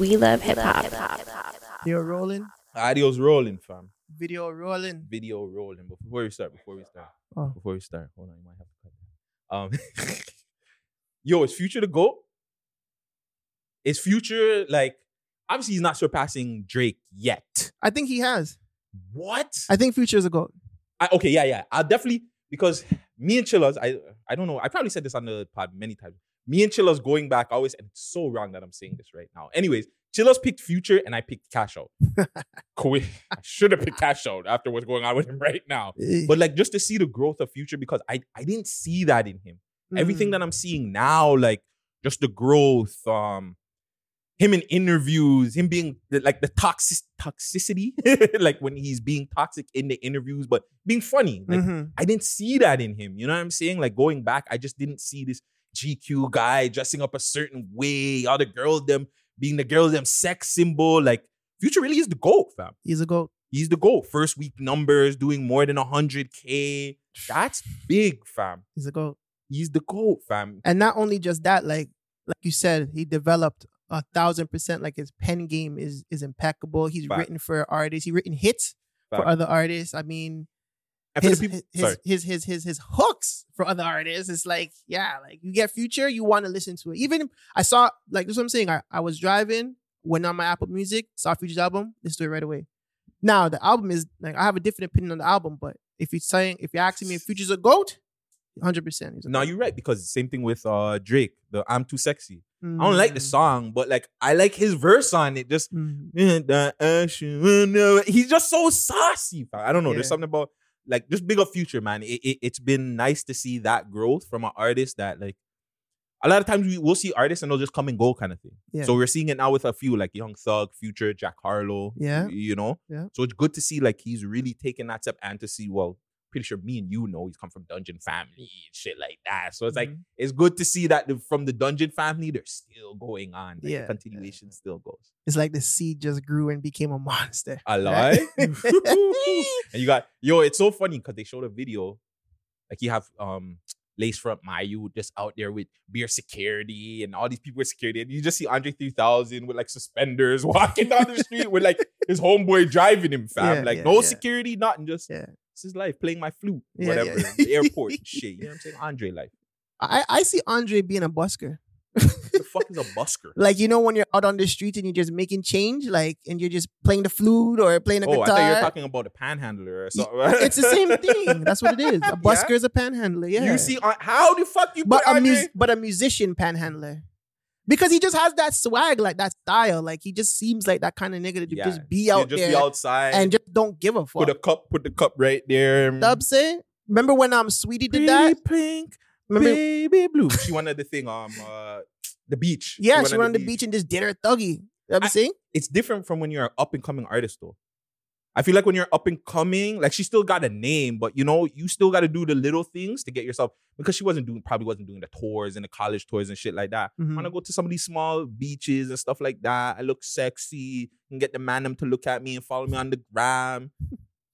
We love hip hop. Video rolling. Audio's rolling, fam. Video rolling. Video rolling. But Before we start, before we start, Oh. before we start, hold on, you might have to cut that. Um, yo, is Future the goat? Is Future like obviously he's not surpassing Drake yet? I think he has. What? I think Future's a goat. I, okay, yeah, yeah. I'll definitely because me and Chillers, I I don't know. I probably said this on the pod many times. Me and Chillers going back always, and it's so wrong that I'm saying this right now. Anyways, Chillers picked Future and I picked Cash Out. Cool. I should have picked Cash Out after what's going on with him right now. But But like just to see the growth of Future because I I didn't see that in him. Everything that I'm seeing now, like just the growth, um, him in interviews, him being like the toxic toxicity, like when he's being toxic in the interviews, but being funny. Like Mm-hmm. I didn't see that in him. You know what I'm saying? Like going back, I just didn't see this GQ guy dressing up a certain way, all the girls them being the girls them sex symbol. Like Future really is the goat, fam. he's a goat. He's the goat. First week numbers doing more than 100k. That's big, fam. He's a goat. He's the goat, fam. And not only just that, like like you said, he developed a thousand percent. Like his pen game is is impeccable. He's Fact. written for artists. He written hits for Fact. other artists. I mean, And for his, the people, his, his, sorry. his his his his hooks for other artists. It's like, yeah, like you get future, you want to listen to it. Even I saw like this is what I'm saying. I, I was driving, went on my Apple Music, saw Future's album, listened to it right away. Now the album is like I have a different opinion on the album, but if you're saying if you're asking me if Future's a goat, 100 percent No, you're right because same thing with uh Drake. The I'm too sexy. I don't Mm. like the song, but like I like his verse on it. Just "Eh, that action, eh, no." he's just so saucy. fam. I don't know. Yeah. There's something about like just bigger future, man. It, it, it's been nice to see that growth from an artist that like a lot of times we will see artists and they'll just come and go kind of thing. Yeah. So we're seeing it now with a few like Young Thug, Future, Jack Harlow. Yeah. y- you know. Yeah. So it's good to see like he's really taking that step and to see well. Pretty sure me and you know he's come from Dungeon Family and shit like that. So it's like Mm-hmm. it's good to see that the, from the Dungeon Family they're still going on. Like, Yeah. The continuation still goes. It's like the seed just grew and became a monster. A lie. Right? and you got yo, it's so funny because they showed a video. Like you have um Lace Front Mayu just out there with beer security and all these people with security. And you just see Andre 3000 with like suspenders walking down the street with like his homeboy driving him, fam. Yeah, like yeah, no yeah. security, nothing. Just Yeah. this is life, playing my flute, Yeah, whatever, yeah. in the airport and shit. You know what I'm saying? Andre, like, I, I see Andre being a busker. what the fuck is a busker? Like you know when you're out on the streets and you're just making change, like and you're just playing the flute or playing the Oh, I guitar. thought you were talking about a panhandler or something. it's the same thing. That's what it is. A busker is a panhandler. Yeah. You see, uh, how the fuck you but put a Andre? mus- but a musician panhandler. Because he just has that swag, like that style. Like he just seems like that kind of nigga to Yeah. just be You out just there be outside and just don't give a fuck. put a cup, put the cup right there. Dub say? Remember when um Sweetie did that? Pretty pink, Remember baby blue. She wanted the thing, um, uh, the beach. Yeah, she went on the beach and just did her thuggy. Dub I- say? It's different from when you're an up and coming artist, though. I feel like when you're up and coming, like she still got a name, but you know, you still got to do the little things to get yourself because she wasn't doing, probably wasn't doing the tours and the college tours and shit like that. Mhm. I want to go to some of these small beaches and stuff like that. I look sexy and get the manum to look at me and follow me on the gram.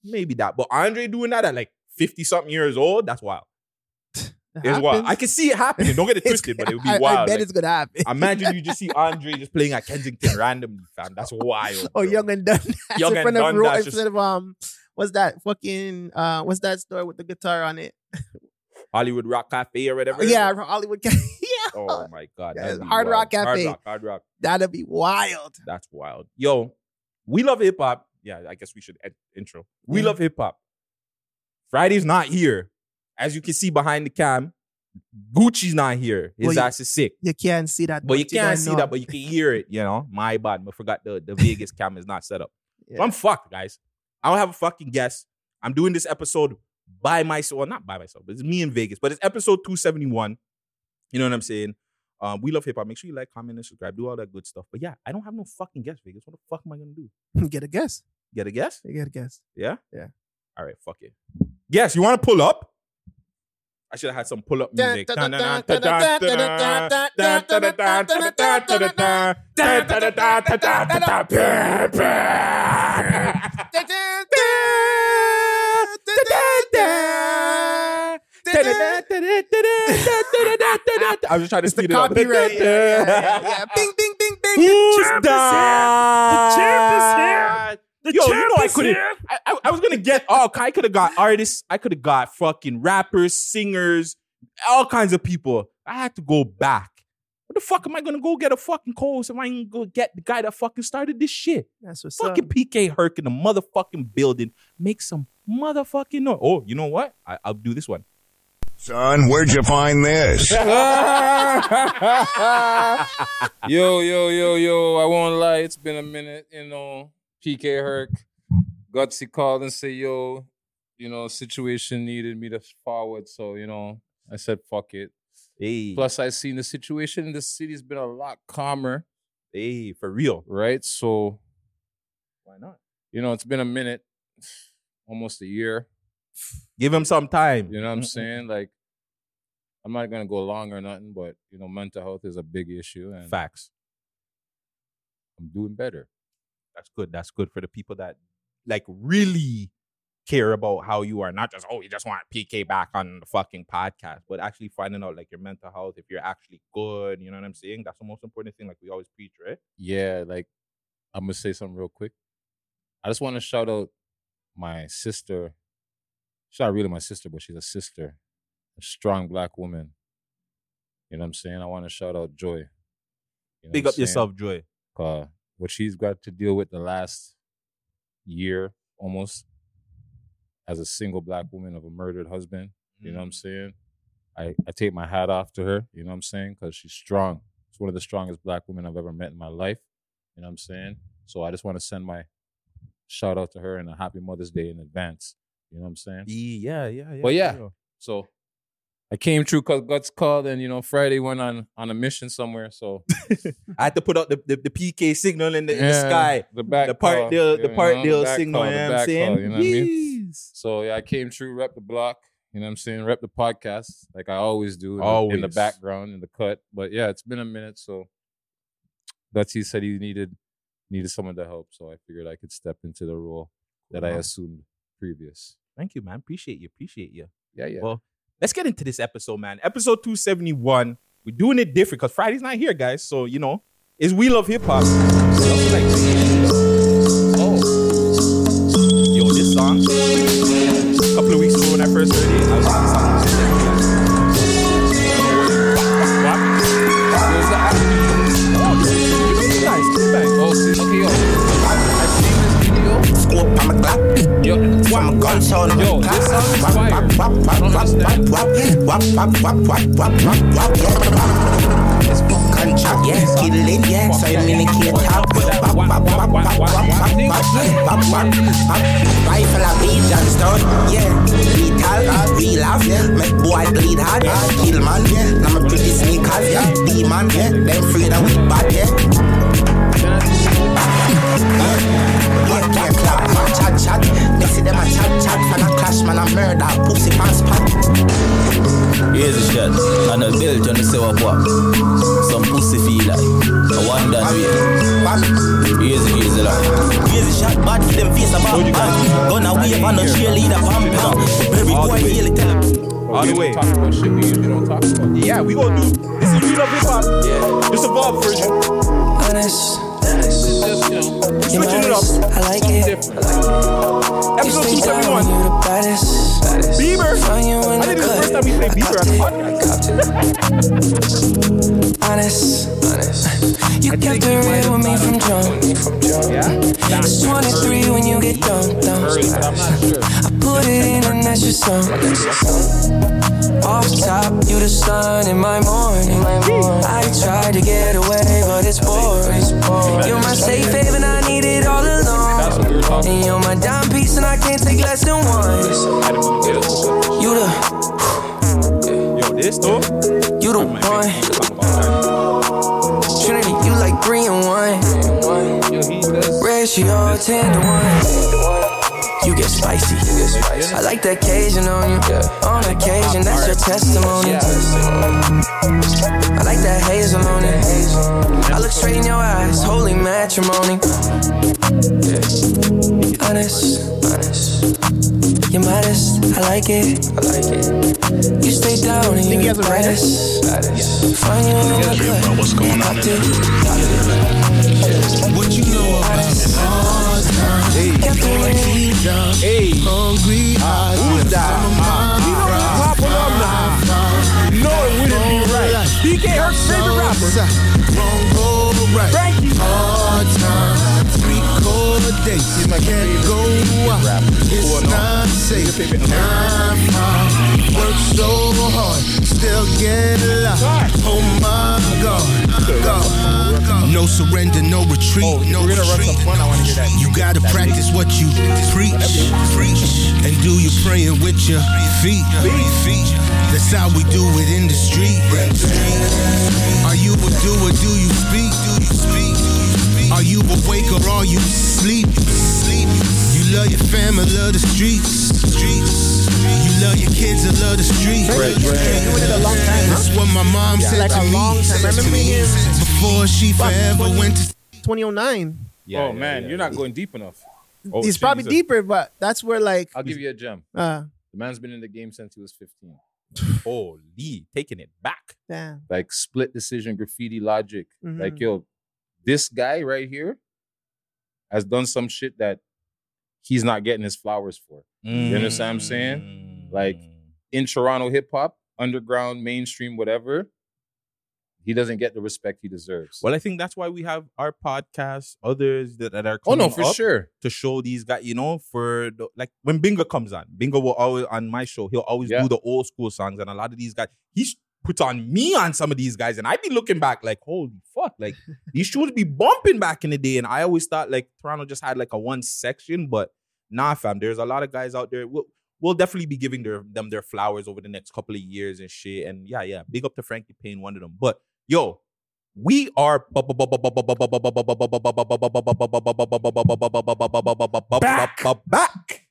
Maybe that. But Andre doing that at like 50 something years old, that's wild. It It's wild. happens. I can see it happening. Don't get it It's- twisted, but it would be I- wild. I, bet Like, it's gonna happen. imagine you just see Andre just playing at Kensington randomly, fam. That's wild. Oh, bro. Young and Dundas Young in and front of Ro- Dundas in just- front of um, what's that fucking uh, what's that store with the guitar on it? Uh, Hollywood Rock Cafe or whatever. yeah, Hollywood. Ca- yeah, Oh my god. Yeah, that'd be Hard wild. Rock Cafe. Hard Rock. Hard Rock. that'd be wild. That's wild. Yo, we love hip hop. Yeah, I guess we should end intro. We Yeah. love hip hop. Friday's not here. As you can see behind the cam, Gucci's not here. His Well, you- ass is sick. You can't see that, But you can't don't see know. that, but you can hear it, you know. My bad. I forgot the, the Vegas cam is not set up. Yeah. So I'm fucked, guys. I don't have a fucking guest. I'm doing this episode by myself. Well, not by myself, but it's me in Vegas. But it's episode 271. You know what I'm saying? Um, we love hip hop. Make sure you like, comment, and subscribe. Do all that good stuff. But yeah, I don't have no fucking guest, Vegas. What the fuck am I gonna do? get a guess. Get a guest? You get a guess. Yeah? Yeah. All right, fuck it. Yes, you wanna pull up? I should have had some pull up music. Dun, dun, dun, dun, dun, dun. Yo, I was just trying to It's the speed it up. copyright. Yeah, yeah, yeah, yeah. Bing, bing, bing, bing. ding. Who's The champ is here. The that? champ The Yo, you champ know I is couldn't- here. I, I, I was gonna get all. I could have got artists. I could have got fucking rappers, singers, all kinds of people. I had to go back. What the fuck am I gonna go get a fucking cold? Am I gonna go get the guy that fucking started this shit? That's what's fucking up. PK Herc in the motherfucking building. Make some motherfucking noise. Oh, you know what? I, I'll do this one. Son, where'd you find this? yo, yo, yo, yo. I won't lie. It's been a minute, you know. PK Herc, Gutsy called and say, yo, you know, situation needed me to forward. So, you know, I said, fuck it. Hey, Plus, I seen the situation in the city's been a lot calmer, hey, for real. right? So, Why not? you know, it's been a minute, almost a year. Give him some time. You know what I'm saying? Like, I'm not gonna go long or nothing, but you know, mental health is a big issue, and Facts. I'm doing better. That's good. That's good for the people that like really care about how you are, not just oh, you just want PK back on the fucking podcast, but actually finding out like your mental health, if you're actually good. You know what I'm saying? That's the most important thing. Like we always preach, right? Yeah, like I'm gonna say something real quick. I just want to shout out my sister. She's not really my sister, but she's a sister, a strong black woman. You know what I'm saying? I want to shout out Joy. You know Big what I'm up saying? yourself, Joy. uh, what she's got to deal with the last year almost as a single black woman of a murdered husband. You Mm. know what I'm saying? I, I take my hat off to her, you know what I'm saying? Because she's strong. She's one of the strongest black women I've ever met in my life. You know what I'm saying? So I just want to send my shout out to her and a happy Mother's Day in advance. You know what I'm saying? Yeah, yeah, yeah. But for yeah. real. So I came through because Guts called and, you know, Friday went on, on a mission somewhere. So I had to put out the, the, the PK signal in the, in the Yeah, sky. The back the part call, deal, the you part know, deal back signal. call, you the know what I'm back saying? call, you know what I mean? Yeez. So yeah, I came true, rep the block. You know what I'm saying? Rep the podcast, like I always do in, the- in the Always. background, in the cut. But yeah, it's been a minute, so Gutsy said he needed needed someone to help. So I figured I could step into the role that I Wow. assumed previous. Thank you, man. Appreciate you. Appreciate you. Yeah, yeah. Well, let's get into this episode, man. Episode 271. We're doing it different because Friday's not here, guys. So, you know, it's Wheel of Hip Hop. Sounds like- Oh. Yo, this song. A couple of weeks ago when I first heard it, I was like, this song was nice. Good bang. Oh, see, okay, yo. I've seen this video. Scoop on my Glock. Yo, I'm a gun show them. Yo, this song is fire. I don't understand. Yes, get it in, yeah. So you mean the kid top? Wap, wap, wap, wap, wap, wap, wap, wap, wap, wap. Rifle a beat, Johnstone, yeah. Beat all, we laugh, yeah. Make boy bleed hard, yeah. Kill man, yeah. Now my pretty sneakers, yeah. Demon, yeah. Them free that we bad, yeah. Yeah, yeah, clap, man, chat, chat. They see them a chat, chat. Man a clash, man a murder. Pussy pants, pants. Here's a shot, and a belt on the sewer pop. Some pussy feel like. I want that way. Here's a gaze like. Here's a shot, bad for them face a bam bam. Gonna wave and a cheerleader bam bam. Baby boy, heal it tell All the way. Talk about shit we usually don't talk about. Yeah, we gonna do this is Wheel of Hip Hop. Yeah. Just evolve version. honest. Just, you know, Switching it up. I like something it. different. You Episode stay down, 271. you the baddest. Bieber. Find you in I think the this is the first time cut. we play Bieber on the podcast. Honest. You kept it real with me from jump. It's 23 when you get dumped. dumped. I'm not sure. I put it in and that's your song. Off top, you the sun in my morning. I tried to get away, but it's boring. You're my safe haven, I need it all alone. That's what we were talking And you're my dime piece, and I can't take less than one. You the, Yo, this though. you the one. Trinity, you like three and one. Ratio ten to one. You get spicy. I like the occasion on you. On occasion, that's your testimony. I like that hazel on it. I look straight in your eyes, holy matrimony. Honest, honest. You're modest, I like it. I like it. You stay down and Think he you're has the a writer? baddest. Find you in the cut. What's going on? day. I can't go out. It's not safe. I'm out. Work so hard, still get locked. Oh my God. God. No surrender, no retreat, no retreat. You gotta practice what you preach, preach, and do your praying with your feet. feet. That's how we do it in the street. Are you a doer? Do you speak? Do you speak? Are you awake or are you sleep? Sleep. You love your family, love the streets. Streets. You love your kids, and love the streets. That's what my mom Yeah. said Like to a me. long time. said to Remember me years? before she forever went to 2009. oh man, you're not going deep enough. Oh, He's probably Jesus. deeper, but that's where like I'll give you a gem. uh The man's been in the game since he was 15. Holy, taking it back. damn. Like split decision, graffiti logic. Mhm. Like yo, this guy right here has done some shit that he's not getting his flowers for. You understand what I'm saying? Like- Mm. In Toronto hip hop, underground, mainstream, whatever, he doesn't get the respect he deserves. well, I think that's why we have our podcast, others that, that are oh coming no, for up sure. to show these guys, you know, for the, like when Binga comes on, Binga will always on my show, he'll always Yeah. do the old school songs, and a lot of these guys, he's puts on me on some of these guys, and I'd be looking back like, holy fuck, like these shoes be bumping back in the day, and I always thought like Toronto just had like a one section, but nah, fam, there's a lot of guys out there. We'll, we'll definitely be giving their, them their flowers over the next couple of years and shit, and yeah, yeah, big up to Frankie Payne, one of them, but yo. We are back. back.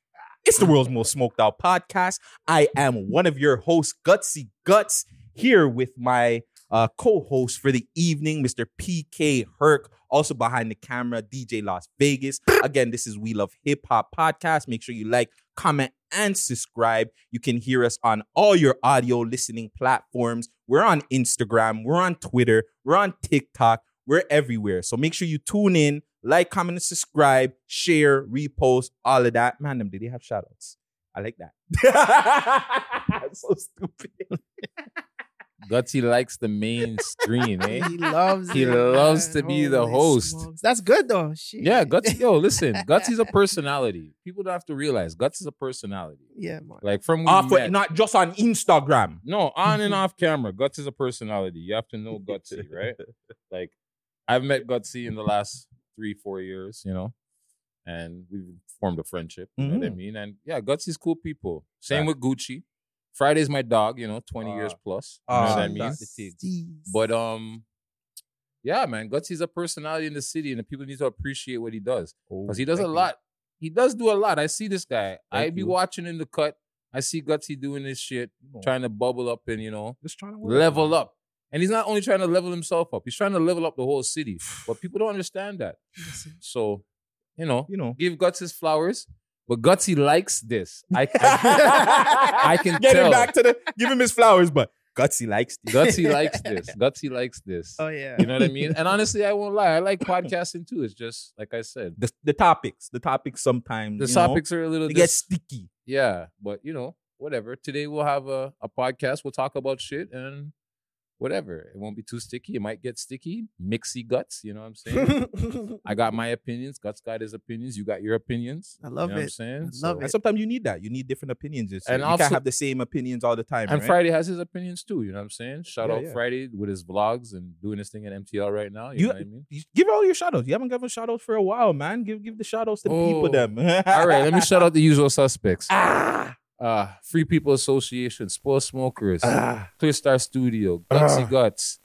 It's the world's most smoked out podcast. I am one of your hosts, Gutsy Guts, here with my uh, co-host for the evening, Mr. PK Herc, also behind the camera, DJ Las Vegas. Again, this is We Love Hip Hop Podcast. Make sure you like, comment, and subscribe. You can hear us on all your audio listening platforms. We're on Instagram, we're on Twitter, we're on TikTok, we're everywhere. So make sure you tune in, like, comment, and subscribe, share, repost, all of that. Man, them, did they have shout outs? I like that. so stupid. Gutsy likes the mainstream, eh? He loves He it, loves man. to be the Holy host. smokes. That's good though. Shit. Yeah, Gutsy. Yo, listen, Gutsy's a personality. People don't have to realize Gutsy's a personality. Yeah, man. Like from when Off, we met, not just on Instagram. no, on and off camera. Guts is a personality. You have to know Gutsy, right? Like, I've met Gutsy in the last three, four years, you know, and we've formed a friendship. You know what I Mhm. mean? And yeah, Gutsy's cool people. Same Yeah. with Gucci. Friday's my dog, you know, 20 years Ah. plus. You know Ah, what I that- mean? the thing. Jeez. But um, yeah, man, Gutsy's a personality in the city, and the people need to appreciate what he does because he does a Oh, Thank you. lot. He does do a lot. I see this guy. I Thank be you. watching in the cut. I see Gutsy doing this shit, Oh. trying to bubble up and you know Just trying to work, level man. up. And he's not only trying to level himself up; he's trying to level up the whole city. But people don't understand that. So, you know, You know. give Guts his flowers. But Gutsy likes this. I, I, I can get tell. him back to the give him his flowers, but Gutsy likes the Gutsy likes this. Gutsy likes this. Oh yeah. You know what I mean? And honestly, I won't lie. I like podcasting too. It's just like I said, the, the topics. The topics sometimes the you know, topics are a little they get dis- sticky. yeah, but you know, whatever. Today we'll have a, a podcast. We'll talk about shit and whatever. It won't be too sticky. It might get sticky. Mixy guts. You know what I'm saying? I got my opinions. Guts got his opinions. You got your opinions. I love you know What I'm it. saying? I love So- And sometimes you need that. You need different opinions. It's, And and you also- can't have the same opinions all the time. And right? Friday has his opinions too. You know what I'm saying? Shout Yeah, out yeah. Friday with his vlogs and doing his thing at MTL right now. You, You- know what I mean? You- give all your shout outs. You haven't given shout outs for a while, man. Give give the shout outs to the Oh. people them. Ah. All right, let me shout out the usual suspects. Uh, Free People Association, Spoil Smokers, Ah. Clear Star Studio, Gutsy Guts,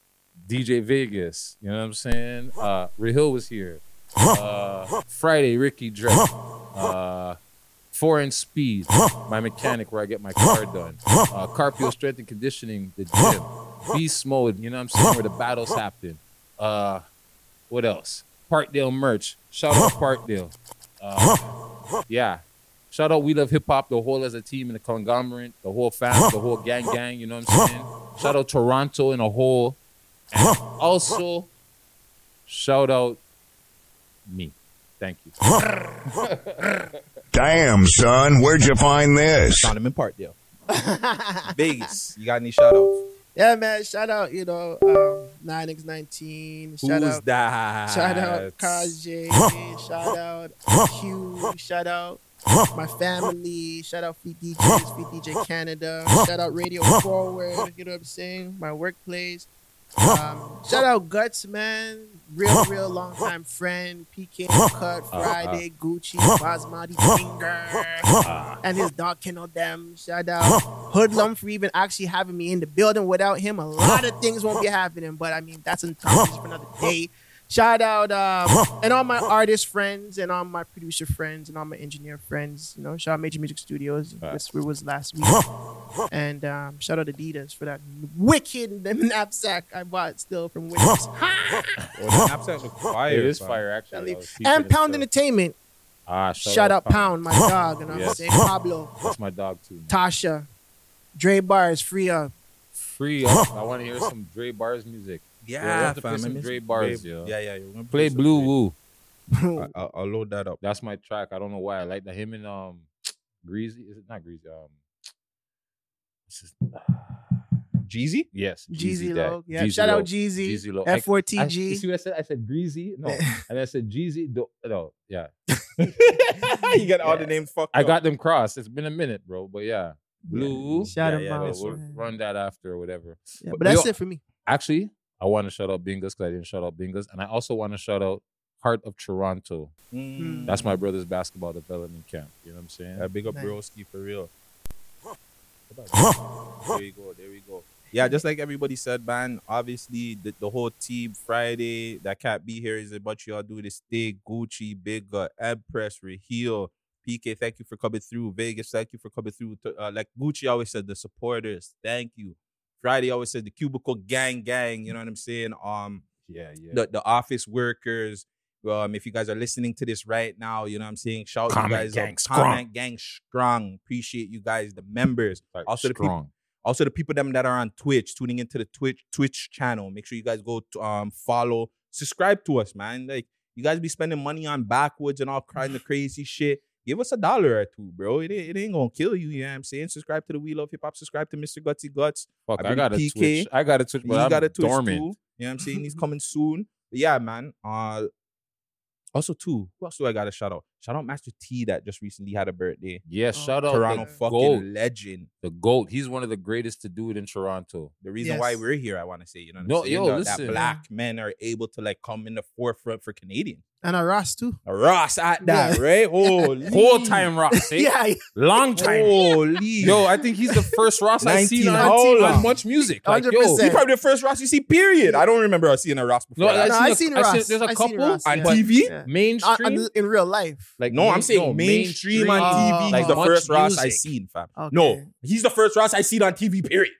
DJ Vegas. You know what I'm saying? Uh, Rahil was here. Uh, Friday, Ricky Drake. Uh, Foreign Speed, my mechanic where I get my car done. Uh, Carpio Strength and Conditioning, the gym. Beast Mode, you know what I'm saying, where the battles happen. Uh, what else? Parkdale merch. Shout out Parkdale. Uh, yeah. Shout out We Love Hip Hop, the whole as a team and the conglomerate, the whole fam, the whole gang gang, you know what I'm saying? Shout out Toronto in a whole. And also, shout out me. Thank you. Damn, son, where'd you find this? Found him in Parkdale. Vegas. You got any shout outs? Yeah, man. Shout out, you know, um, Nine X Nineteen. Who's Shout out. that? Shout out Kajay. shout out Q. Shout out my family. Shout out Free DJs, Free DJ Canada. Shout out Radio Forward. You know what I'm saying? My workplace. Um, shout out Guts, man. Real, real long time friend. PK Cut, Friday, Gucci, Basmati Finger, Uh, and his dog Kennel Them. Shout out Hoodlum for even actually having me in the building. Without him, a lot of things won't be happening, but I mean, that's a topic for another day. Shout out um, and all my artist friends and all my producer friends and all my engineer friends. You know, shout out Major Music Studios, which we was last week. And um, shout out Adidas for that wicked knapsack I bought still from Wicked. Oh, the knapsack look fire. It is fam. fire, actually. I was and peeping it. Pound Entertainment. Ah, Shout, out Pound, my dog. And I'm Yes. saying Pablo, That's my dog, too. man. Tasha, Dre Bars, Free Up. Free up. I want to hear some Dre Bars music. Yeah, Yeah, we have to play fam. I some miss Dre bars, yo. Yeah, yeah. you wanna Play some Blue Dre- Woo. I- I'll, I'll load that up. That's my track. I don't know why I like that. Him and um, Greasy. Is it not Greasy? Um, what's his- Jeezy? yes, Jeezy Dad. Low. Yeah, Jeezy shout Low. out Jeezy. Jeezy Low. I- I, you see F4TG. what I said? I said Greasy. No, and I said Jeezy. Do, no, yeah. you got all Yeah. the names fucked I up. got them crossed. It's been a minute, bro. But yeah, Blue. Shout Yeah, him yeah, But out. this we'll man. run that after or whatever. Yeah, But but that's yo- it for me. Actually, I want to shout out Bingus because I didn't shout out Bingus, and I also want to shout out Heart of Toronto. Mm. That's my brother's basketball development camp. You know what I'm saying? Yeah, big up Nice. Broski for real. there you go. There we go. Yeah, just like everybody said, man. Obviously, the, the whole team Friday that can't be here is about y'all do this thing. Gucci, Big uh, Empress, Raheel, PK. Thank you for coming through. Vegas, thank you for coming through. To- Uh, like Gucci always said, the supporters, thank you. Friday always said the cubicle gang, gang. You know what I'm saying? Um, Yeah, yeah. the, the office workers. Um, if you guys are listening to this right now, you know what I'm saying? Shout you Comment guys gang out. strong. Comment gang strong. Appreciate you guys, the members. Like, also the peop- strong. Also the people them that are on Twitch, tuning into the Twitch Twitch channel. Make sure you guys go to, um follow, subscribe to us, man. Like you guys be spending money on backwards and all kinds of crazy shit. Give us a dollar or two, bro. It ain't, it ain't gonna kill you, you know what I'm saying? Subscribe to the We Love Hip Hop, subscribe to Mr. Gutsy Guts. Fuck, I've I been got a PK. twitch. I got a twitch, He's but I'm got a twitch dormant. too. You know what I'm saying? He's coming soon. But yeah, man. Uh also too, who else do I gotta shout out? Shout out Master T that just recently had a birthday. Yeah, shout out Oh, Toronto the fucking goat, legend. the goat. He's one of the greatest to do it in Toronto. The reason why Yes. we're here, I want to say, you know what I'm No, saying? yo, that, listen. that black men are able to like come in the forefront for Canadian. And I Ross too. Ross at that, right? Holy Whole time Ross, eh? Yeah, long time. Holy Yo, I think he's the first Ross I've seen 19 on, how on long? much music. Like, yo, 100%. He probably the first Ross you see, period. I don't remember us seeing a Ross before. No, that. I No, seen I a- seen I Ross. seen- there's a I seen couple Ross, on yeah. TV? Yeah. On- mainstream. on- in real life. like no, I'm main- saying no, mainstream, on TV. mainstream, like he's the much first Ross I music. seen, fam. Okay. No, he's the first Ross I seen on TV, period.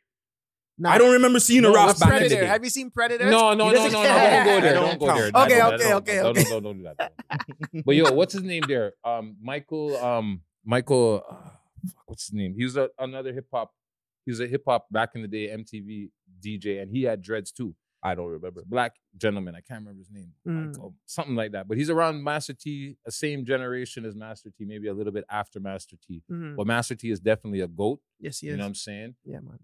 Nah. I don't remember seeing a No, Ross what's back Predator. in the day. Have you seen Predator? No, no, no, He no, no, doesn't- no, Don't go there. That Don't don't go there. count. I Okay, don't- I okay, don't- okay, I don't- okay. don't- don't do that. Don't do that. But yo, what's his name there? Um, Michael. Um, Michael. Uh, fuck, what's his name? He was a, another hip hop. He was a hip hop back in the day MTV DJ, and he had dreads too. I don't remember. It's a black gentleman. I can't remember his name. Mm. Michael, something like that. But he's around Master T, the same generation as Master T, maybe a little bit after Master T. Mhm. But Master T is definitely a goat. Yes, he You is. know what I'm saying? yeah, man.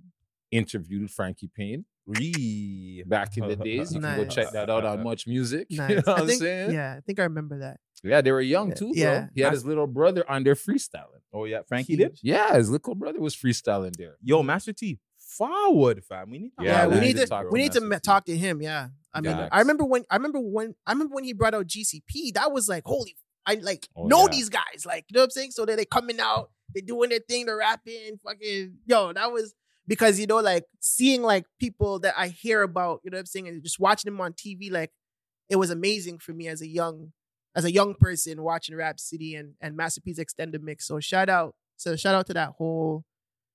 Interviewed Frankie Payne Re. back Uh, in the days. You can go Nice. check that out on Much Music. Nice. You know what I I'm think, saying? Yeah, I think I remember that. Yeah, they were young too. Yeah, Yeah. he had his little brother on there freestyling. Oh yeah, Frankie Huge. did. Yeah, his little brother was freestyling there. Yo, Master T, forward, fam. We need. to- Yeah, Yeah, we we need need to to talk we about need to Master ma- P. talk to him. Yeah, I mean, Facts. I remember when I remember when I remember when he brought out GCP. That was like holy. I like Oh, know yeah. these guys. Like you know what I'm saying. So they they coming out, they doing their thing, they're rapping, fucking yo. That was because you know like seeing like people that I hear about. You know what I'm saying, and just watching them on TV. Like it was amazing for me as a young as a young person watching Rap City and and Master P's extended mix. So shout out. So shout out to that whole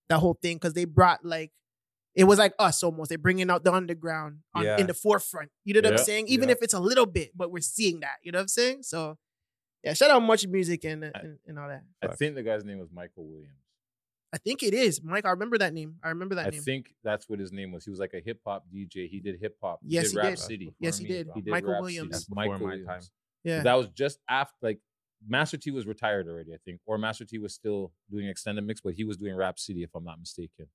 that whole thing because they brought like it was like us almost. They're bringing out the underground on, Yeah. in the forefront. You know what Yeah, I'm saying? Even yeah. if it's a little bit, but we're seeing that. You know what I'm saying? So yeah, shout out Much Music and and, and all that. I think the guy's name was Michael Williams. I think it is Mike. I remember that name. I remember that I name. think that's what his name was. He was like a hip hop DJ. He did hip hop. Yes, did he Rap did. City. Yes, he for me, did. bro. He did Michael Rap Williams. City. That's Michael before my Williams. time. Yeah. That was just after like Master T was retired already, I think, or Master T was still doing extended mix, but he was doing Rap City, if I'm not mistaken.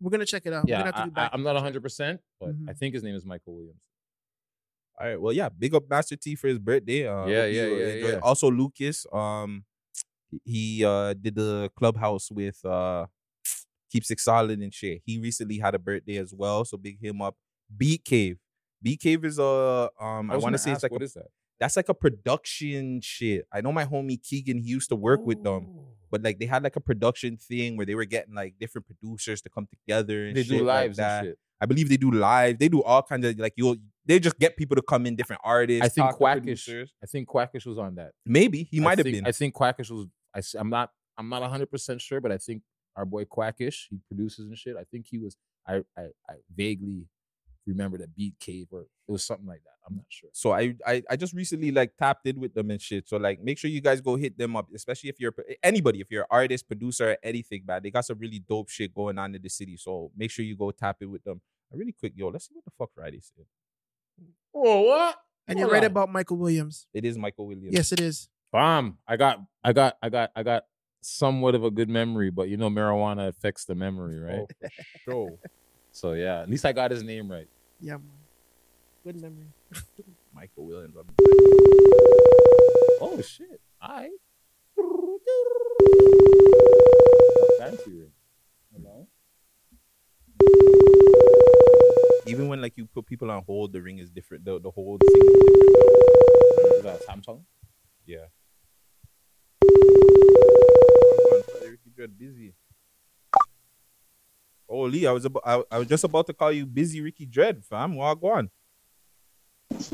We're gonna check it out. yeah, we're gonna have to be I, back. am not 100, percent but Mhm. I think his name is Michael Williams. All right. Well, yeah. Big up Master T for his birthday. Uh, Yeah, hope you, yeah, uh, yeah, enjoy it. yeah. Also, Lucas. Um, he uh did the clubhouse with uh keeps it solid and shit. He recently had a birthday as well, so big him up. Beat Cave. Beat Cave is a um. I, want was gonna to say ask, it's like what a, is that? that's like a production shit. I know my homie Keegan. He used to work with them. Oh. But like they had like a production thing where they were getting like different producers to come together and They shit do lives like that. and shit. I believe they do live. They do all kinds of like you'll they just get people to come in, different artists. I think talk to Quackish. producers. I think Quackish was on that. Maybe he I might have think- been. I think Quackish was. I, s- I'm not. I'm not 100 percent sure, but I think our boy Quackish, he produces and shit. I think he was. I I, I vaguely remember that Beat Cave or it was something like that. I'm not sure. so I, I I just recently like tapped in with them and shit. So like make sure you guys go hit them up, especially if you're anybody, if you're an artist, producer, anything, man. They got some really dope shit going on in the city. So make sure you go tap it with them. Really quick, yo, let's see what the fuck Friday said. Oh what? and you're Hold right on. about Michael Williams. It is Michael Williams. Yes, it is. Bomb. I got. I got. I got. I got somewhat of a good memory, but you know marijuana affects the memory, right? Oh, for sure. So yeah, at least I got his name right. Yeah, man. good memory. Michael Williams. I'm- Oh shit! I. Fancy ring. Hello. Even when like you put people on hold, the ring is different. The the whole thing is different. Is that Samsung? Yeah. busy. Oh, Lee, I was about, I, I was just about to call you busy Ricky Dread, fam. Wagwan. I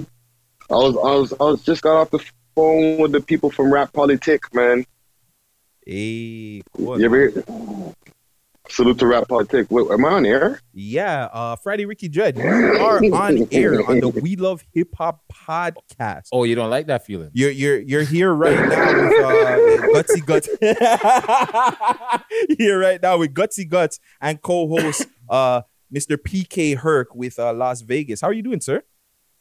was, I was, I was just got off the phone with the people from Rap Politic, man. Hey, cool. You ever hear? Salute to Rap Politic. Wait, am I on air? Yeah, uh, Friday Ricky Dread. You are on air on the We Love Hip Hop podcast. Oh, you don't like that feeling. You're you're you're here right now with uh, gutsy guts. here right now with gutsy guts and co-host uh, Mr. PK Herc with uh, Las Vegas. How are you doing, sir?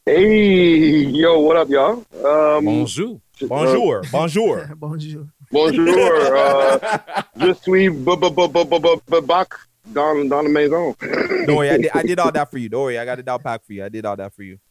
Hey, yo, what up, y'all? Um, Bonjour. uh, Bonjour, bonjour. Bonjour. bonjour. Uh, je suis b- b- b- b- b- b- b- back dans, dans la maison. Don't worry, I did, I did all that for you. Don't worry, I got it down packed for you. I did all that for you.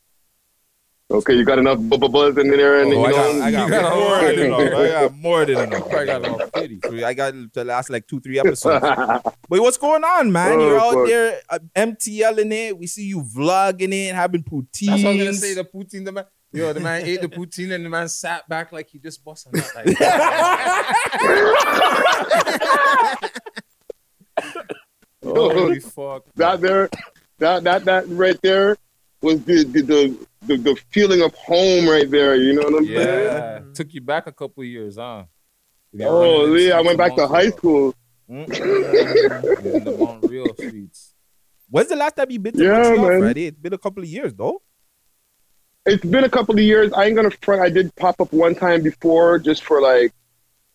Okay, you got enough b- b- buzz in there, and Oh, you I, know, got, I got you got more than enough. I got more than I enough. I got got, all pity. I got the last like two, three episodes. But what's going on, man? You're Oh, out fuck. there uh, MTLing it. We see you vlogging it, having poutines. That's what I'm gonna say. The poutine, the man, yo, the man ate the poutine and the man sat back like he just bust a nut. Like, holy fuck! Oh, that there, that that that right there was the the the, the, the feeling of home right there. You know what I'm saying? Yeah, took you back a couple years, huh? Oh, Lee, I went back to high school. Mm. In the Montreal streets. When's the last time you been to Yeah, Montreal, man. Friday? It's been a couple of years, though. It's been a couple of years. I ain't gonna front. I did pop up one time before, just for like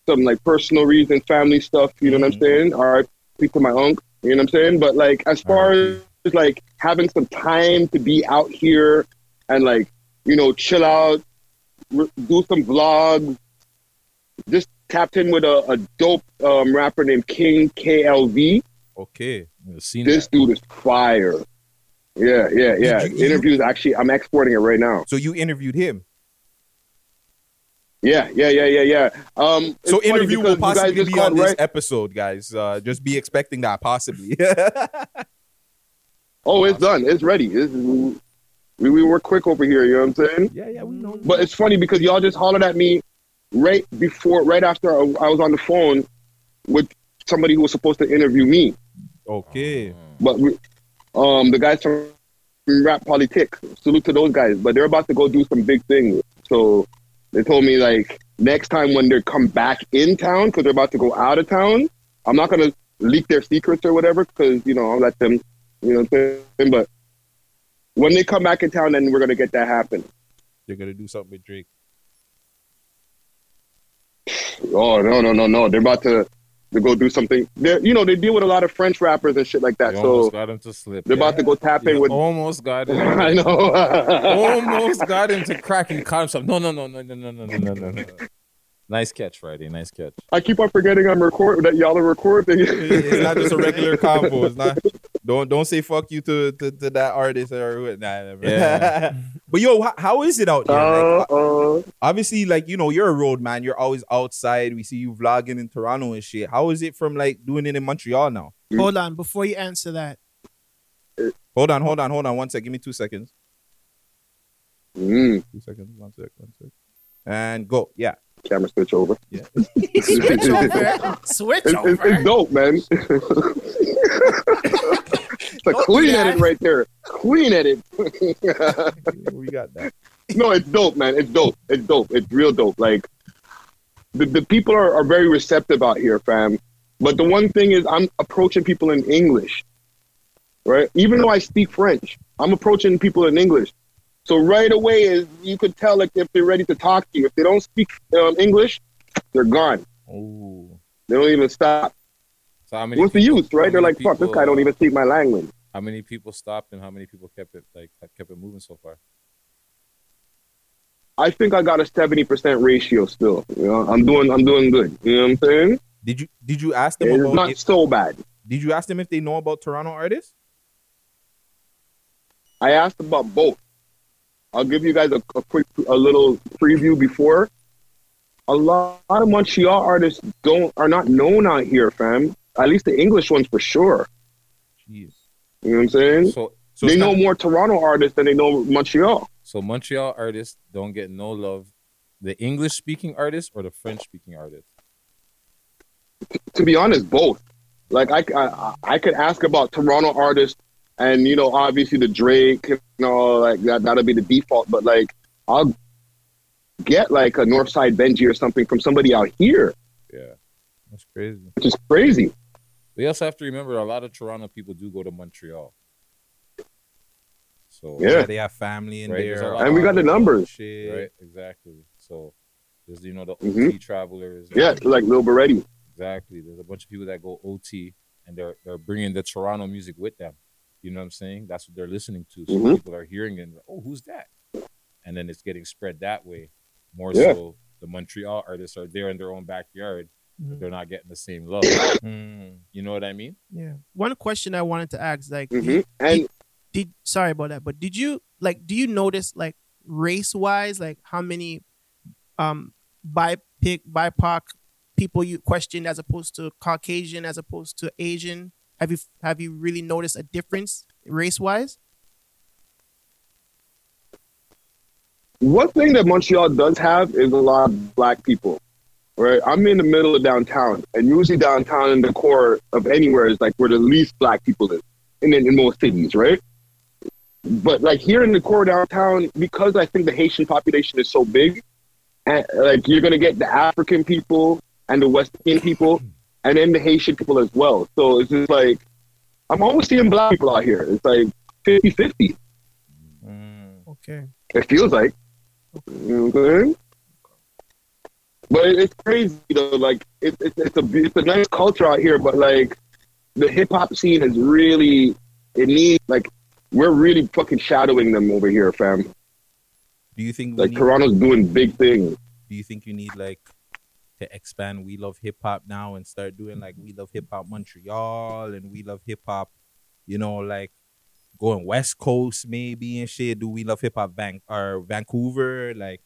some like personal reason, family stuff. You know what I'm Mm-hmm. saying? R.I.P. to my uncle. You know what I'm saying? But like, as far as like having some time to be out here and like you know chill out, r- do some vlogs, just tapped in with a, a dope um, rapper named King KLV. Okay. You've seen This dude is fire. Yeah, yeah, yeah. Did you- Interviews actually, I'm exporting it right now. So you interviewed him. Yeah, yeah, yeah, yeah, yeah. Um, it's so funny interview because will you guys possibly just be called on this right- episode, guys. Uh, just be expecting that possibly. Oh, it's done. It's ready. It's, we we were quick over here. You know what I'm saying? yeah, yeah, we know. But it's funny because y'all just hollered at me right before, right after I I was on the phone with somebody who was supposed to interview me. Okay. But we, um, the guys from Rap Politic, salute to those guys. But they're about to go do some big things. So they told me like next time when they come back in town, because they're about to go out of town, I'm not gonna leak their secrets or whatever, because you know I'll let them, you know, what I'm saying? but when they come back in town, then we're gonna get that happen. You're gonna do something with Drake. Oh no no no no! They're about to to go do something. They you know they deal with a lot of French rappers and shit like that. You so almost got him to slip. they're about to go tap in You with. almost got him. I know. almost got him to crack and caught himself. No, no, no, no, no, no, no, no, no, no, no. Nice catch, Friday. Nice catch. I keep on forgetting I'm record that y'all are recording. it's not just a regular combo. It's not. Don't don't say fuck you to to, to that artist or what. Nah, never. Yeah. but yo, how, how is it out there? Like, uh, obviously, like you know, you're a road man. You're always outside. We see you vlogging in Toronto and shit. How is it from like doing it in Montreal now? Hold on, before you answer that, Hold on, hold on, hold on. One sec. Give me two seconds. Mm. Two seconds. One sec. One sec. And go. Yeah. Camera switch over. Yeah. switch over, switch It's, it's, over. it's dope, man. it's a clean edit right there. Clean edit. we got that. No, it's dope, man. It's dope. It's dope. It's real dope. Like the, the people are, are very receptive out here, fam. But the one thing is I'm approaching people in English. Right? Even though I speak French, I'm approaching people in English. So right away is you could tell like if they're ready to talk to you. If they don't speak um, English, they're gone. Oh. They don't even stop. So how many? What's the people- use, right? how They're many like, fuck, this people- guy don't even speak my language. How many people stopped and how many people kept it like kept it moving so far? I think I got a seventy percent ratio still. You know, I'm doing I'm doing good. You know what I'm saying? Did you did you ask them It's about not it? so bad. Did you ask them if they know about Toronto artists? I asked about both. I'll give you guys a, a quick, a little preview before. A lot, a lot of Montreal artists don't are not known out here, fam. At least the English ones for sure. Jeez. You know what I'm saying? So so they it's know not- more Toronto artists than they know Montreal. So Montreal artists don't get no love. The English speaking artists or the French speaking artists? to be honest, both. Like I, I, I could ask about Toronto artists, and you know, obviously the Drake, you know, like that that'll be the default. But like, I'll get like a Northside Benji or something from somebody out here, Yeah. That's crazy. which is crazy. We also have to remember a lot of Toronto people do go to Montreal. So Yeah. They have family in Right, there's a there. lot And we got the numbers. Shit. right, exactly. So there's you know the OT Mhm. travelers. Yeah, like Lil Baretti. Exactly. There's a bunch of people that go OT and they're they're bringing the Toronto music with them. You know what I'm saying? That's what they're listening to. So Mhm. people are hearing it. And, oh, who's that? And then it's getting spread that way. More Yeah. so, the Montreal artists are there in their own backyard. Mhm. They're not getting the same love. Mm. you know what I mean? yeah. Mm-hmm. One question I wanted to ask, like, hmm And did sorry about that, but did you like do you notice like race wise like how many um BIPOC BIPOC people you questioned as opposed to Caucasian as opposed to Asian? Have you have you really noticed a difference race wise? one thing that Montreal does have is a lot of black people. Right, I'm in the middle of downtown, and usually downtown in the core of anywhere is like where the least black people is, in in, in most cities, right? But like here in the core downtown, because I think the Haitian population is so big, and like you're gonna get the African people and the West Indian people, and then the Haitian people as well. So it's just like I'm always seeing black people out here. It's like 50-50. Okay. It feels like. You know what I'm saying? But it- it's crazy though. Like it, it, it's a be- it's a nice culture out here, but like the hip hop scene is really it needs like we're really fucking shadowing them over here, fam. Do you think we Like need, Toronto's doing big things. do you think you need like to expand We Love Hip Hop now and start doing like We Love Hip Hop Montreal and We Love Hip Hop, you know, like going West Coast maybe and shit. Do We Love Hip Hop Van or Vancouver? Like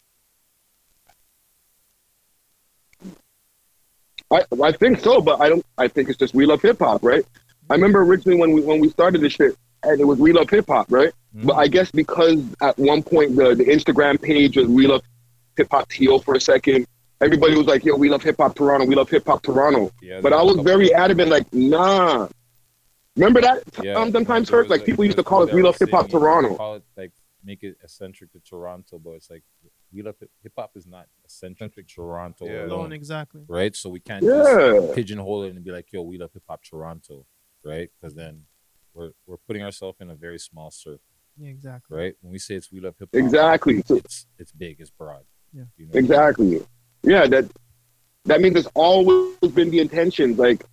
I I think so, but I don't. I think it's just we love hip hop, right? I remember originally when we when we started this shit, and it was we love hip hop, right? But Mm-hmm. I guess because at one point the, the Instagram page was We Love Hip Hop TO for a second, everybody was like, yo, we love hip hop Toronto, we love hip hop Toronto. Yeah. But I was very adamant, like, nah. Remember that? Yeah, Um, sometimes there was, hurt, like, people used to there's call us people We that Love were Hip Hop saying, Toronto. Call it, like make it eccentric to Toronto, but it's like we love hip hop is not eccentric to Toronto Yeah. Alone alone, exactly. right? So we can't Yeah. just pigeonhole it and be like, yo, we love hip hop Toronto, right? Because then we're we're putting ourselves in a very small circle, Yeah, exactly. right? When we say it's we love hip hop, Exactly. So, it's it's big, it's broad. Yeah. You know? exactly. Yeah, that that means it's always been the intentions. Like,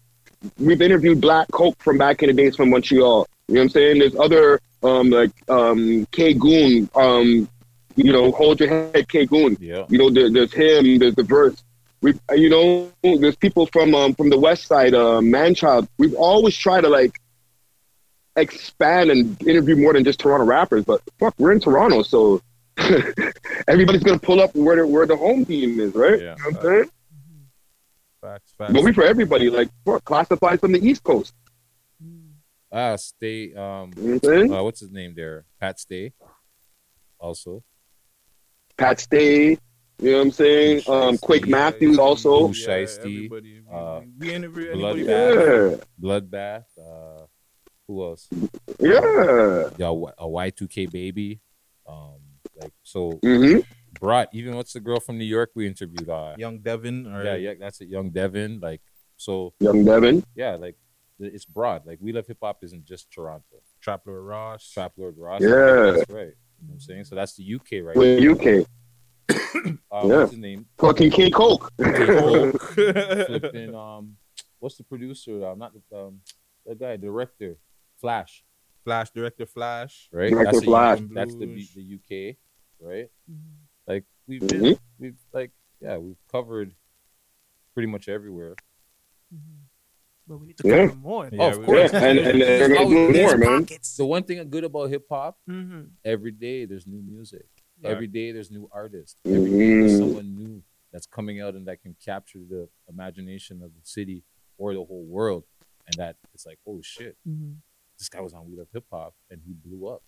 we've interviewed Black Coke from back in the days from Montreal. You know what I'm saying? There's other, um, like, um, K Goon, um, you know, Hold Your Head, K Goon. Yeah. You know, there, there's him, there's the verse. We, you know, there's people from um, from the West Side, uh, Manchild. We've always tried to like expand and interview more than just Toronto rappers. But fuck, we're in Toronto, so everybody's gonna pull up where the, where the home team is, right? Yeah. You know what I'm saying? Facts, facts. But we for everybody, like fuck, classified from the East Coast. Ah, Stay. Um, know what I'm saying? uh, what's his name there? Pat Stay. Also, Pat Stay, you know what I'm saying? Um, Quake Matthews also. Boo Shiesty. uh, We interview anybody. Bloodbath. Bloodbath. Uh, who else? Yeah. Yeah, Y- a Y2K baby. Um, like so. Mhm. Brought even what's the girl from New York we interviewed? Uh, Young Devin. Or, yeah, yeah, that's it. Young Devin. Like so. Young Devin. Yeah, like th- it's broad. Like we love hip hop isn't just Toronto. Trap Lord Ross. Trap Lord Ross. Yeah. that's right. You know what I'm saying so. That's the UK, right? With UK. Uh, Yeah. What's his name? Fucking King Coke. Flipping. Um, what's the producer? Uh, not the um, the guy, director, Flash. Flash director Flash. right? Director that's the- Flash. that's the Blues. the UK, right? Mm-hmm. Like we've been, Mhm. we've like yeah, we've covered pretty much everywhere. But we need to Yeah. cover more. Yeah, Oh, we- of Yeah, course. and, and they're gonna do There's more, man. The one thing good about hip hop, hmm every day there's new music. Every day there's new artists. Every day there's Mhm. someone new that's coming out and that can capture the imagination of the city or the whole world, and that it's like, oh shit, Mm-hmm. this guy was on We Love Hip Hop and he blew up.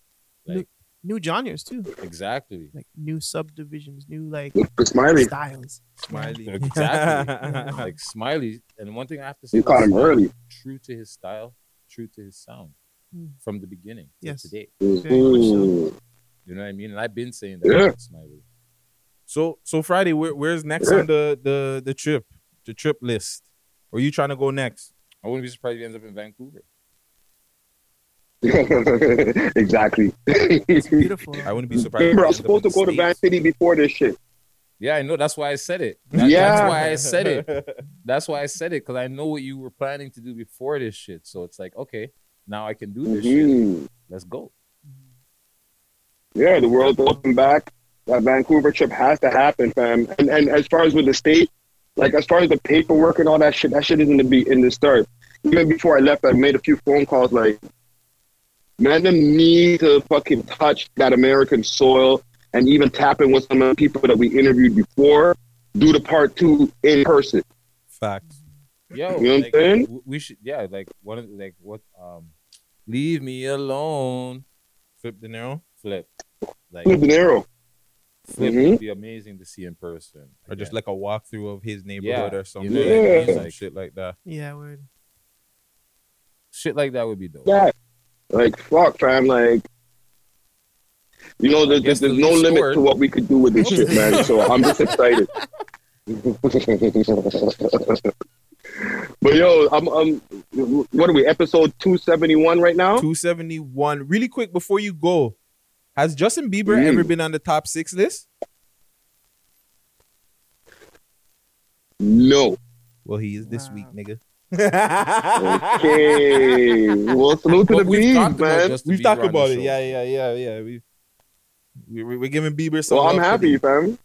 Like New genres too, exactly, like new subdivisions, new like Chris Smiley. styles. Smiley. exactly. like Smiley, and one thing I have to say, You about caught him Smiley, early. true to his style, true to his sound Mm. from the beginning to Yes. today. Mhm. You know what I mean? And I've been saying that Yeah. about Smiley. So so Friday, where, where's next on the, the the trip, the trip list? Where you trying to go next? I wouldn't be surprised if he ends up in Vancouver. exactly. Beautiful. I wouldn't be surprised. Remember, I if he ends was supposed to go up to in the Van States. City before this shit. Yeah, I know. That's why I said it. That- Yeah. That's why I said it. That's why I said it because I know what you were planning to do before this shit. So it's like, okay, now I can do this shit. Mhm. Let's go. Yeah, the world's open back. That Vancouver trip has to happen, fam. And and as far as with the state, like as far as the paperwork and all that shit, that shit isn't to be in the start. Even before I left, I made a few phone calls. Like, man, them need to fucking touch that American soil and even tap in with some of the people that we interviewed before. Do the part two in person. Facts. Yo, You know what I'm like, saying? w- we should. Yeah, like one of like what? Um, leave me alone. Flip De Niro Flip. Like With De Niro. Flip Mhm. would be amazing to see in person. or just again. like a walkthrough of his neighborhood Yeah. or something, You know what I like, mean? some Like- shit like that. Yeah, word. shit like that would be dope. Yeah. Like, fuck, fam. Like, you know, there's, guess there's, the no least limit scored. to what we could do with this shit, man. So I'm just excited. but yo, I'm, I'm, Um, what are we, episode 271 right now? 271. Really quick before you go, has Justin Bieber Mm. ever been on the top six list? No. Well, he is this Wow. week, nigga. Okay. well, salute to But the we've bees, talked about man. Justin We've Bieber talked on the about it. show. Yeah, yeah, yeah, yeah. We, we, we- we're giving Bieber some. Well, I'm love happy, today. fam.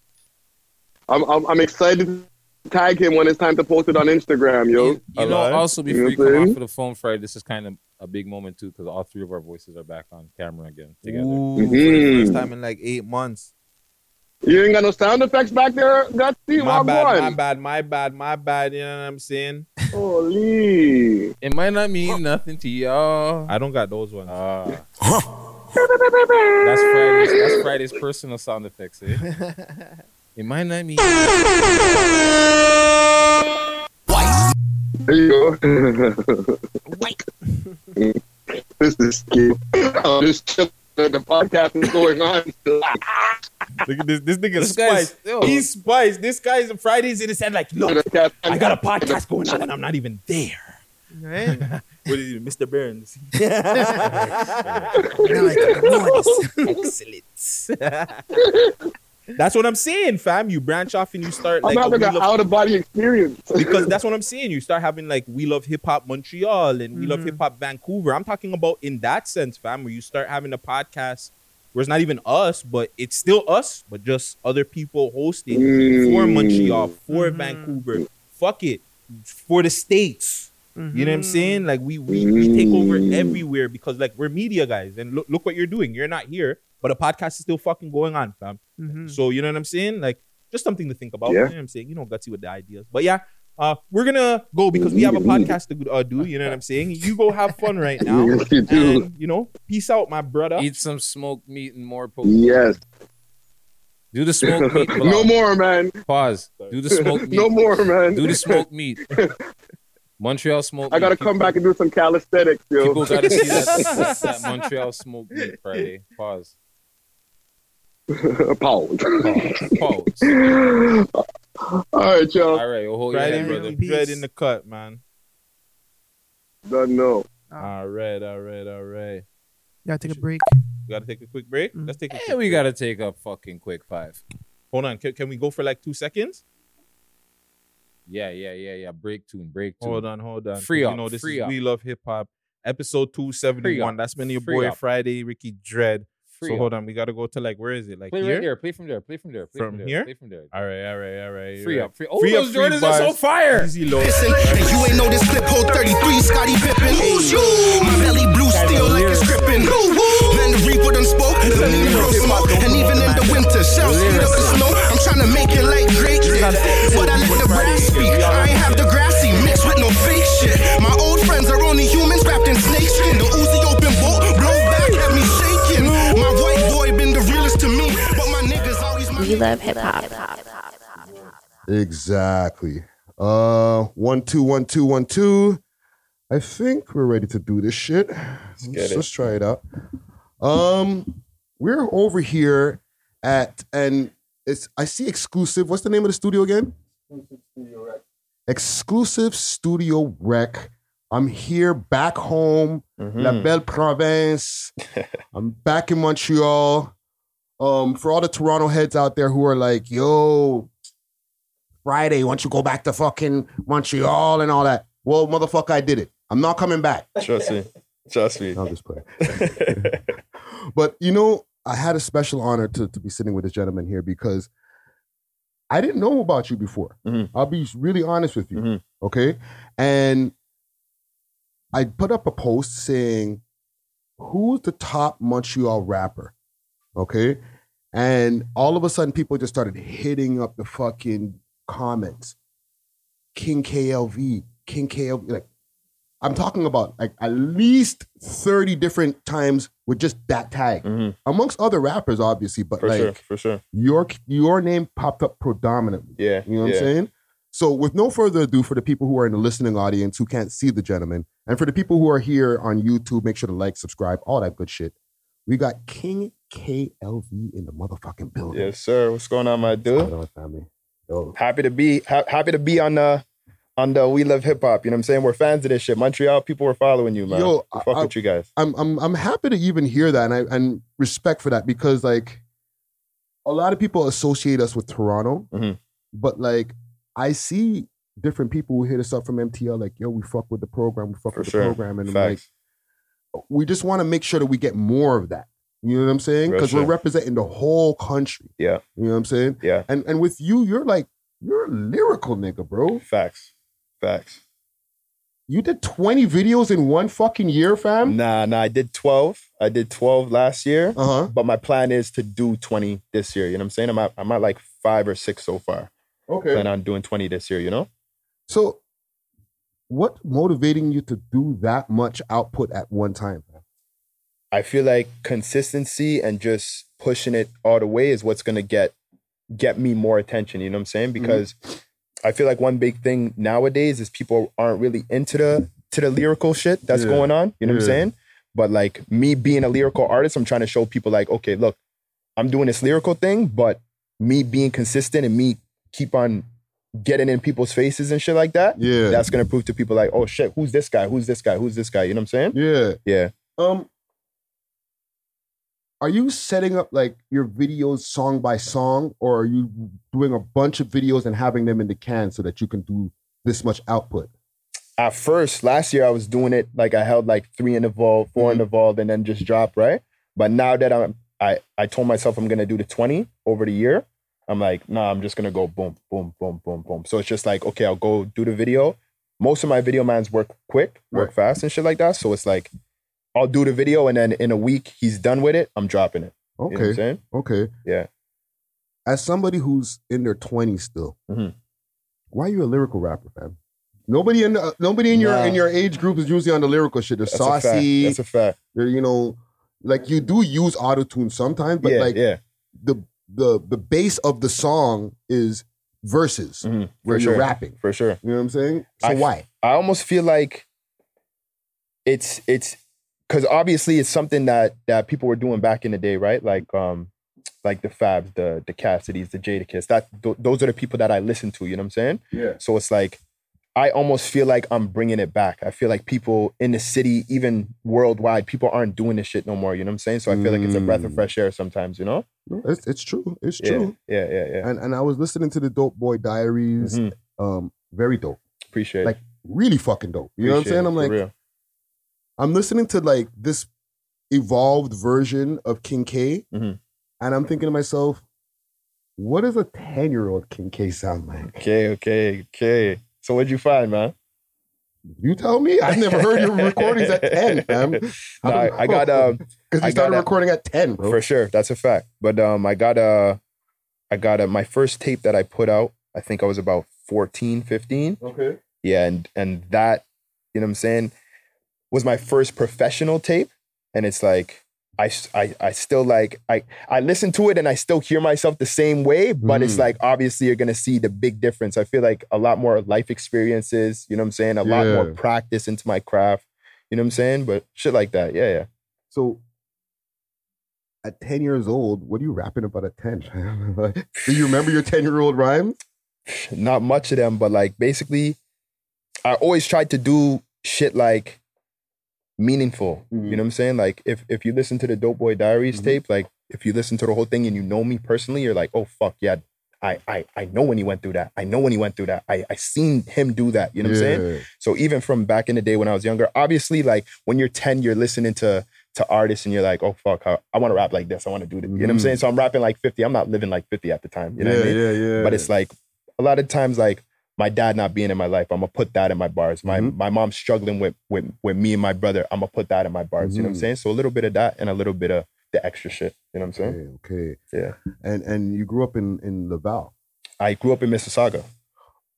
I'm, I'm, I'm excited to tag him when it's time to post it on Instagram, yo. You, you know, Alright. also before you You know come what I'm saying? off of the phone, Fred, this is kind of a big moment too because all three of our voices are back on camera again together. Ooh, for the Mhm. first time in like eight months. You ain't got no sound effects back there, Gutsy? My Rob bad, one. my bad, my bad, my bad. You know what I'm saying? Holy. It might not mean nothing to y'all. I don't got those ones. Ah. that's Friday's. That's Friday's personal sound effects. Eh? It might not mean. There you go. this is cute. I'm just chilling. The podcast is going on. Look at this. This nigga This guy's- spiced. yo. He's spiced. This guy's Fridays in his head like, look, I got a podcast going on and I'm not even there. Right? What is it, Mr. Burns? Now I can ignore this. That's what I'm saying, fam. You branch off and you start I'm like a having We an Love- out of body experience. because that's what I'm saying. You start having like we love hip hop Montreal and we love Mhm. hip hop Vancouver. I'm talking about in that sense, fam, where you start having a podcast where it's not even us, but it's still us, but just other people hosting Mm. for Montreal, for Vancouver. Fuck it, for the states. You know what I'm saying? Like we we, we take over Mm. everywhere because like we're media guys, and look look what you're doing. You're not here, but a podcast is still fucking going on, fam. Hmm. So you know what I'm saying? Like just something to think about. You Yeah. know what I'm saying? You know, gutsy with the ideas, but yeah. Uh, we're gonna go because we have a podcast to uh, do. You know what I'm saying? You go have fun right now. Yes, you do. And, you know, peace out, my brother. Eat some smoked meat and more poke. Yes. Do the smoked meat. Vlog. no more, man. Pause. Do the smoked meat. no more, man. Do the smoked meat. Montreal smoked. I gotta meat. come back and do some calisthenics, yo. People gotta see that, that Montreal smoked meat Friday. Pause. Paul. Pause. All right, y'all. All right, we'll hold your Dread head, in, brother. Peace. dread in the cut, man. Done. No. All right, all right, all right. Gotta take a break. We gotta take a quick break. Mm. Let's take a quick Hey, we break. gotta take a fucking quick five. Hold on. Can, can we go for like two seconds? Yeah, yeah, yeah, yeah. Break tune, break tune. Hold on, hold on. Free You up, know, this free is up. We Love Hip Hop, episode Free 271. up, That's been your free boy up. Friday, Ricky Dread. Free so up. hold on. We gotta go to like, where is it? Like Play here? right there. Play from there. Play from there. Play From there, here? Play from there. All right, all right, all right. Free all up. right. Free. Oh, Free up, those free Jordans are so bars. fire. Easy low. Listen, and you ain't know this clip hold 33, Scotty Pippen. Who's you? My belly blue steel like it's gripping. Then the reaper done spoke, the negro smoke, and even in the winter, shall speed up the snow. I'm trying to make it like Drake did, but I let the brass speak. I ain't have the grassy mixed with no fake shit. My old friends are only humans wrapped in snake skin. The Uzi open bolt, blow back at me shaking. My white boy been the realest to me, but my niggas always my We love hip hop. Exactly. Uh, one, two, one, two, one, two. I think we're ready to do this shit. Let's, get it. let's try it out. Um, we're over here at and it's I see exclusive. What's the name of the studio again? Exclusive Studio Rec. I'm here back home, La Belle Province. I'm back in Montreal. Um, for all the Toronto heads out there who are like, yo, Friday, once you go back to fucking Montreal and all that. Well, motherfucker, I did it. I'm not coming back. Trust me. Trust me. I'll just play. But you know, I had a special honor to, to be sitting with this gentleman here because I didn't know about you before. Mhm. I'll be really honest with you. Mhm. Okay. And I put up a post saying, Who's the top Montreal rapper? Okay. And all of a sudden, people just started hitting up the fucking comments. King KLV, King KLV. Like, I'm talking about like at least 30 different times with just that tag. Mhm. Amongst other rappers, obviously, but For like sure. For sure. your your name popped up predominantly. Yeah. You know what yeah. I'm saying? So, with no further ado, for the people who are in the listening audience who can't see the gentleman, and for the people who are here on YouTube, make sure to like, subscribe, all that good shit. We got King KLV in the motherfucking building. Yes, sir. What's going on, my What's dude? going on, family? Yo, Happy to be ha- happy to be on the on the We Love Hip Hop. You know what I'm saying? We're fans of this shit. Montreal people were following you, man. Yo, We fuck I- with you guys. I'm I'm I'm happy to even hear that, and I and respect for that because like a lot of people associate us with Toronto, Mhm. but like I see different people who hit us up from MTL, like yo, we fuck with the program, we fuck For with sure. the program, and I'm like. Facts. we just want to make sure that we get more of that. You know what I'm saying? Real Because we're shit. representing the whole country. Yeah. You know what I'm saying? Yeah. And and with you, you're like you're a lyrical nigga, bro. Facts. Facts. You did 20 videos in one fucking year, fam. Nah, nah. I did 12. I did 12 last year, Uh huh. but my plan is to do 20 this year. You know what I'm saying? I'm at, I'm at like five or six so far. Okay. Plan on doing 20 this year. You know? So, what motivating you to do that much output at one time? fam? I feel like consistency and just pushing it all the way is what's gonna get get me more attention. You know what I'm saying? Mm-hmm. Because I feel like one big thing nowadays is people aren't really into the to the lyrical shit that's Yeah. going on. You know what Yeah. I'm saying? But like me being a lyrical artist, I'm trying to show people like, okay, look, I'm doing this lyrical thing, but me being consistent and me keep on getting in people's faces and shit like that, Yeah. that's gonna prove to people like, oh shit, who's this guy? Who's this guy? Who's this guy? You know what I'm saying? yeah. Yeah. Um. Are you setting up like your videos song by song, or are you doing a bunch of videos and having them in the can so that you can do this much output? at first last year I was doing it like I held like three in the vault, 4 in the vault, and then just dropped right. But now that I'm I I told myself I'm gonna do the 20 over the year. I'm like, nah, I'm just gonna go boom, boom, boom, boom, boom. So it's just like, okay, I'll go do the video. Most of my video mans work quick, work fast, and shit like that. So it's like, I'll do the video, and then in a week he's done with it. I'm dropping it. You know what I'm Okay. saying? okay. Yeah. As somebody who's in their twenties still, Mm-hmm. why are you a lyrical rapper, man? Nobody in the, nobody in your Nah. in your age group is usually on the lyrical shit. They're That's a fact. saucy. That's a fact. They're you know, like you do use auto tune sometimes, but Yeah, like yeah. the the the base of the song is verses where Mm-hmm. for you're sure. rapping for sure. You know what I'm saying? So I- why? I almost feel like it's it's because obviously it's something that that people were doing back in the day, right? Like um like the Fabs, the the Cassidy's, the Jadakiss. That th- those are the people that I listen to. You know what I'm saying? Yeah. So it's like I almost feel like I'm bringing it back. I feel like people in the city, even worldwide, people aren't doing this shit no more. You know what I'm saying? So I feel like it's a breath Mm. of fresh air sometimes. You know? No, it's, it's true. It's Yeah, true. Yeah, yeah, yeah. Mm-hmm. And and I was listening to the Dope Boy Diaries. Um, very dope. Appreciate like, it. really fucking dope. You know what I'm Appreciate saying? it, I'm for like, real. I'm listening to like this evolved version of King K, Mm-hmm. and I'm thinking to myself, what does a ten year old King K sound like? Okay, okay, okay. So what'd you find, man? You tell me. I've never heard your recordings at ten, fam. Nah, I, I got um because I you started got a- recording at ten, bro. For sure, that's a fact. But um, I got a, I got a, my first tape that I put out. I think I was about 14, 15. Okay. Yeah, and and that, you know, what I'm saying, was my first professional tape, and it's like I s- I, I still like I I listen to it and I still hear myself the same way, but it's Mhm. like obviously you're gonna see the big difference. I feel like a lot more life experiences. You know, what I'm saying, a lot more Yeah. practice into my craft. You know what I'm saying? But shit like that, yeah, yeah. So at 10 years old, what are you rapping about at 10? Do you remember your 10 year old rhymes? Not much of them, but like basically, I always tried to do shit like meaningful. Mm-hmm. You know what I'm saying? Like if if you listen to the Dope Boy Diaries tape, like if you listen to the whole thing and you know me personally, you're like, oh fuck yeah, I I I know when he went through that. I know when he went through that. I I seen him do that. You know what I'm Yeah. saying? So even from back in the day when I was younger, obviously like when you're 10, you're listening to to artists and you're like, oh fuck, I, I want to rap like this. I want to do this. You know what I'm Mhm. saying? So I'm rapping like 50. I'm not living like 50 at the time. You know what I Yeah, mean? yeah, yeah. But it's like a lot of times like my dad not being in my life, I'm gonna put that in my bars. My Mm-hmm. my mom struggling with with with me and my brother, I'm gonna put that in my bars. You know what I'm Mhm. saying? So a little bit of that and a little bit of the extra shit. You know what I'm saying? Okay. Yeah. And and you grew up in, in Laval. I grew up in Mississauga.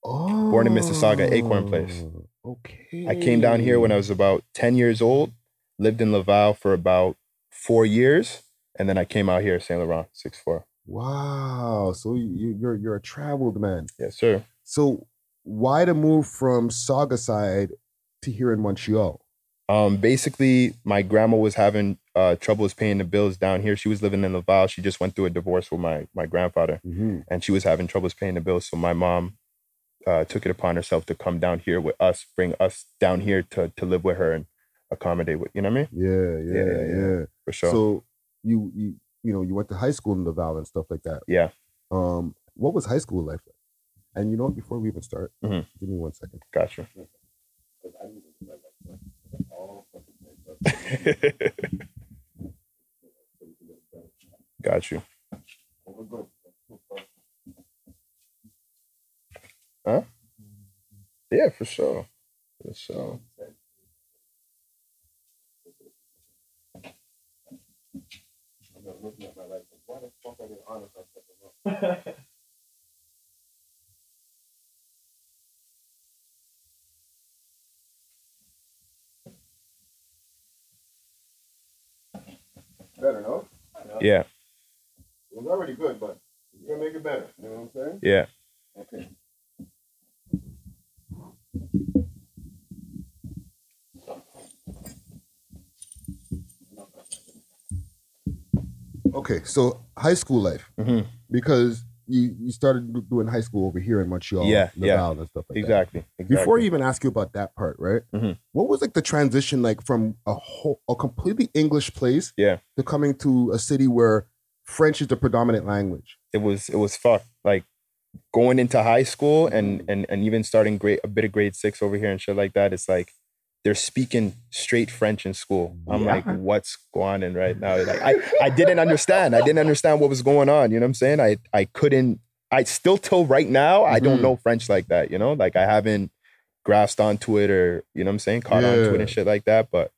Oh. Born in Mississauga, Acorn Place. Okay. I came down here when I was about 10 years old, lived in Laval for about four years, and then I came out here, St. Laurent, 6'4. Wow. So you, you're you're a traveled man. Yes, sir. So why the move from Saga side to here in Montreal? Um, basically, my grandma was having uh, troubles paying the bills down here. She was living in Laval. She just went through a divorce with my my grandfather, Mm-hmm. and she was having troubles paying the bills. So my mom uh, took it upon herself to come down here with us, bring us down here to to live with her and accommodate with. You know what I mean? Yeah, yeah, Yeah, yeah. yeah, for sure. So you you you know, you went to high school in Laval and stuff like that. Yeah. Um, what was high school life like? And you know what, before we even start, give me one second. Mm-hmm. Gotcha. Got you. Huh? Yeah, for sure. For sure. Better, no? Yeah. It was already good, but you're gonna make it better. You know what I'm saying? Yeah. Okay. Okay, so high school life. Mhm. Because you, you started do- doing high school over here in Montreal, Yeah, yeah. Laval and stuff like Exactly, that. exactly. Before Mm-hmm. I even ask you about that part, right? What was like the transition like from a whole a completely English place Yeah. to coming to a city where French is the predominant language. It was it was fucked. Like going into high school and and and even starting grade a bit of grade six over here and shit like that. It's like they're speaking straight French in school. I'm Yeah. like, what's going on right now? Like, I, I didn't understand. I didn't understand what was going on. You know what I'm saying? I, I couldn't, I still till right now, I don't Mhm. know French like that, you know? Like I haven't grasped onto it or, you know what I'm saying? Caught onto it Yeah. and shit like that. But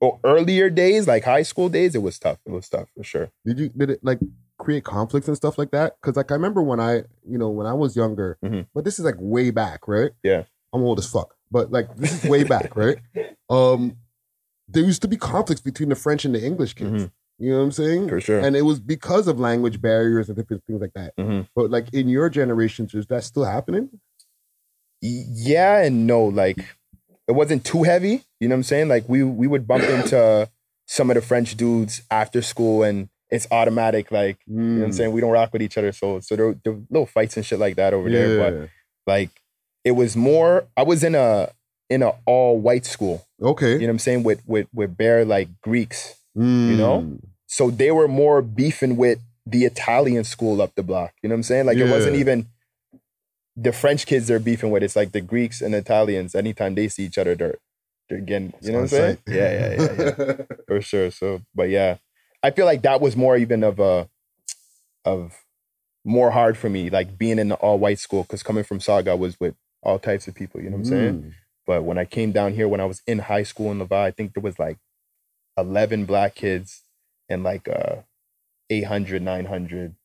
oh, earlier days, like high school days, it was tough. It was tough for sure. did you did it like create conflicts and stuff like that because like i remember when i you know when i was younger but this is like way back right Mm-hmm. yeah i'm old as fuck but like this is way back right um there used to be conflicts between the french and the english kids you know what i'm saying Mm-hmm. For sure. and it was because of language barriers and different things like that Mhm. but like in your generations is that still happening yeah and no like it wasn't too heavy you know what i'm saying like we we would bump into some of the french dudes after school and it's automatic like you know what i'm Mm. saying we don't rock with each other so so there, there were little fights and shit like that over Yeah. there but like it was more i was in a in a all white school okay you know what i'm saying with with with bare like greeks you Hmm. know so they were more beefing with the italian school up the block you know what i'm saying like it wasn't Yeah. even the French kids they're beefing with. It's like the Greeks and Italians. Anytime they see each other, they're they're getting. You know what I'm on saying? site. Yeah, yeah, yeah, yeah, for sure. So, but yeah, I feel like that was more even of a of more hard for me, like being in the all white school, because coming from Saga I was with all types of people. You know what I'm Mm. saying? But when I came down here, when I was in high school in Levi, I think there was like 11 black kids and like uh 800 900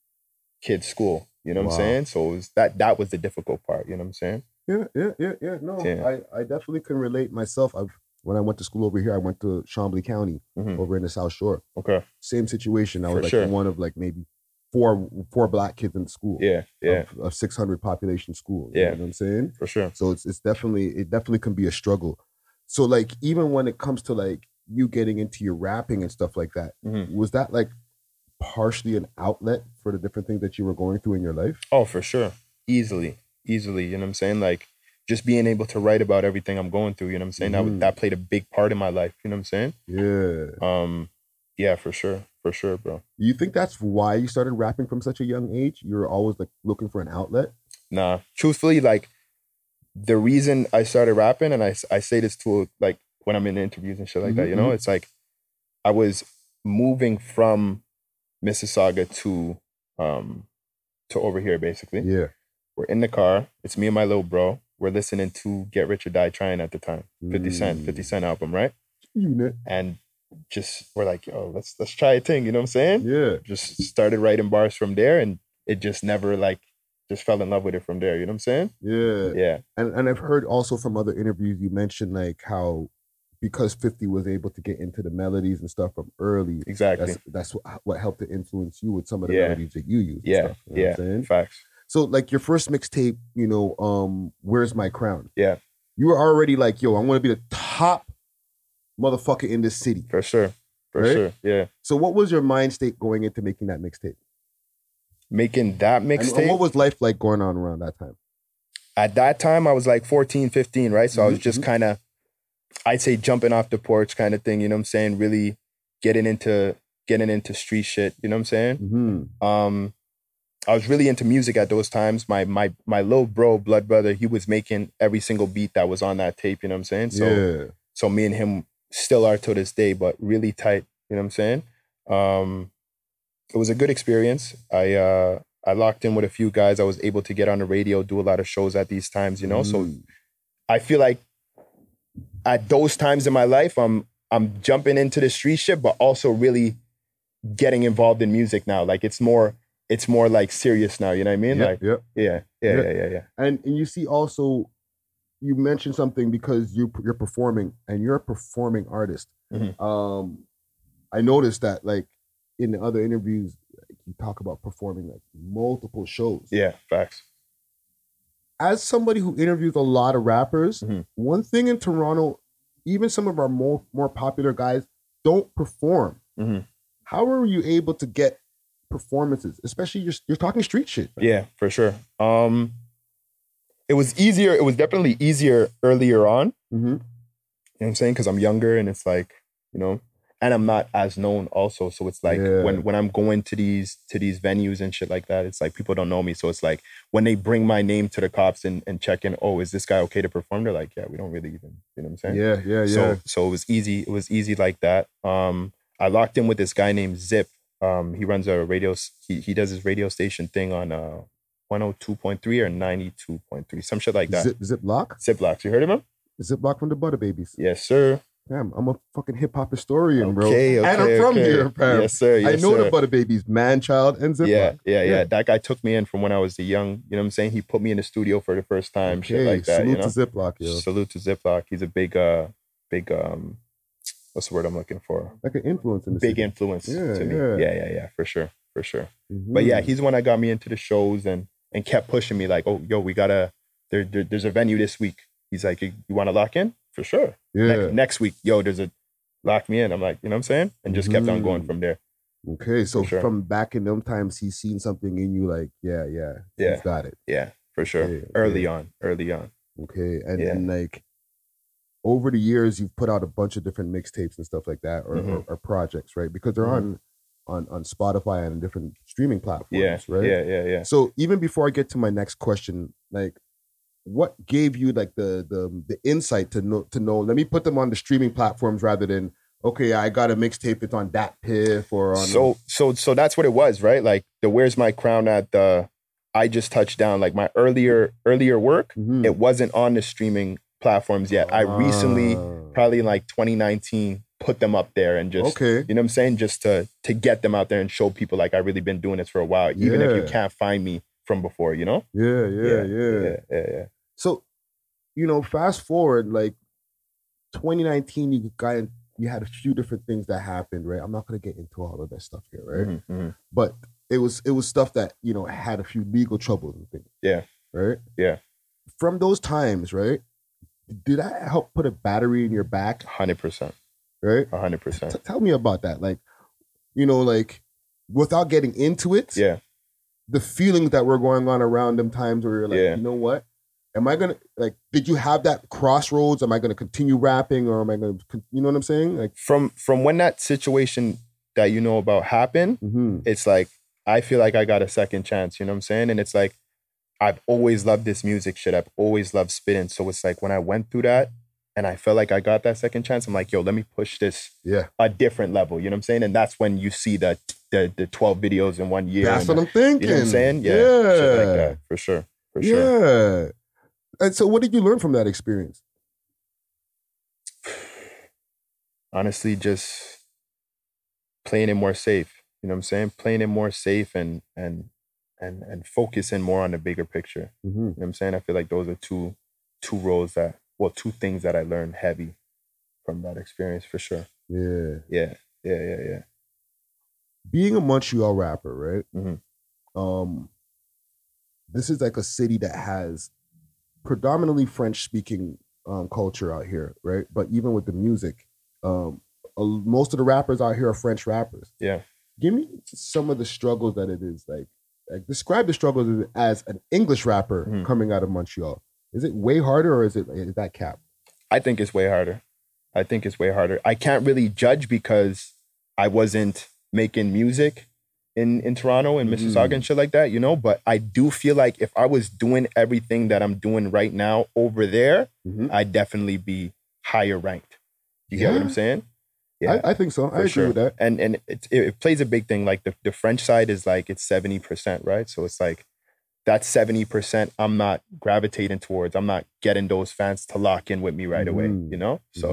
kids school you know what Wow. i'm saying so it was that that was the difficult part you know what i'm saying Yeah, yeah, yeah, yeah. No, Yeah. I, I definitely can relate myself. I've when I went to school over here, I went to Chambly County over in the South Shore. Mm-hmm. Okay. Same situation. I For was like sure. one of like maybe four four black kids in the school. Yeah, yeah. Of, of six hundred population school. Yeah. You know what I'm saying? For sure. So it's it's definitely it definitely can be a struggle. So like even when it comes to like you getting into your rapping and stuff like that, Mm-hmm. was that like partially an outlet for the different things that you were going through in your life? oh for sure easily easily you know what i'm saying like just being able to write about everything i'm going through you know what i'm saying that Mhm. was that played a big part in my life you know what i'm saying Yeah. um yeah for sure for sure bro You think that's why you started rapping from such a young age? You were always like looking for an outlet. Nah, truthfully, like the reason I started rapping, and I s- I say this to like when I'm in interviews and shit like that, you know, Mhm. it's like I was moving from Mississauga to um to over here basically. Yeah. We're in the car. It's me and my little bro. We're listening to Get Rich or Die Trying at the time. 50 Mm. Cent, 50 Cent album, right? Unit. and just we're like, yo, let's let's try a thing. You know what I'm saying? Yeah. Just started writing bars from there, and it just never like just fell in love with it from there. You know what I'm saying? Yeah. Yeah. And and I've heard also from other interviews you mentioned like how because 50 was able to get into the melodies and stuff from early. Exactly. That's that's what, what helped to influence you with some of the Yeah. melodies that you use. and Yeah, stuff, you know what I'm yeah, saying? Facts. So like your first mixtape, you know, um, Where's My Crown? Yeah. You were already like, yo, I'm gonna be the top motherfucker in this city. For sure. For sure. Yeah. So what was your mind state going into making that mixtape? Making that And- and mixtape. what was life like going on around that time? At that time, I was like 14, 15, right? So I Mm-hmm, was just kind of, I'd say jumping off the porch kind of thing. You know what I'm saying? Really getting into getting into street shit. You know what I'm saying? Mm-hmm. Um, I was really into music at those times. My my my little bro, blood brother, he was making every single beat that was on that tape. You know what I'm saying? So Yeah. so me and him still are to this day, but really tight. You know what I'm saying? Um, it was a good experience. I uh, I locked in with a few guys. I was able to get on the radio, do a lot of shows at these times. You know, so I feel like at those times in my life, I'm I'm jumping into the street shit, but also really getting involved in music now. Like it's more it's more like serious now. You know what I mean? Yep, like yep. yeah, yeah, Yeah. yeah, yeah, yeah. And and you see also, you mentioned something because you you're performing and you're a performing artist. Mhm. Um, I noticed that like in the other interviews, like, you talk about performing like multiple shows. Yeah, facts. As somebody who interviews a lot of rappers, Mm-hmm. one thing in Toronto, even some of our more more popular guys don't perform. Mm-hmm. How are you able to get performances, especially you're you're talking street shit? Yeah, for sure. Um, it was easier. It was definitely easier earlier on. Mm-hmm. You know what I'm saying? Because I'm younger and it's like, you know, and I'm not as known also. So it's like when when I'm going to these to these venues and shit like that, it's like people don't know me. So it's like when they bring my name to the cops and, and check in, oh, is this guy okay to perform? They're like, yeah, we don't really even, you know what I'm saying? Yeah, yeah, yeah. So so it was easy. It was easy like that. Um, I locked in with this guy named Zip. Um, he runs a radio. s- He he does his radio station thing on uh 102.3 or 92.3, some shit like that. Zip, Ziploc? Ziploc. You heard of him? Ziploc from the Butter Babies. Yes, sir. Damn, I'm a fucking hip hop historian, bro. Okay, and I'm okay, from okay. here, fam. Yes, sir, I yes, know the sir. Butter Babies, Man Child, and Ziploc. Yeah, yeah, yeah, Yeah. That guy took me in from when I was a young, you know what I'm saying? He put me in the studio for the first time, shit Okay, like that. you salute know? to Ziploc, yo. Salute to Ziploc. He's a big, uh, big, um, what's the word I'm looking for? Like an influence in the Big city. influence Yeah, to me. yeah. Yeah. yeah, yeah, for sure, for sure. But yeah, Mhm. he's the one that got me into the shows and and kept pushing me like, oh, yo, we gotta, there, there there's a venue this week. He's like, you, you want to lock in? For sure. Ne- Yeah. next week, yo, there's a, lock me in. I'm like, you know what I'm saying? And just kept on going Mhm. from there. Okay, so For sure. from back in them times, he's seen something in you, like, yeah, yeah, Yeah. he's got it. Yeah, for sure. Okay, Early okay. on, early on. Okay, and Yeah. then like over the years, you've put out a bunch of different mixtapes and stuff like that, or, or, Mhm. or projects, right? Because they're Mhm. on on on Spotify and different streaming platforms, Yeah, right? yeah, yeah, yeah. So even before I get to my next question, like, what gave you like the the the insight to know to know? Let me put them on the streaming platforms rather than okay, I got a mixtape. It's on that piff or on so so so that's what it was right like the where's my crown at the i just touched down like my earlier earlier work Mm-hmm. it wasn't on the streaming platforms yet i recently Ah. probably in like 2019 put them up there and just Okay. you know what i'm saying just to to get them out there and show people like i really been doing this for a while even if Yeah. you can't find me from before you know Yeah, yeah, yeah, yeah yeah, yeah. So, you know, fast forward like 2019, you got you had a few different things that happened, right? I'm not gonna get into all of that stuff here, right? Mhm, mhm. But it was it was stuff that you know had a few legal troubles and things, yeah right? yeah From those times, right? Did that help put a battery in your back? Hundred percent, right? Hundred percent. Tell me about that, like, you know, like without getting into it, yeah. The feelings that were going on around them times where you're like, Yeah. you know what? Am I gonna like? Did you have that crossroads? Am I gonna continue rapping, or am I gonna, con- you know what I'm saying? Like, from from when that situation that you know about happened, Mm-hmm. it's like I feel like I got a second chance. You know what I'm saying? And it's like I've always loved this music shit. I've always loved spitting. So it's like when I went through that and I felt like I got that second chance, I'm like, yo, let me push this yeah a different level. You know what I'm saying? And that's when you see the the, the 12 videos in one year. That's and what the- You I'm know what I'm thinking. saying? Yeah. shit like Yeah. that, for sure. For yeah. sure. And so, what did you learn from that experience? honestly just playing it more safe you know what i'm saying playing it more safe and and and and focusing more on the bigger picture Mhm. you know what i'm saying i feel like those are two two roles that well two things that i learned heavy from that experience for sure Yeah. yeah yeah yeah yeah being a Montreal rapper, right? Um, this is like a city that has predominantly French speaking um, culture out here, right? But even with the music, um, a- most of the rappers out here are French rappers. yeah Give me some of the struggles that it is like. Like describe the struggles as an English rapper coming out of Montreal. Is it way harder or is it is that cap? I think it's way harder. I think it's way harder. I can't really judge because I wasn't making music in in Toronto and Mm-hmm. Mississauga and shit like that, you know. But I do feel like if I was doing everything that I'm doing right now over there, Mm-hmm. I'd definitely be higher ranked. You get what I'm Yeah. saying? I, I think so. I for agree with that. And and it, it, it plays a big thing. Like the, the French side is like it's seventy percent, right? So it's like that's seventy percent. I'm not gravitating towards. I'm not getting those fans to lock in with me right away. Mhm. You know. So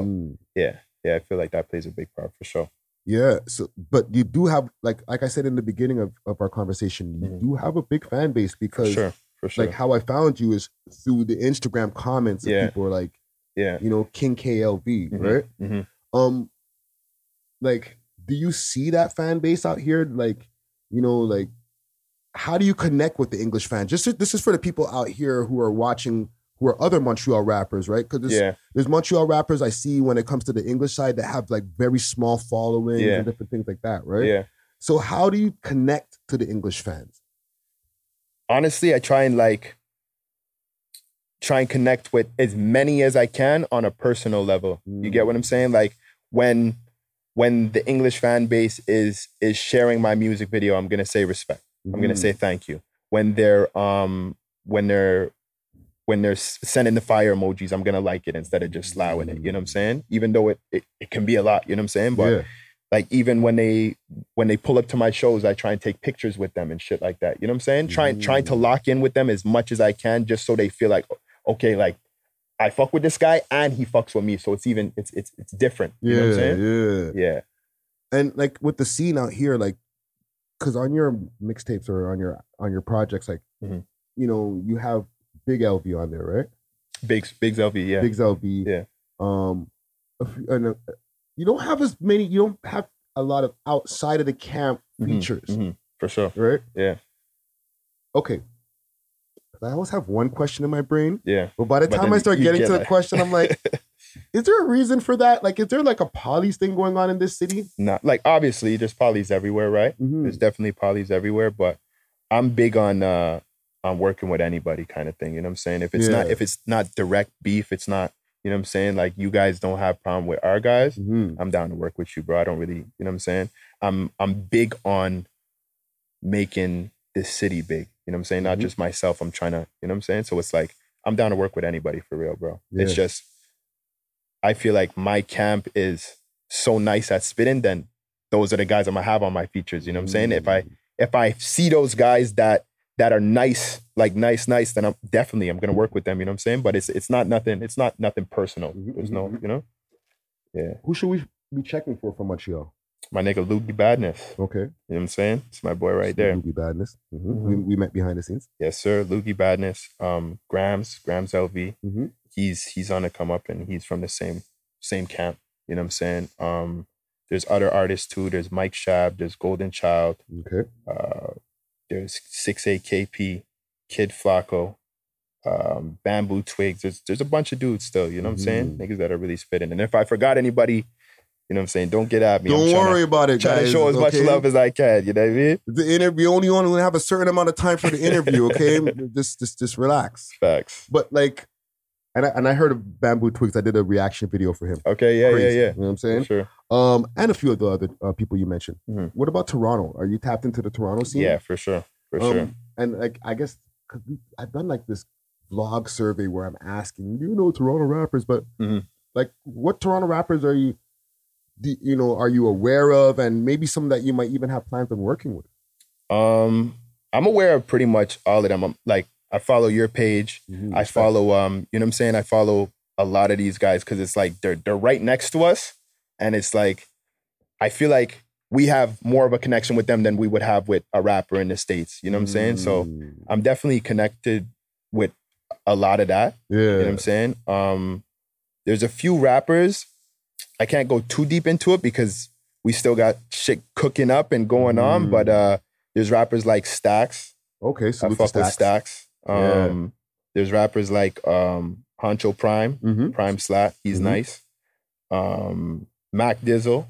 yeah, yeah. I feel like that plays a big part for sure. Yeah. So, but you do have like like I said in the beginning of, of our conversation, you do have a big fan base because sure, Mm-hmm. for sure. like how I found you is through the Instagram comments. Yeah. Of people were like, yeah, you know, King KLV, right? Mhm. Um, like, do you see that fan base out here? Like, you know, like, how do you connect with the English fan? Just this is for the people out here who are watching, who are other Montreal rappers, right? Because there's, Yeah. there's Montreal rappers I see when it comes to the English side that have like very small followings Yeah. and different things like that, right? Yeah. So how do you connect to the English fans? honestly, I try and like try and connect with as many as I can on a personal level. You get what I'm saying? Like when when the English fan base is is sharing my music video, I'm gonna say respect. I'm gonna Mhm. say thank you. When they're um when they're when they're s- sending the fire emojis, I'm gonna like it instead of just slowing it. You know what I'm saying? Even though it, it, it can be a lot, you know what I'm saying? But Yeah. like even when they when they pull up to my shows, I try and take pictures with them and shit like that. You know what I'm saying? Trying trying Mm. to lock in with them as much as I can, just so they feel like okay, like I fuck with this guy and he fucks with me. So it's even it's it's it's different. You know what I'm Yeah, saying? Yeah. Yeah. and like with the scene out here, like, cause on your mixtapes or on your on your projects, like, Mm-hmm. you know, you have Big LV on there, right? Big Big's LV, yeah. Big LV, yeah. Um, a few- and, uh, you don't have as many. You don't have a lot of outside of the camp Mhm, features, mhm, for sure. right? Yeah. Okay. 'Cause I always have one question in my brain. Yeah. But by the But time then I start you getting get to the that. question, I'm like, is there a reason for that? Like, is there like a polys thing going on in this city? Not like obviously there's polys everywhere, right? There's definitely polys everywhere, but I'm big on uh on working with anybody kind of thing. You know what I'm saying? If it's not Yeah. if it's not direct beef, it's not, you know what I'm saying? Like you guys don't have problem with our guys, I'm down to work with you, bro. I don't really, you know what I'm saying? I'm I'm big on making this city big. You know what I'm saying? Not just myself. I'm trying to, you know what I'm saying? So it's like I'm down to work with anybody for real, bro. It's Yeah. just I feel like my camp is so nice at spitting, then those are the guys I'm gonna have on my features. You know what I'm saying? If I if I see those guys that that are nice, like nice, nice, then I'm definitely I'm gonna work with them. You know what I'm saying? But it's it's not nothing, it's not nothing personal. There's no, you know? Yeah. Who should we be checking for from Montreal? My nigga Loogie Badness. Okay. You know what I'm saying? It's my boy right there. Mm-hmm. Loogie Badness. Mm-hmm. We, we met behind the scenes. Yes, sir. Loogie Badness. Um, Grams, Grams LV. Mm-hmm. He's he's on the come up and he's from the same same camp. You know what I'm saying? Um, there's other artists too. There's Mike Shab, there's Golden Child. Okay. Uh, there's 6AKP, Kid Flacco, um, Bamboo Twigs. There's there's a bunch of dudes still, you know what I'm saying? Mm-hmm. Niggas that are really spitting. And if I forgot anybody, you know what I'm saying, don't get at me. Don't I'm tryna- worry about it, tryna guys. show as much okay? love as I can, you know what I mean? The interview only only have a certain amount of time for the interview. Okay, just just just relax. Facts. But like, and I, and I heard of Bamboo Twigs. I did a reaction video for him. Okay, yeah, yeah, yeah. You know what I'm saying? Sure. Um, and a few of the other uh, people you mentioned. What about Toronto? Are you tapped into the Toronto scene? Mm-hmm. Yeah, for sure. For Mm-hmm. Um, sure. And like, I guess i I've done like this blog survey where I'm asking, you know, Toronto rappers, but Mm-hmm. like, what Toronto rappers are you, do, you know, are you aware of, and maybe some that you might even have plans on working with? Um, I'm aware of pretty much all of them. I'm like, I follow your page. Mm-hmm, I follow, um, you know what I'm saying? I follow a lot of these guys because it's like they're they're right next to us, and it's like I feel like we have more of a connection with them than we would have with a rapper in the states. You know what I'm saying? So Mm. I'm definitely connected with a lot of that. Yeah, you know what I'm saying. Um, there's a few rappers. I can't go too deep into it because we still got shit cooking up and going on. But uh, there's rappers like Stacks. Mm. Okay, I salute to fuck with Stax. Stacks. Yeah. Um, There's rappers like um, Honcho Prime, Mm-hmm. Prime Slot. He's Mhm. nice. Um, Mac Dizzle,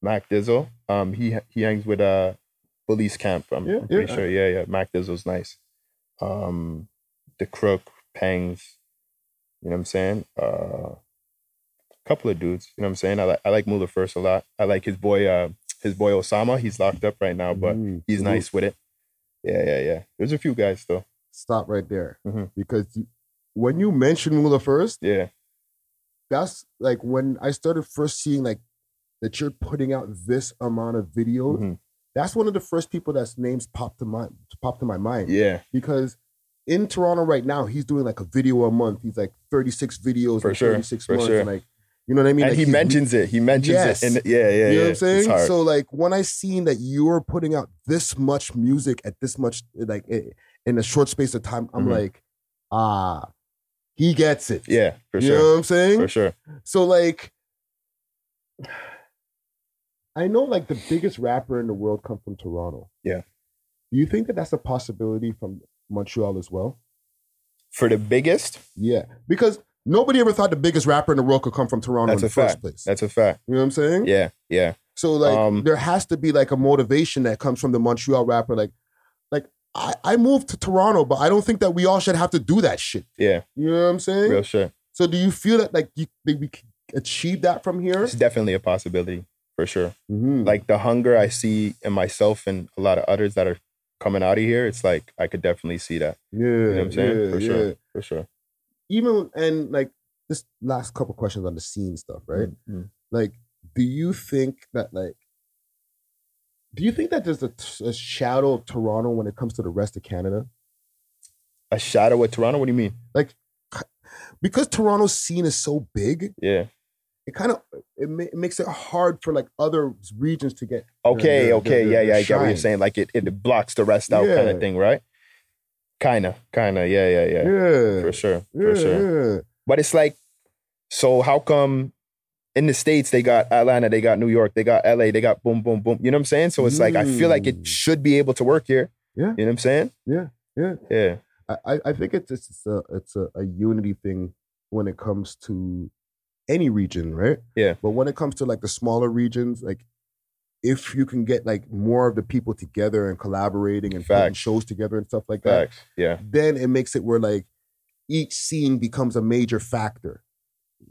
Mac Dizzle. Um, he he hangs with uh, Police Camp. I'm, Yeah, I'm pretty yeah. sure. Yeah, yeah. Mac Dizzle's nice. Um, the Crook, Pangs. You know what I'm saying? Uh, couple of dudes. You know what I'm saying? I like I like Mula first a lot. I like his boy uh his boy Osama. He's locked up right now, but Mm, he's nice with it. Yeah, yeah, yeah. There's a few guys though. Mm-hmm. Stop right there, because you, when you mentioned Mula first, yeah, that's like when I started first seeing like that you're putting out this amount of videos. Mm-hmm. That's one of the first people that's names popped to my popped to my mind. Yeah. because in Toronto right now, he's doing like a video a month. He's like 36 videos For in sure, 36 for months. sure. and, like you know what I mean? And Like, he he's- mentions it. He mentions Yes. it. And yeah, yeah, You know yeah. what I'm It's saying? hard. So like when I seen that you're putting out this much music at this much like i- in a short space of time, I'm Mhm. like, ah, he gets it. Yeah, for you sure. know what I'm saying? For sure. So like I know like the biggest rapper in the world come from Toronto. Yeah. Do you think that that's a possibility from Montreal as well? For the biggest? Yeah, because nobody ever thought the biggest rapper in the world could come from Toronto That's in a the first fact. place. That's a fact. You know what I'm saying? Yeah, yeah. So like Um, there has to be like a motivation that comes from the Montreal rapper. Like, like I, I moved to Toronto, but I don't think that we all should have to do that shit. Yeah. You know what I'm saying? Real shit. So do you feel that like you that we can achieve that from here? Mm-hmm. It's definitely a possibility. for sure. Like the hunger I see in myself and a lot of others that are coming out of here, it's like I could definitely see that. you Yeah, know what I'm saying? yeah, for yeah. sure, for sure. even and like this last couple questions on the scene stuff, right? Mhm. Like, do you think that like, do you think that there's a, t- a shadow of Toronto when it comes to the rest of Canada? A shadow of Toronto? What do you mean? Like, c- because Toronto's scene is so big, Yeah. it kind of it, ma- it makes it hard for like other regions to get. their- Okay, their- okay, their- yeah, their yeah. I get what you're shine. saying. Like it, it blocks the rest out kind Yeah. of thing, right? Kinda, kinda, yeah, yeah, yeah. Yeah. For sure. For Yeah, sure. yeah. But it's like, so how come in the States they got Atlanta, they got New York, they got LA, they got boom, boom, boom. You know what I'm saying? So it's like I feel like Mm. it should be able to work here. Yeah. You know what I'm saying? Yeah, yeah, yeah. I, I- I think it's it's, it's a it's a, a unity thing when it comes to any region, right? Yeah. But when it comes to like the smaller regions, like if you can get like more of the people together and collaborating and putting Facts. shows together and stuff like Facts. that, Yeah. then it makes it where like each scene becomes a major factor.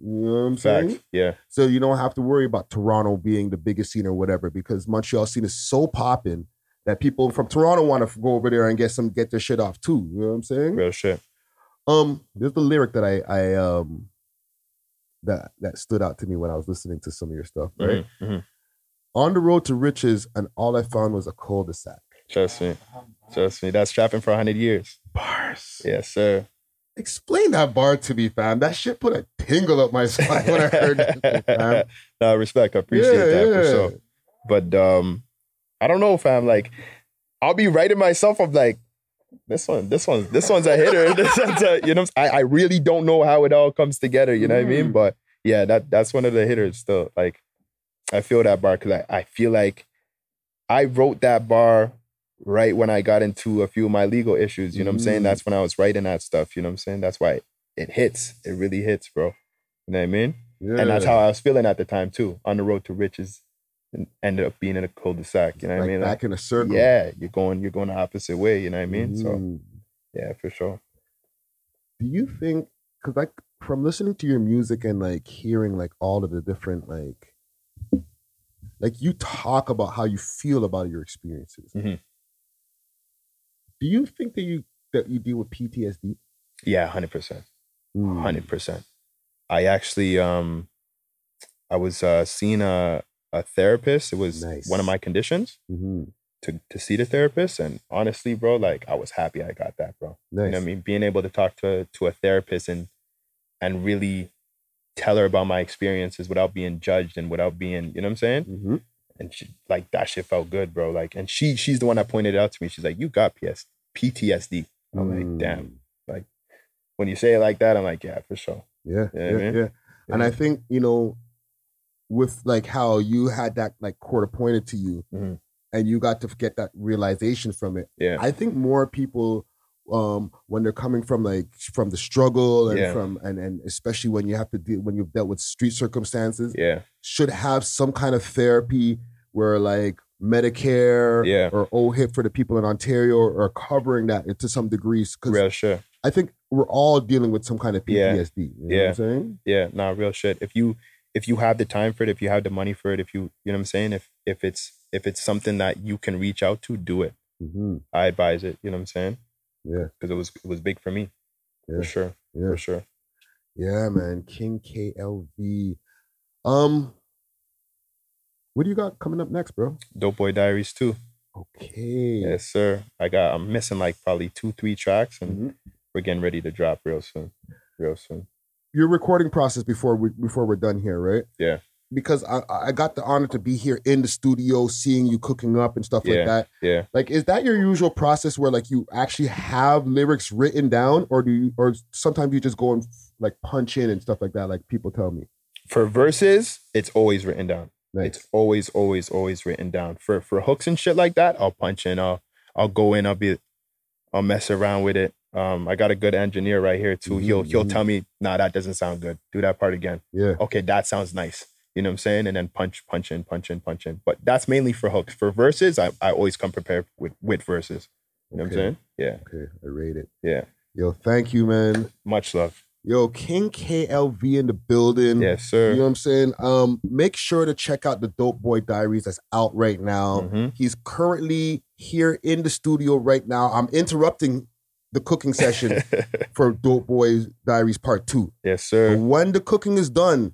You know what I'm Facts. saying? Yeah. So you don't have to worry about Toronto being the biggest scene or whatever because Montreal scene is so popping that people from Toronto want to go over there and get some get their shit off too. You know what I'm saying? Real shit. Um, there's the lyric that I I um that that stood out to me when I was listening to some of your stuff. Right. Mhm, mhm. On the road to riches, and all I found was a cul-de-sac. Trust me. Trust me. That's trapping for hundred years. Bars. Yes, sir. Explain that bar to me, fam. That shit put a tingle up my spine when I heard it. fam. no, respect. I appreciate Yeah, that for yeah. sure. But um, I don't know, fam. Like, I'll be writing myself. I'm like, this one, this one, this one's a hitter. this one's a, you know, I, I really don't know how it all comes together. You know what I Mm-hmm. mean? But yeah, that that's one of the hitters. Still, like, I feel that bar because I, I feel like I wrote that bar right when I got into a few of my legal issues. You know what I'm saying? Mm. That's when I was writing that stuff. You know what I'm saying? That's why it, hits. It really hits, bro. You know what I mean? And that's Yeah. how I was feeling at the time too. On the road to riches, and ended up being in a cul-de-sac. You know what Like I mean? back in a circle. Yeah, you're going, you're going the opposite way. You know what I mean? So, Mm. yeah, for sure. do you think because like from listening to your music and like hearing like all of the different like like you talk about how you feel about your experiences do you think that you that you deal with ptsd Yeah, hundred percent, Mm. hundred percent. I actually, um, I was uh, seeing a a therapist. It was one of my conditions Mm-hmm. to to see the therapist, and honestly, bro, like I was happy I got that, bro. You know what Nice. I mean? Being able to talk to to a therapist and and really tell her about my experiences without being judged and without being, you know what I'm saying? Mm-hmm. And she, like that shit felt good, bro. Like, and she she's the one that pointed it out to me. She's like, "You got PS PTSD." I'm Mm. like, "Damn!" Like when you say it like that, I'm like, "Yeah, for sure." yeah You yeah know yeah, what I mean? and i think you know with like how you had that like court appointed to you and you got to get that realization from it Mm-hmm. Yeah. i think more people um when they're coming from like from the struggle and Yeah. from and and especially when you have to deal when you've dealt with street circumstances Yeah. should have some kind of therapy where like medicare Yeah. or ohip for the people in ontario are covering that to some degrees Real sure. i think we're all dealing with some kind of ptsd you know yeah. what i'm saying Yeah, nah, real shit. If you if you have the time for it, if you have the money for it, if you you know what I'm saying, if if it's if it's something that you can reach out to, do it. I advise it. You know what I'm saying? Mm-hmm. Yeah, because it was it was big for me, Yeah. for sure, for sure. Yeah, man. King KLV. Um, what do you got coming up next, bro? Dope Boy Diaries too. Okay. Yes, sir. I got. I'm missing like probably two, three tracks, and Mm-hmm. we're getting ready to drop real soon, real soon. Your recording process before we before we're done here, right? Yeah, Because I I got the honor to be here in the studio, seeing you cooking up and stuff yeah, like that. yeah. Like, is that your usual process where like you actually have lyrics written down, or do you, or sometimes you just go and like punch in and stuff like that? Like people tell me. for verses, it's always written down. It's always, always, always written down. For for hooks and shit like that, I'll punch in. I'll I'll go in. I'll be, I'll mess around with it. Um, I got a good engineer right here too. He'll he'll tell me, nah, that doesn't sound good. Do that part again. Mm-hmm, Yeah. Okay, that sounds nice. You know what I'm saying? And then punch, punch in, punch in, punch in. But that's mainly for hooks. For verses, I, I always come prepared with with verses. You know what I'm Okay. saying? Yeah. Okay, I rate it. Yeah. Yo, thank you, man. Much love. Yo, King KLV in the building. Yes, sir. You know what I'm saying? Um, make sure to check out the Dope Boy Diaries that's out right now. Mm-hmm. He's currently here in the studio right now. I'm interrupting the cooking session for Dope Boy Diaries Part Two. Yes, sir. When the cooking is done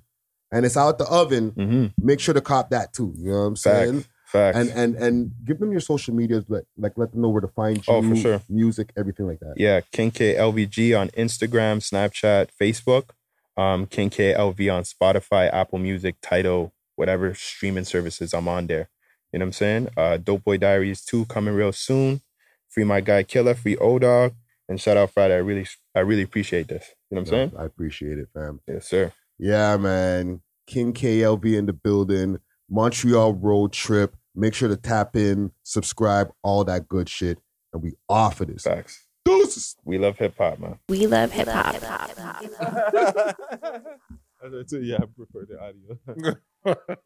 and it's out the oven, Mm-hmm. make sure to cop that too. You know what I'm Facts. saying? Facts. And and and give them your social medias, let like let them know where to find you. Oh, for sure. Music, everything like that. Yeah, King K LVG on Instagram, Snapchat, Facebook. Um, King K LV on Spotify, Apple Music, Title, whatever streaming services I'm on there. You know what I'm saying? Uh, Dope Boy Diaries 2 coming real soon. Free my guy Killer, free O Dog, and shout out Friday. I really, I really appreciate this. You know what I'm Yeah, saying? I appreciate it, fam. Yes, sir. Yeah, man. King KLV in the building. Montreal road trip. Make sure to tap in, subscribe, all that good shit. And we off of this. Facts. Deuces. We love hip hop, man. We love hip hop. yeah, I prefer the audio.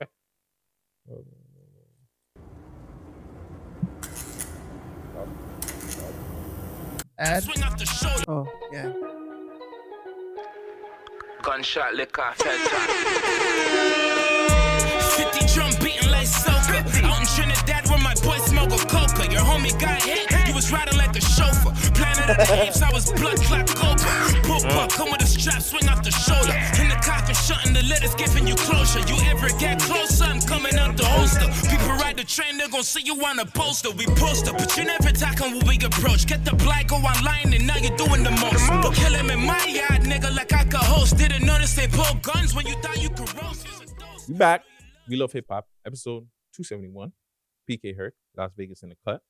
Ad. Oh, yeah. Gunshot lick off head top. 50 drum beating like soca. Out in Trinidad where my boy smoke a coca. Your homie got hit, you was riding like a chauffeur. Planet of the apes, I was blood clot cobra. Book buck, come with a strap, swing off the shoulder. In the cock and shutting the letters, giving you closure. You ever get closer, I'm coming out the holster. People ride the train, they're gonna see you on a poster. We poster, but you never talk on what we approach. Get the black, go online, and now you're doing the most. But kill him in my yard, nigga, like I could host. Didn't notice they pull guns when you thought you could roast. We back. We love hip hop. Episode 271. PK Herc, Las Vegas in the cut.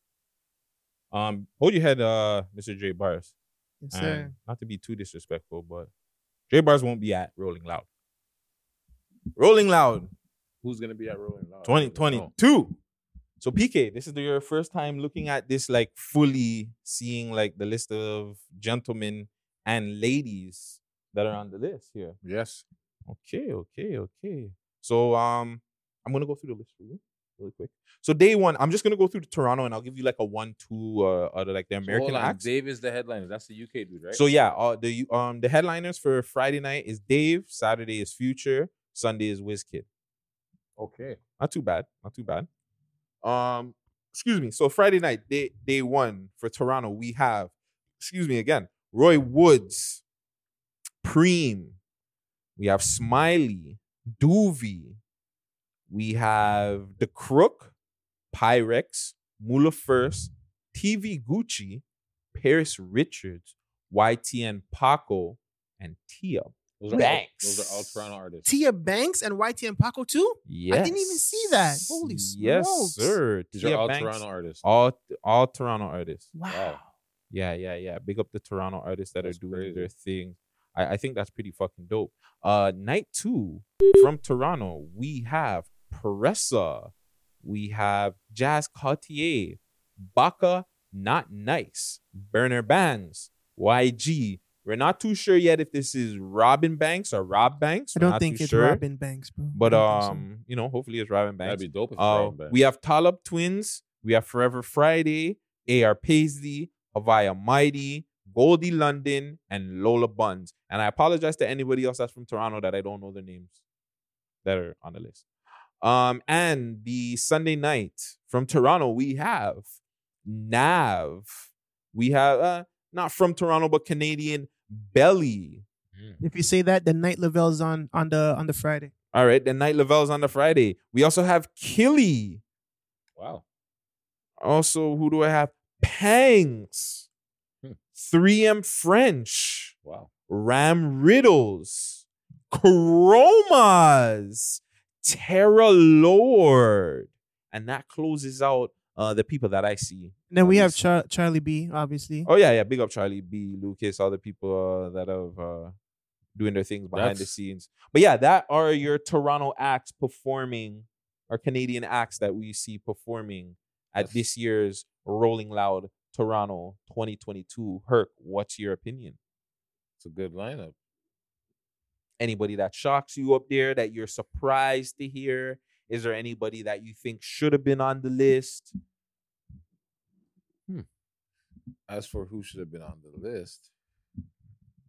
Um, hold your head, uh, Mr. J Bars. Yes, sir. And Not to be too disrespectful, but J Bars won't be at Rolling Loud. Rolling Loud Who's gonna be at Rolling Loud? 2022. So PK, this is your first time looking at this like fully seeing like the list of gentlemen and ladies that are on the list here. Yes. Okay, okay, okay. So um I'm gonna go through the list for you really quick. So day one, I'm just gonna go through the Toronto and I'll give you like a one, two, uh, out of like the American Hold on, acts. Dave is the headliner. That's the UK dude, right? So yeah, uh, the you- um the headliners for Friday night is Dave, Saturday is Future, Sunday is Wizkid. Okay. Not too bad. Not too bad. Um, excuse me. So Friday night, day day one for Toronto, we have, excuse me again, Roy Woods, Preem, we have Smiley, Doovy, we have The Crook, Pyrex, Mula First, TV Gucci, Paris Richards, YTN Paco, and Tia. Those are all- Banks. those are all Toronto artists. Tia Banks and YTN Paco too? I didn't even see that. Holy Yes, smokes. sir. These are Tia all Banks. Toronto artists. All all Toronto artists. Wow. Yeah, yeah, yeah. Big up the Toronto artists that are doing their thing. I, I think that's pretty fucking dope. Uh, night two from Toronto, we have Paressa, we have Jazz Cartier, Baka, not nice, Burner Bangs, YG. We're not too sure yet if this is Robin Banks or Rob Banks. I We're don't not think too it's sure. Robin Banks, bro. But Mm-hmm. I don't think so. um, you know, hopefully it's Robin Banks. That'd be dope if it's Uh, Robin Banks. We have Talib Twins. We have Forever Friday, AR Paisley, Avaya Mighty, Goldie London, and Lola Buns. And I apologize to anybody else that's from Toronto that I don't know their names that are on the list. Um, and the Sunday night from Toronto, we have Nav. We have uh, not from Toronto, but Canadian Belly. um, if you say that, then Night Lavelle's on on the on the Friday. All right, then Night Lavelle's on the Friday. We also have Killy. Wow. Also, who do I have? Pangs. 3M French. Hmm. Wow. Ram Riddles. Chromas. Terra Lord. And that closes out uh, the people that I see. And then we have Char- Charlie B, obviously. Oh, yeah, yeah. Big up Charlie B, Lucas, all the people uh, that have uh, doing their things behind the That's- scenes. But yeah, that are your Toronto acts performing, or Canadian acts that we see performing at this year's Rolling Loud Toronto 2022. Herc, what's your opinion? It's a good lineup. Anybody that shocks you up there that you're surprised to hear? Is there anybody that you think should have been on the list? As for who should have been on the list,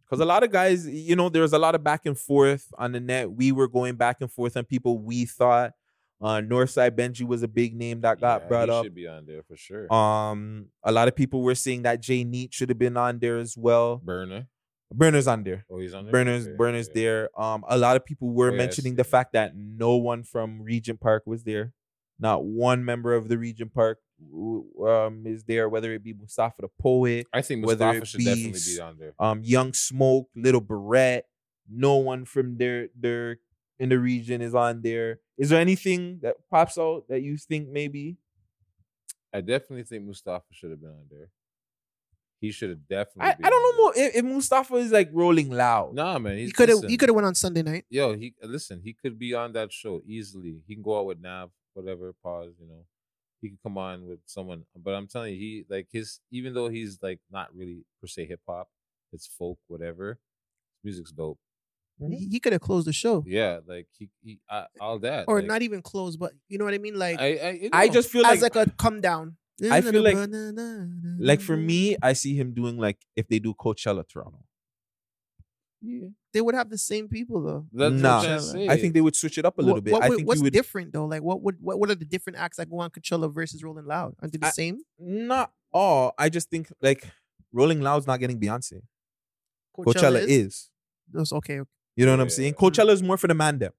Because a lot of guys, you know, there was a lot of back and forth on the net. We were going back and forth on people we thought. Uh, Northside Benji was a big name that got brought he up. should be on there for sure. Um, a lot of people were saying that Jay Neat should have been on there as well. Burner. Burner's on there. Oh, he's on there? Burner's Okay, Burner's there. Um, a lot of people were Oh, yeah, I mentioning the fact that no one from Regent Park was there. Not one member of the Regent Park w- um, is there, whether it be Mustafa the poet. I think whether Mustafa it should definitely be on there. Um, Young Smoke, Little Barrett. No one from their their in the region is on there. Is there anything that pops out that you think maybe? I definitely think Mustafa should have been on there. He should have definitely. I, I don't know more if, if Mustafa is like rolling loud. Nah, man, he's, He could have listen, he could have went on Sunday night. Yo, he listen. He could be on that show easily. He can go out with Nav, whatever. Pause. You know, he could come on with someone. But I'm telling you, he like his even though he's like not really per se hip hop, it's folk, whatever. Music's dope. Mm-hmm. He, could have closed the show. Yeah, like he, he I, all that. Or like, not even closed, but you know what I mean? Like I- I- you I know. just feel as like- like, a come down. I feel like- Like for me, I see him doing like if they do Coachella Toronto. they would have the same people though. nah, I think they would switch it up a little What- bit. what I would- think what's you would different though? Like what would what, what are the different acts that go on Coachella versus Rolling Loud? Are they the I- same? Not all. Oh, I just think like Rolling Loud's not getting Beyonce. Coachella, is. That's okay. You know what I'm saying? Coachella is more for the man them.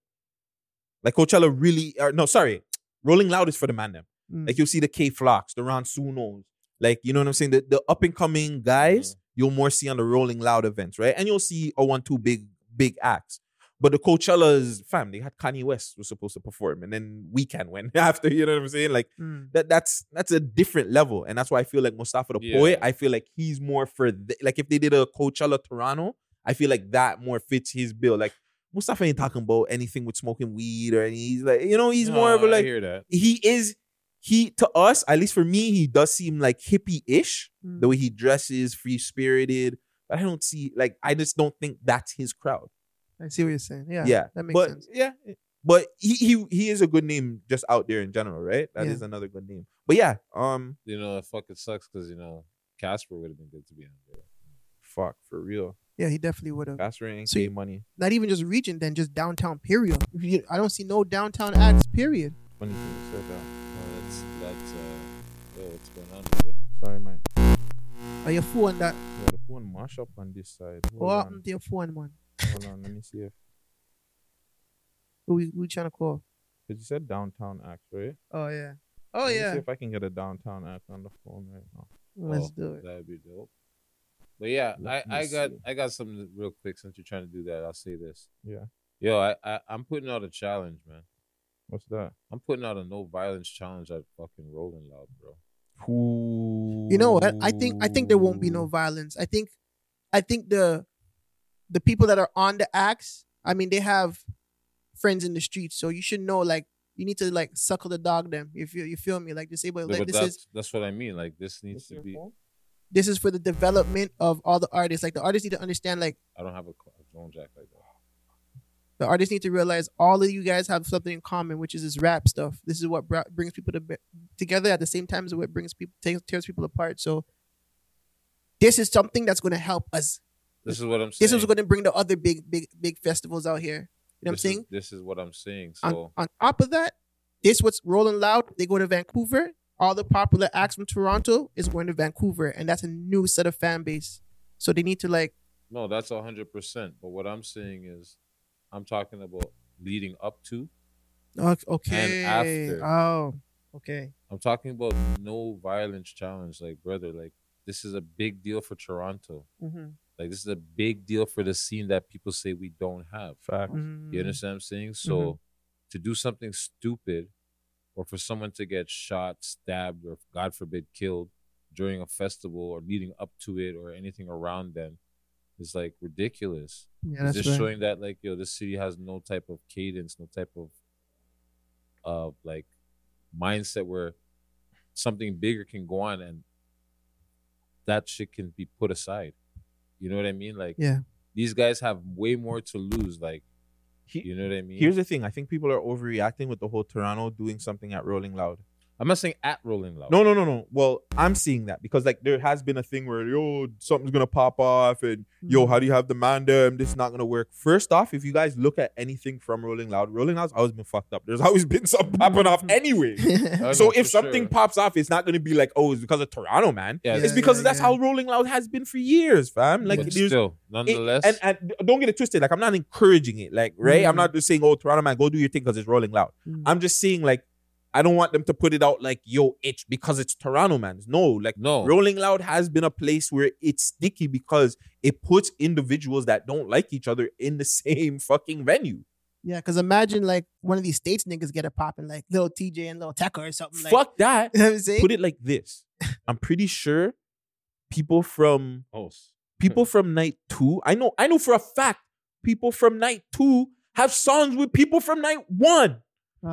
Like Coachella really, or no, sorry, Rolling Loud is for the man them. Mm. Like you'll see the K Flocks, the Ron Sunos, like you know what I'm saying. The, the up and coming guys you'll more see on the Rolling Loud events, right? And you'll see a one two big big acts. But the Coachella's fam, they had Kanye West was supposed to perform, and then Weekend went after. You know what I'm saying? Like Mm. that. That's that's a different level, and that's why I feel like Mustafa the Yeah. poet. I feel like he's more for th- like if they did a Coachella Toronto, I feel like that more fits his bill. Like Mustafa ain't talking about anything with smoking weed or any. He's like you know he's more of a No, I like hear that. he is he to us at least for me he does seem like hippie ish Hmm. the way he dresses free spirited but I don't see like I just don't think that's his crowd I see what you're saying. Yeah. yeah That makes but, sense. yeah but he, he he is a good name just out there in general right That is Yeah. another good name but yeah um you know it fucking sucks because you know Casper would have been good to be on there. Fuck for real. Yeah, he definitely would have. Casper ain't So gave you- money Not even just region, then just downtown period. You- I don't see no downtown acts, period. money So, no, that's that's uh, yo, what's going on? sorry man Are your phone that yeah, the phone mash up on this side hold what on happened to your phone, man? hold on let me see if Who we who trying to call? because you said downtown act right Oh yeah. Oh Let me yeah. see if I can get a downtown act on the phone right now Oh, Let's do it. That'd be dope. But yeah, I, Let me I got see. I got something real quick since you're trying to do that. I'll say this. Yeah. Yo, I, I I'm putting out a challenge, man. what's that I'm putting out a no violence challenge at fucking Rolling Loud, bro. You know what? I think I think there won't be no violence. I think I think the the people that are on the acts, I mean, they have friends in the streets, so you should know like you need to like suckle the dog them. If you you feel me, like disabled, but like this that's is that's what I mean. Like this needs to be. this is for the development of all the artists. Like the artists need to understand like I don't have a cl- a phone jack like that. the artists need to realize all of you guys have something in common, which is this rap stuff. This is what br- brings people to be- together at the same time as what brings people takes, tears people apart. So this is something that's going to help us. This is what I'm This saying. is going to bring the other big, big, big festivals out here. You know what I'm This is- saying? This is what I'm saying. So On, on top of that, this what's rolling loud. They go to Vancouver. All the popular acts from Toronto is going to Vancouver, and that's a new set of fan base. So they need to like No, that's a hundred percent. But what I'm saying is, I'm talking about leading up to. Oh, okay. And after. Oh, okay. I'm talking about no violence challenge, like brother. Like this is a big deal for Toronto. Mhm. Like this is a big deal for the scene that people say we don't have. Fact. You Mhm. understand what I'm saying? So, Mhm. to do something stupid, or for someone to get shot, stabbed, or God forbid killed during a festival or leading up to it or anything around them, is like ridiculous. Yeah, it's that's just right. showing that like yo, this city has no type of cadence, no type of of like mindset where something bigger can go on and that shit can be put aside. You know what I mean? Like Yeah. these guys have way more to lose. Like you know what I mean? Here's the thing. I think people are overreacting with the whole Toronto doing something at Rolling Loud. I'm not saying at Rolling Loud. No, no, no, no. Well, I'm seeing that because like there has been a thing where yo something's gonna pop off and Mm. yo how do you have the man there and this is not gonna work. First off, if you guys look at anything from Rolling Loud, Rolling Loud's always been fucked up. There's always been something popping off anyway. so know if for something sure. pops off, it's not gonna be like oh it's because of Toronto, man. Yeah, it's yeah, because yeah, that's how Rolling Loud has been for years, fam. Like But there's- still, it- nonetheless. and, and don't get it twisted. Like I'm not encouraging it. Like right, I'm Mhm. not just saying oh Toronto man go do your thing because it's Rolling Loud. Mhm. I'm just saying like. I don't want them to put it out like yo itch because it's Toronto man. No, like no. Rolling Loud has been a place where it's sticky because it puts individuals that don't like each other in the same fucking venue. Yeah, because imagine like one of these states niggas get it popping, like little TJ and little Tekka or something. Like, Fuck that. You know what I'm saying? Put it like this. I'm pretty sure people from Oh, people hmm. from night two. I know I know for a fact people from night two have songs with people from night one.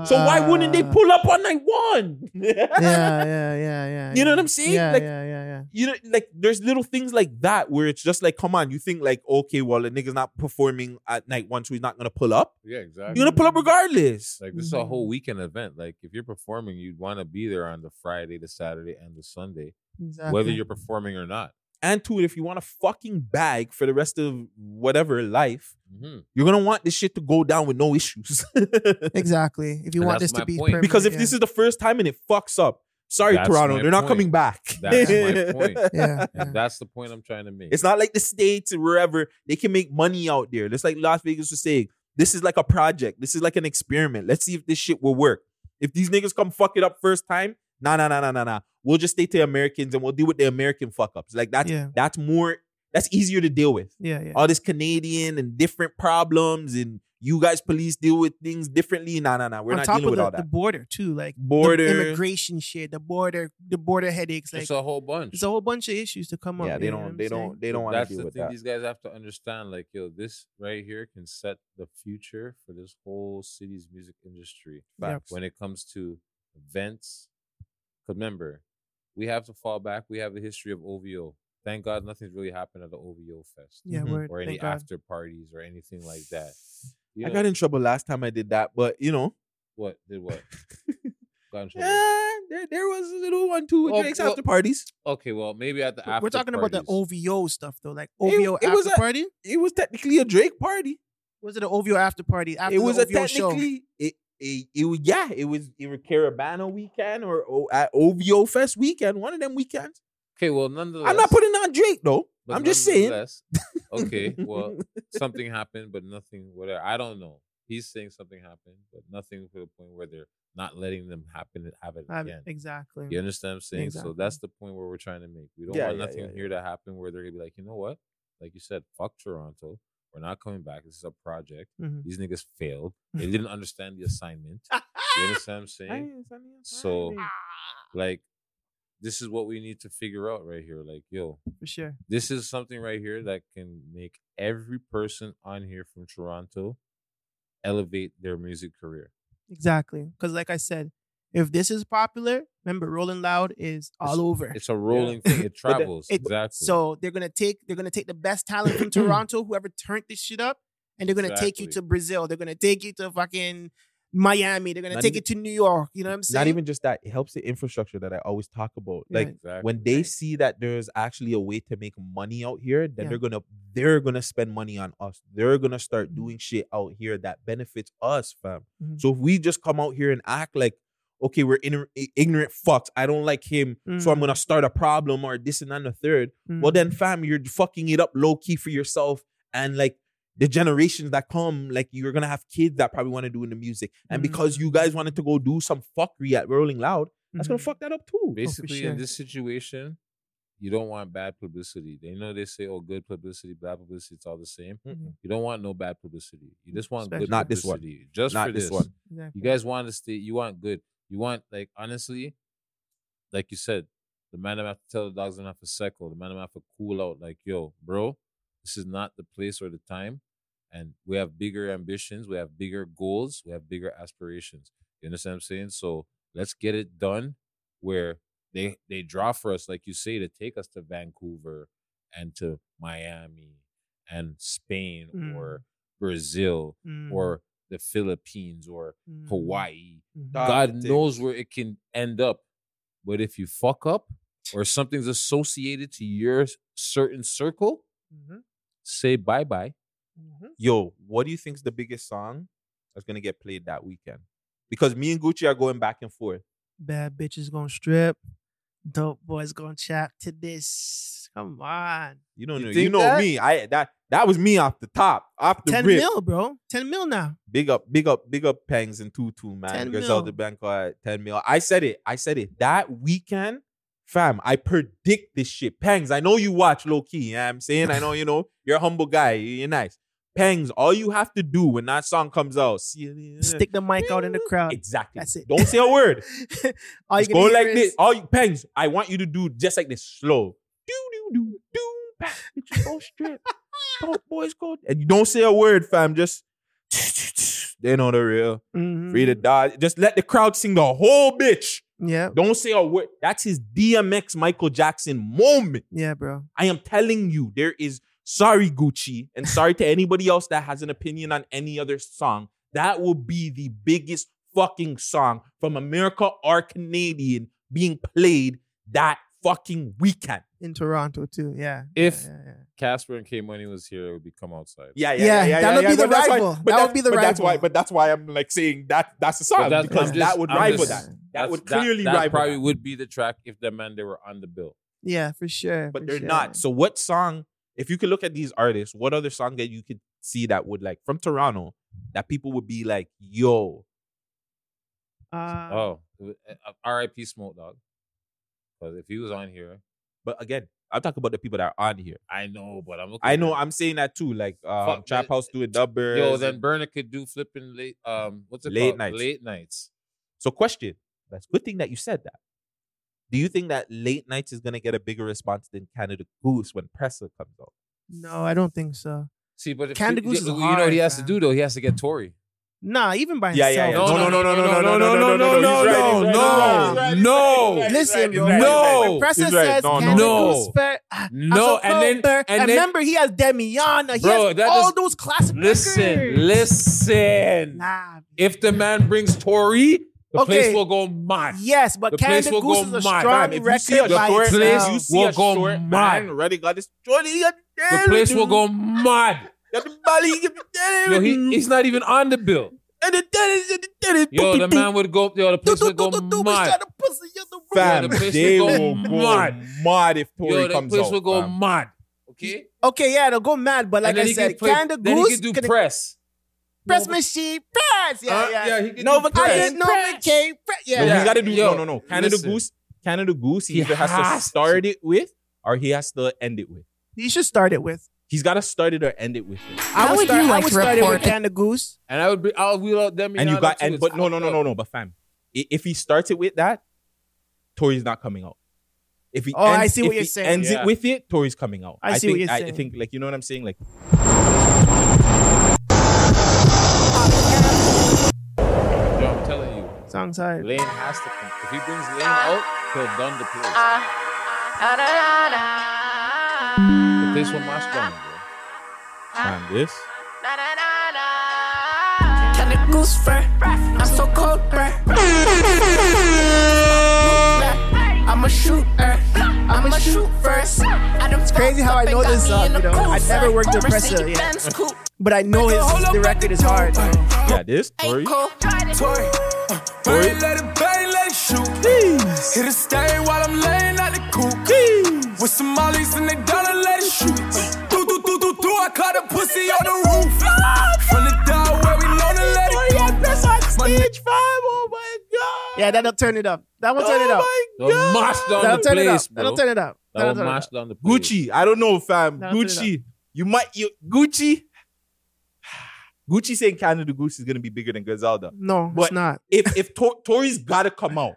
So why wouldn't they pull up on night one? Ah. yeah, yeah, yeah, yeah. You know yeah. what I'm saying? Yeah, Like, yeah, yeah, yeah. you know, like there's little things like that where it's just like, come on, you think like, okay, well, the nigga's not performing at night one, so he's not gonna pull up. Yeah, exactly. You're gonna pull up regardless. Like this is a whole weekend event. Like if you're performing, you'd want to be there on the Friday, the Saturday, and the Sunday, whether Exactly. you're performing or not. And to it, if you want a fucking bag for the rest of whatever life, Mhm. you're gonna want this shit to go down with no issues. Exactly. If you And want that's this to my be point. because if permanent, this is the first time and it fucks up, sorry, That's Toronto, my they're not point. coming back. That's my point. Yeah, And that's the point I'm trying to make. It's not like the states or wherever they can make money out there. That's like Las Vegas was saying. This is like a project. This is like an experiment. Let's see if this shit will work. If these niggas come fuck it up first time, nah, nah, nah, nah, nah, nah. We'll just stay to Americans and we'll deal with the American fuck ups. Like that's Yeah. that's more that's easier to deal with. Yeah, yeah. All this Canadian and different problems and you guys police deal with things differently. Nah, nah, nah. We're on not top dealing of with the, all the that. border too, like the Border. immigration shit, the border, the border headaches. Like It's a whole bunch. It's a whole bunch of issues to come up. Yeah, they you know don't- what I'm they saying? don't- they don't wanna That's deal the with thing. that. These guys have to understand, like, yo, this right here can set the future for this whole city's music industry Yep. Facts. when it comes to events. 'Cause remember, we have to fall back. We have the history of OVO. Thank God, nothing's really happened at the OVO Fest. Yeah, Mm-hmm. Mhm. word. or any Thank God. after parties or anything like that. You I know- got in trouble last time I did that, but you know. What did what? Got in trouble. Yeah, there, there was a little one too with Well, Drake's well- after parties. Okay, well, maybe at the after We're talking about parties. the OVO stuff though, like OVO it after was a- party. It was technically a Drake party. Was it an OVO after party? After it was the a OVO show? technically it, it, it was yeah it was it was Caravana weekend or o, at OVO Fest weekend one of them weekends. Okay, well, nonetheless, I'm not putting on Drake though. But I'm just saying. nonetheless, Okay, well, something happened, but nothing. Whatever. I don't know. He's saying something happened, but nothing to the point where they're not letting them happen and have it Um, again. exactly. You understand what I'm saying? So Exactly. that's the point where we're trying to make. We don't Yeah, want yeah, nothing yeah, here to happen where they're gonna be like, you know what? Like you said, fuck Toronto. We're not coming back. This is a project. Mhm. These niggas failed. They didn't understand the assignment. You understand what I'm saying? So, like, this is what we need to figure out right here. Like, yo, For sure. this is something right here that can make every person on here from Toronto elevate their music career. Exactly. Because like I said, if this is popular, remember Rolling Loud is all over. It's a rolling thing. It But the- travels. it- exactly. So they're gonna take they're gonna take the best talent from Toronto, whoever turned this shit up, and they're gonna take you to Exactly. Brazil. They're gonna take you to fucking Miami. They're gonna Not take even- you to New York. You know what I'm saying? Not even just that. It helps the infrastructure that I always talk about. Yeah. Like Exactly. when they see that there's actually a way to make money out here, then Yeah. they're gonna they're gonna spend money on us. They're gonna Mm-hmm. start doing shit out here that benefits us, fam. Mhm. So if we just come out here and act like okay, we're ign- i- ignorant fucks. I don't like him, so Mm-hmm. I'm gonna start a problem or this and that and the third. Well, then, Mm. fam, you're fucking it up low key for yourself and like the generations that come, like you're gonna have kids that probably want to do in the music, and Mm. because you guys wanted to go do some fuckery at Rolling Loud, that's Mm-hmm. gonna fuck that up Oh, too. Basically, oh, sure. in this situation, you don't want bad publicity. They know they say, "Oh, good publicity, bad publicity, it's all the same." Mhm. You don't want no bad publicity. You just want Especially- good Not this one. publicity. Just Not for this this one. You guys want to stay. You want good. You want like honestly, like you said, the man I'm have to tell the dogs I'm have to cycle. The man I'm have to cool out. Like yo, bro, this is not the place or the time. And we have bigger ambitions. We have bigger goals. We have bigger aspirations. You understand what I'm saying? So let's get it done where they they draw for us, like you say, to take us to Vancouver and to Miami and Spain Mm. or Brazil Mm. or the Philippines or Mm. Hawaii. Mhm. God Dark knows where it can end up. But if you fuck up or something's associated to your s- certain circle, Mm-hmm. say bye bye. Yo, what do you think is the biggest song that's gonna get played that weekend? Because me and Gucci are going back and forth. Bad bitches gonna strip. Dope boys gonna chop to this. Come on. You don't You know. You think know that? me. I that that was me off the top, off the 10 rip. mil, bro. 10 mil now. Big up, big up, big up, Pangs and Tutu, man. 10 Griselda Banco at 10 mil. I said it. I said it. That weekend, fam, I predict this shit. Pangs, I know you watch low key. You know what I'm saying, I know, you know, you're a humble guy. You're nice. Pangs, all you have to do when that song comes out, see, Stick the mic out in the crowd. Exactly. That's it. don't say a word. All you Just can go hear like is- this. All you, Pangs, I want you to do just like this, slow. Go strip. Dope boys go. And you don't say a word, fam. Just they know the real. Free to die. Just let the crowd sing the whole bitch. Yeah. Don't say a word. That's his DMX Michael Jackson moment. Yeah, bro. I am telling you, there is sorry, Gucci, and sorry to anybody else that has an opinion on any other song. That will be the biggest fucking song from America or Canadian being played that fucking weekend. In Toronto, too. Yeah. If Casper and K Money was here, it would be come outside. Yeah, yeah, yeah, yeah, that would yeah, be the but that's why- rival. but that that's- would be the but rival. That's why, but that's why I'm like saying that that's the But song that's- because I'm just- that would I'm rival just- that. That that's- would clearly that, rival. probably that. would be the track if the man they were on the bill. yeah, for sure. but for they're sure. not. So what song? If you could look at these artists, what other song that you could see that would like from Toronto that people would be like, "Yo, Uh, oh, R.I.P. Smoke Dog. But if he was on here, but again, I'm talking about the people that are on here. I know, but I'm looking. I know, at- I'm saying that too. Like um, Fuck, Trap House do a dubber. Yo, then Burner could do flipping late. Um, what's it Late called? nights. Late nights. So question. That's good thing that you said that. Do you think that late nights is gonna get a bigger response than Canada Goose when Presser comes out? No, I don't think so. See, but if Canada you, Goose is you hard, know what he has to do though? He has to get Tory. Nah, even by Yeah, himself. yeah, yeah. No, no, no, no, no, no, no, no, no, no, no, no, no. Listen, He's right, he's no. right. Presser He's right. says, No, no, Canada no. Goose fair, ah, No, Hazel and then- Cooper, and then- remember he has Demiana. He Bro, has that all is- those classic. Listen, records. listen. Nah. If the man brings Tory, the Okay. place will go mad. Yes, but the Canada place will Goose go is a mad. strong Fam, if record you see a by short, itself. place will go mad. Ready, got this. Jordy, The place will go mad. Yo, he, he's not even on the bill. Yo, the man would go. Yo, the place would go mad. Fam, Yo, the place they will go will go mad. mad. if Tory Yo, the comes place out. will go fam. mad. Okay, Okay, yeah, they'll go mad, but like And then I he said, can play- Canada then he Goose can do can- press. press machine, press. Yeah, Uh, yeah, yeah, he can Nova do press. Canada, Nova K, press. Yeah, No, yeah. he's got to do Yo, no, no, no. Canada listen. Goose, Canada Goose. He, He either has, has to start it with, or he has to end it with. You should start it with. He's got to start it or end it with. it. I would start, I would start it with Canada Goose. And I would be. I'll wheel out them. And you got and but no, no, no, no, no. But fam, i- if he starts it with that, Tory's not coming out. If he Oh, ends, I see if what you're he saying. Ends Yeah. it with it, Tory's coming out. I see what think, you're I saying. think like you know what I'm saying. Like Yo, I'm telling you. Song's hard. Lane has to come. If he brings Lane out, he'll done the place. The place will mash down, bro. and this, Got the goose fur. I'm so cold, bruh. I'm a shooter. I'm a shoot first. I don't It's crazy how I know this song. You know, I never worked with Pressa yet, but I know his the record is hard. yeah, this Tory. Tory. Tory. Let it bang, let it shoot. Hit a stain while I'm laying out the coop. With some mollies and they dollar, let it shoot. Do, do, do, do, do, I caught a pussy on the roof. From the down where we know to let it go. My nigga- Yeah, that'll turn it up. That will turn it up. They'll mash down That'll the turn it place, up. bro. That'll turn it up. That That'll will turn it mash up. down the place. Gucci. I don't know, fam. That'll turn it Gucci. You might you Gucci. Gucci saying Canada Goose is gonna be bigger than Griselda. No, it's not. If if Tor- Tory's gotta come out,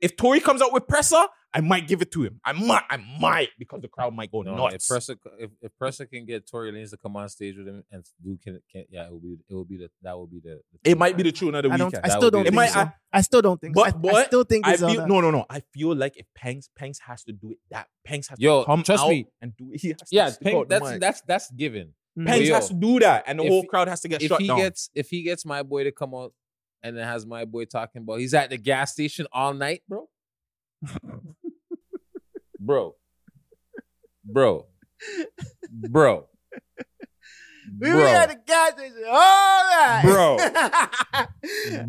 if Tory comes out with Presser, I might give it to him. I might, I might because the crowd might go No, if nuts. Presser, if, if Presser can get Tory Lanez to come on stage with him and do can, can yeah, it will be it will be the that will be the, the it might be the tune of the I weekend. don't. I still don't. It Think might. so. I- I still don't think. so. I- But but I still think I it's feel, no no no. I feel like if Pangs Pangs has to do it, that Pangs has Yo, to come trust out me. and do it. He has to yeah, stick Pink, out the that's mic. that's that's given. Pens has to do that, and the if- whole crowd has to get if shut he down. Gets, if he gets my boy to come out and then has my boy talking about he's at the gas station all night, bro. bro. Bro. Bro. We were at the gas station. All right. Bro. I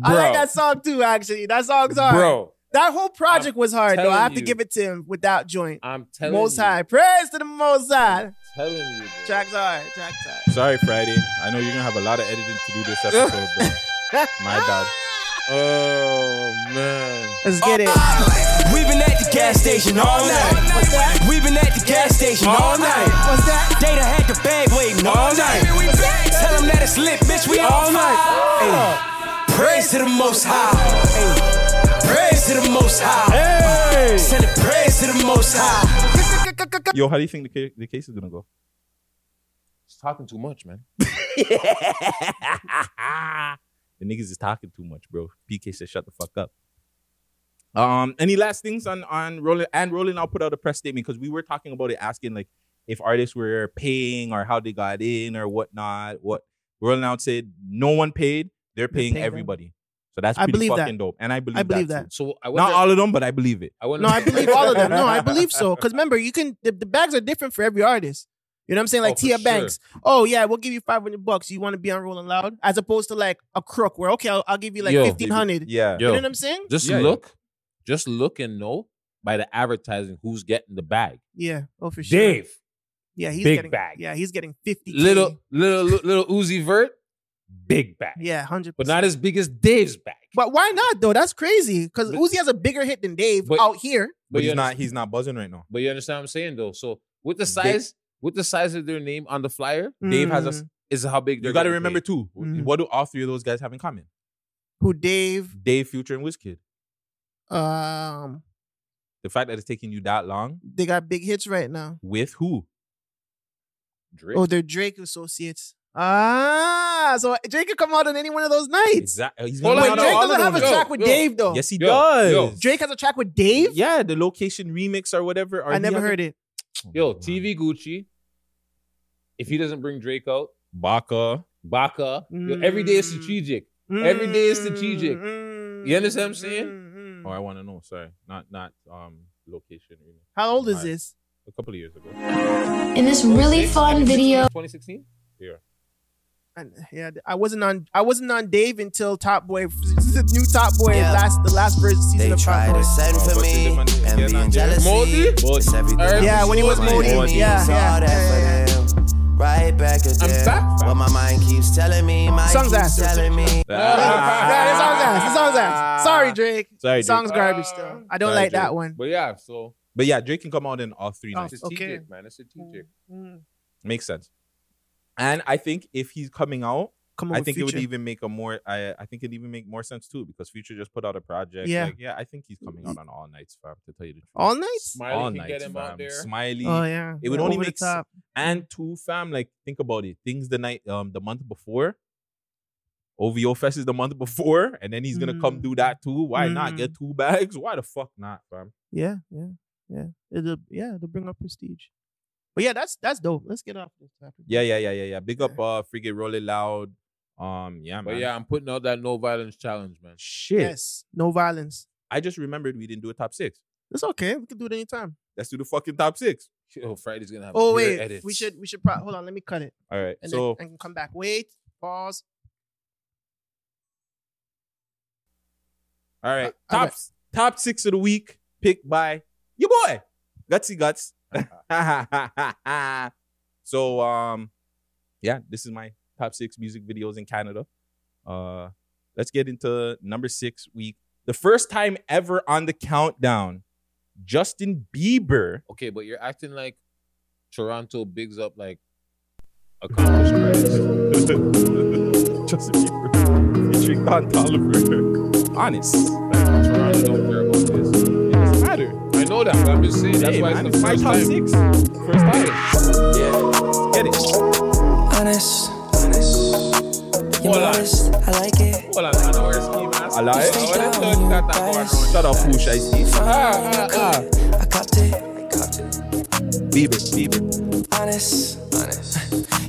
Bro. like that song too, actually. That song's hard. Bro. That whole project was hard, though. I telling have to you. give it to him without joint. I'm telling Most you. high. Praise to the most high. Telling you. Tracks hard. Tracks hard. Sorry, Friday. I know you're gonna have a lot of editing to do this episode, bro. My bad. Oh man. Let's get it. We've been at the gas station all night. What's that? We've been at the gas station all night. What's that? They done had the bag waiting all night. Tell them that it's lit, bitch. We all night. Ayy. Praise to the most high. Ayy. Praise to the most high. Send it praise to the most high. Um, Yo, how do you think the case, the case is gonna go? He's talking too much, man. The niggas is talking too much, bro. PK said, "Shut the fuck up." Um, any last things on on Roland and Roland? I'll put out a press statement because we were talking about it, asking like if artists were paying or how they got in or whatnot. What Roland out said, no one paid. They're paying paying them. everybody. So that's I pretty believe that. fucking dope, and I believe, I believe that. that. too. So I not wonder- all of them, but I believe it. I wouldn't No, I believe all of them. No, I believe so. Because remember, you can the, the bags are different for every artist. You know what I'm saying? Like for Tia sure. Banks. Oh yeah, we'll give you 500 bucks. You want to be on Rolling Loud as opposed to like a crook where okay, I'll, I'll give you like 1500. you know what I'm saying? Just look, just look and know by the advertising who's getting the bag. Yeah. Oh, for sure. Dave. Yeah, he's Big getting bag. Yeah, he's getting 50. Little little little Uzi Vert, big bag. Yeah, hundred. But not as big as Dave's bag. But why not though? That's crazy. Because Uzi has a bigger hit than Dave out here. But, you he's not understand- he's not buzzing right now. But you understand what I'm saying though. So with the size, with the size of their name on the flyer, Dave has a Mm. s- is how big You got to remember too. Mm-hmm. What do all three of those guys have in common? Who Dave? Dave, Future, and Wizkid. Um, The fact that it's taking you that long they got big hits right now. with who? Drake. Oh, they're Drake associates. Ah, so Drake could come out on any one of those nights. Exactly. uh, He's Well, gonna like, round out Drake all of doesn't them. have a track with Dave, though. Yes, he Yo, does. yo. Drake has a track with Dave. Yeah, the location remix or whatever. or I he never has a- heard it. Oh Yo, TV Gucci. If he doesn't bring Drake out, Baka, Baka. Yo, every day is strategic. Every day is strategic. You understand what I'm Mm-hmm. saying? Oh, I want to know. Sorry, not not um location remix. How old is Alright. this? A couple of years ago. In this really fun video. 2016. Yeah. And, yeah, I wasn't on. I wasn't on Dave until Top Boy, new Top Boy, last the last version season of Top Boy. for me and being jealous. Moldy? It's everything. Yeah, when he was Moldy. Yeah, It's all yeah, that for them. Right back again. What my mind keeps telling me, my Song's keeps ass. telling me. Yeah, this song's ass. This song's ass. Sorry, Drake. Ah. Sorry, Drake. song's garbage. Ah. Still, I don't Sorry, like that Drake. one. But yeah, so But yeah, Drake can come out in all three Oh, nights. okay. Mm-hmm. strategic, man. It's strategic. Makes sense. And I think if he's coming out, Come I out with think it would Future. even make a more. I I think it even make more sense too because Future just put out a project. Yeah. like, yeah. I think he's coming out on all nights, fam. To tell you the truth, All nights? Smiley all can nights, get him fam. out there. Smiley. Oh, yeah. It would Yeah. only Over the make sense. top. And two, fam. Like think about it. Things the night, um, the month before. OVO Fest is the month before, and then he's gonna Mm. come do that too. Why not get two bags? Why the fuck not, fam? Yeah, yeah, yeah. It'll yeah, it'll bring up prestige. But yeah, that's that's dope. Let's get off this topic. Yeah, yeah, yeah, yeah, yeah. Big up, uh, freaking roll it loud. Um, yeah, man. But yeah, I'm putting out that no violence challenge, man. Shit. Yes. No violence. I just remembered we didn't do a top six. It's okay. We can do it anytime. Let's do the fucking top six. Yo, Friday's gonna have. Oh weird wait, edits. we should we should pro- hold on. Let me cut it. All right, and so- then I can come back. Wait, pause. All right, top top six of the week picked by your boy Gutsy Guts. so um, yeah, this is my top six music videos in Canada. Uh, let's get into number six week. The first time ever on the countdown, Justin Bieber. Okay, but you're acting like Toronto bigs up like accomplishments. Justin Bieber featuring Don Tolliver. Honest. Toronto don't care about this. It doesn't matter. I know that, but I'm just saying that's Hey, why man, it's the my first top time. six. First time. Yeah. Get it. Honest. You're modest. I like it. Hola, I know where ski mask. I like it. I already thought you got that far. Shut up, who I see. Ah, ah, ah. Bieber, Bieber. honest.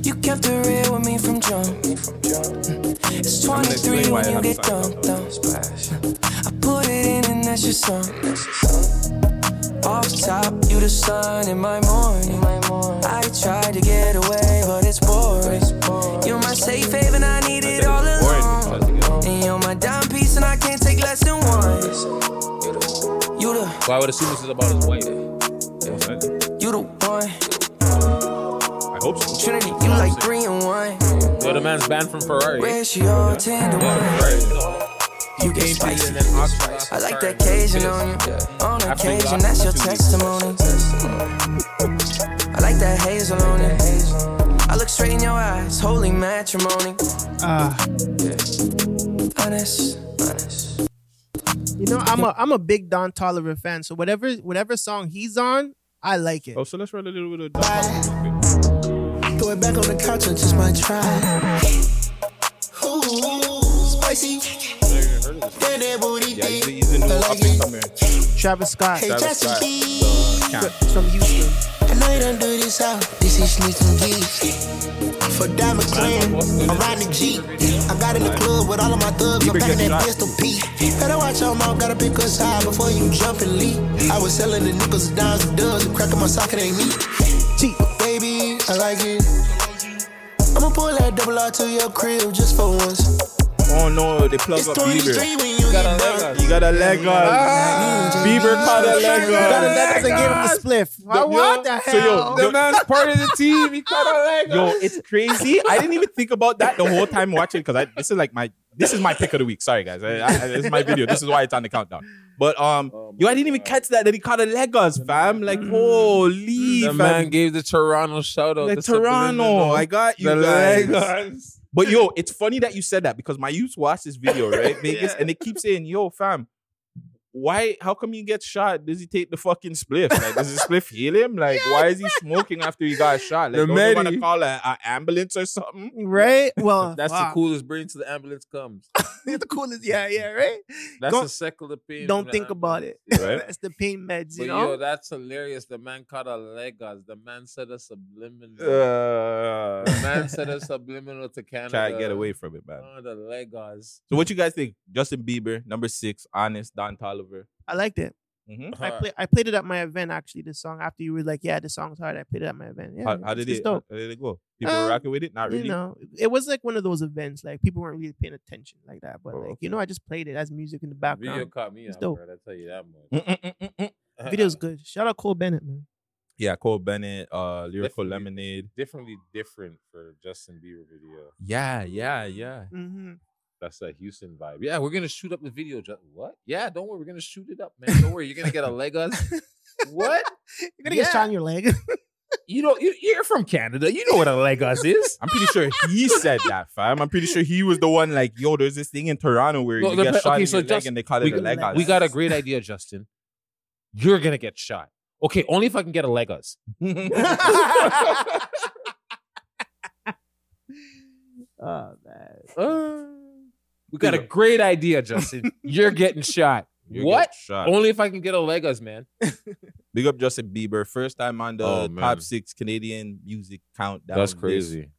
You kept it real with me from jump. It's 23 when you get dumped on. I put it in and that's your song. Off top, you the sun in my morning. I tried to get away, but it's boring. You're my safe haven, I need it all alone. And you're my dime piece, and I can't take less than one. You the So I would assume this is about his wife. You the one. I hope so. Trinity, you like three and one. Yo, the man's banned from Ferrari. Ratio 10 to 1. You get spicy. I like that Cajun on you. On occasion, that's your testimony. I like that hazel on you. I look straight in your eyes, holy matrimony. Ah. Honest. You know, I'm a I'm a big Don Tolliver fan, so whatever whatever song he's on, I like it. Oh, so let's run a little bit of Throw it back on the couch and just might try. Ooh, spicy. Yeah, that booty Yeah, he's, he's a new up and comer. Travis Scott. Hey, Travis Jackson Scott. B. Can't. From Houston. I know you don't do this out. This is sneaking geeks. For Diamond Clan, I'm riding the Jeep. I got in the club with all of my thugs. I'm packing that pistol Pete. Better watch your mouth, gotta pick us high before you jump and leap. I was selling the nickels, dimes, and dubs, and cracking my socket ain't me. Cheap. Baby, I like it. I'ma pull that double R to your crib just for once. Oh no, they plug It's up 23 Bieber. when you got a leg You got a leg on. Bieber caught a leg on. Got a leg and gave him the spliff. I- what the So yo, hell? the man's part of the team. He caught a leg Yo, it's crazy. I didn't even think about that the whole time watching because I this is like my this is my pick of the week. Sorry guys, I, I, this is my video. This is why it's on the countdown. But um, yo, I didn't even catch that that he caught a Legos, fam. Like holy, The fam. man gave the Toronto shout out. The the Toronto, subliminal. I got you The guys. Legos. But yo, it's funny that you said that because my youth watched this video, right? Vegas, and they keep saying, yo, fam, why how come he gets shot? Does he take the fucking spliff? Like, does the spliff heal him? Like, why is he smoking after he got shot? Like, don't The you want Medi. to call an ambulance or something? Right? Well, That's wow. the coolest brain till the ambulance comes. the coolest. Yeah, yeah, right. That's Don't- the secular pain. from Don't the think about it. ambulance, right? That's the pain meds, But you know. yo, that's hilarious. The man caught a Legos. The man said a subliminal. Uh, the man said a subliminal to Canada. Try to get away from it, man. Oh, the Legos. So what you guys think? Justin Bieber, number six, honest, Don Tolliver. I liked it. Mhm. I play, I played it at my event actually. This song after you were like, "Yeah, this song's hard." I played it at my event. Yeah, how, how did it's it dope. how did it go? People Uh, were rocking with it? Not really. You know, it was like one of those events like people weren't really paying attention like that, but like you know, I just played it as music in the background. Video caught me It's out, dope. bro. I tell you that much. Video's good. Shout out Cole Bennett, man. Yeah, Cole Bennett, uh, Lyrical Definitely. Lemonade. Definitely different for Justin Bieber video. Yeah, yeah, yeah. Mm-hmm. That's that Houston vibe. Yeah, we're gonna shoot up the video. Ju- What? Yeah, don't worry. We're gonna shoot it up, man. Don't worry. You're gonna get a Legos. what? You're gonna get shot in your leg. You know, you, you're from Canada. You know what a Legos is. I'm pretty sure he said that, fam. I'm pretty sure he was the one like, yo, there's this thing in Toronto where No, you the get pe- shot in so your leg Justin- and they call it we, a leg We got a great idea, Justin. You're gonna get shot. Okay, only if I can get a Legos. Uh-huh. oh man. we got a great idea, Justin. You're getting shot. You're what? getting shot. Only if I can get a Legos, man. Big up Justin Bieber. First time on the Oh, man. top six Canadian music countdown. That's list. crazy.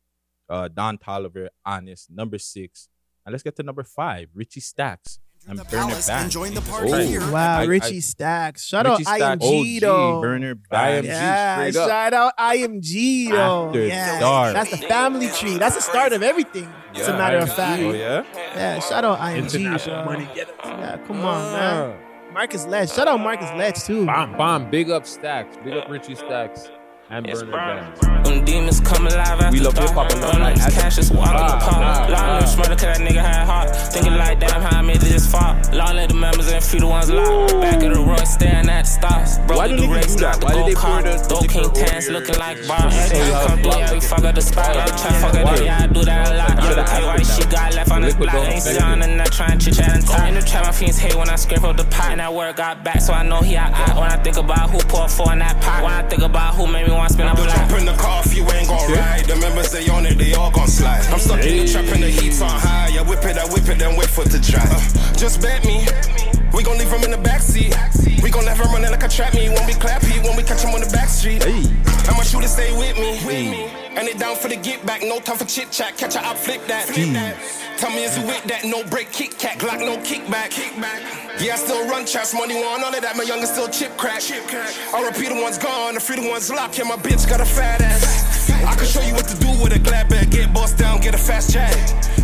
Uh, Don Tolliver, Honest, number six. And let's get to number five, Richie Stacks. And Burner Palace Back. and join the party here. Wow, Richie Stacks. Shout out IMG, though. Burner Back. IMG, Yeah, straight up. shout out IMG though. After Yeah, dark. that's the family tree. That's the start of everything. It's a Yeah, matter of IMG. fact. Oh, yeah? Yeah, shout out IMG. International bro. money, get Yeah, come on, man. Marcus Ledge. Shout out Marcus Ledge too. Bomb, bomb. Big up Stacks. Big up Richie Stacks. And Bernard Banks. Them demons come alive after We love dark. hip hop and Run up this cash, just walk in the car. Long live Smurda, cause that nigga had heart. Thinking like, damn, how I made it this far. Long live the members and few the ones locked. Back of the road, staring at the stars. Bro, Why do they do that? Why did they pour the Dope King Tans looking like bars. I come through, yeah, we fuck up the spot. I'm trying to fuck it up, yeah, I do that a lot. I'm the type white shit got left on the block. Ain't sit on the net trying to chit chat and talk. In the trap, my fiends hate when I scrape up the pot. And that word got back, so I know he out. out. When I think about who poured four in that pot. When I think about who made me want to spin a block. Jump in the car if you ain't gon' ride. The members they on it, they all gon' slide. I'm stuck in the trap and the heat's on high. I whip it, I whip it, then wait for it to dry. Uh, just bet me. We gon' leave him in the backseat. We gon' never run it like a trap me. When we clap, he when we catch him on the back street. I'ma shoot stay with me. it down for the get back. No time for chit chat. Catch her, I flip that. Flip that. Tell me, is you with that? No break, kick cat, Glock, no kickback. Kickback. Yeah, I still run traps, money on all of that. My youngest still chip crack. Chip crack. RP the one's gone, the freedom one's locked. Yeah, my bitch got a fat ass. I can show you what to do with a glad bag. Get bossed down, get a fast chat.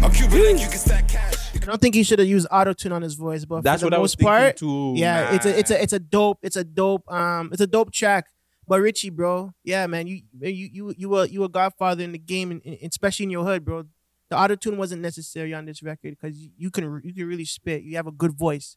A Cuban link, you can stack cash. I don't think he should have used auto tune on his voice, but That's for the what I was most thinking part, too, yeah, it's a it's a man. it's a dope it's a dope um it's a dope track. But Richie, bro, yeah, man, you you you you were you were godfather in the game, and, and especially in your hood, bro. The auto tune wasn't necessary on this record because you, you can you can really spit. You have a good voice,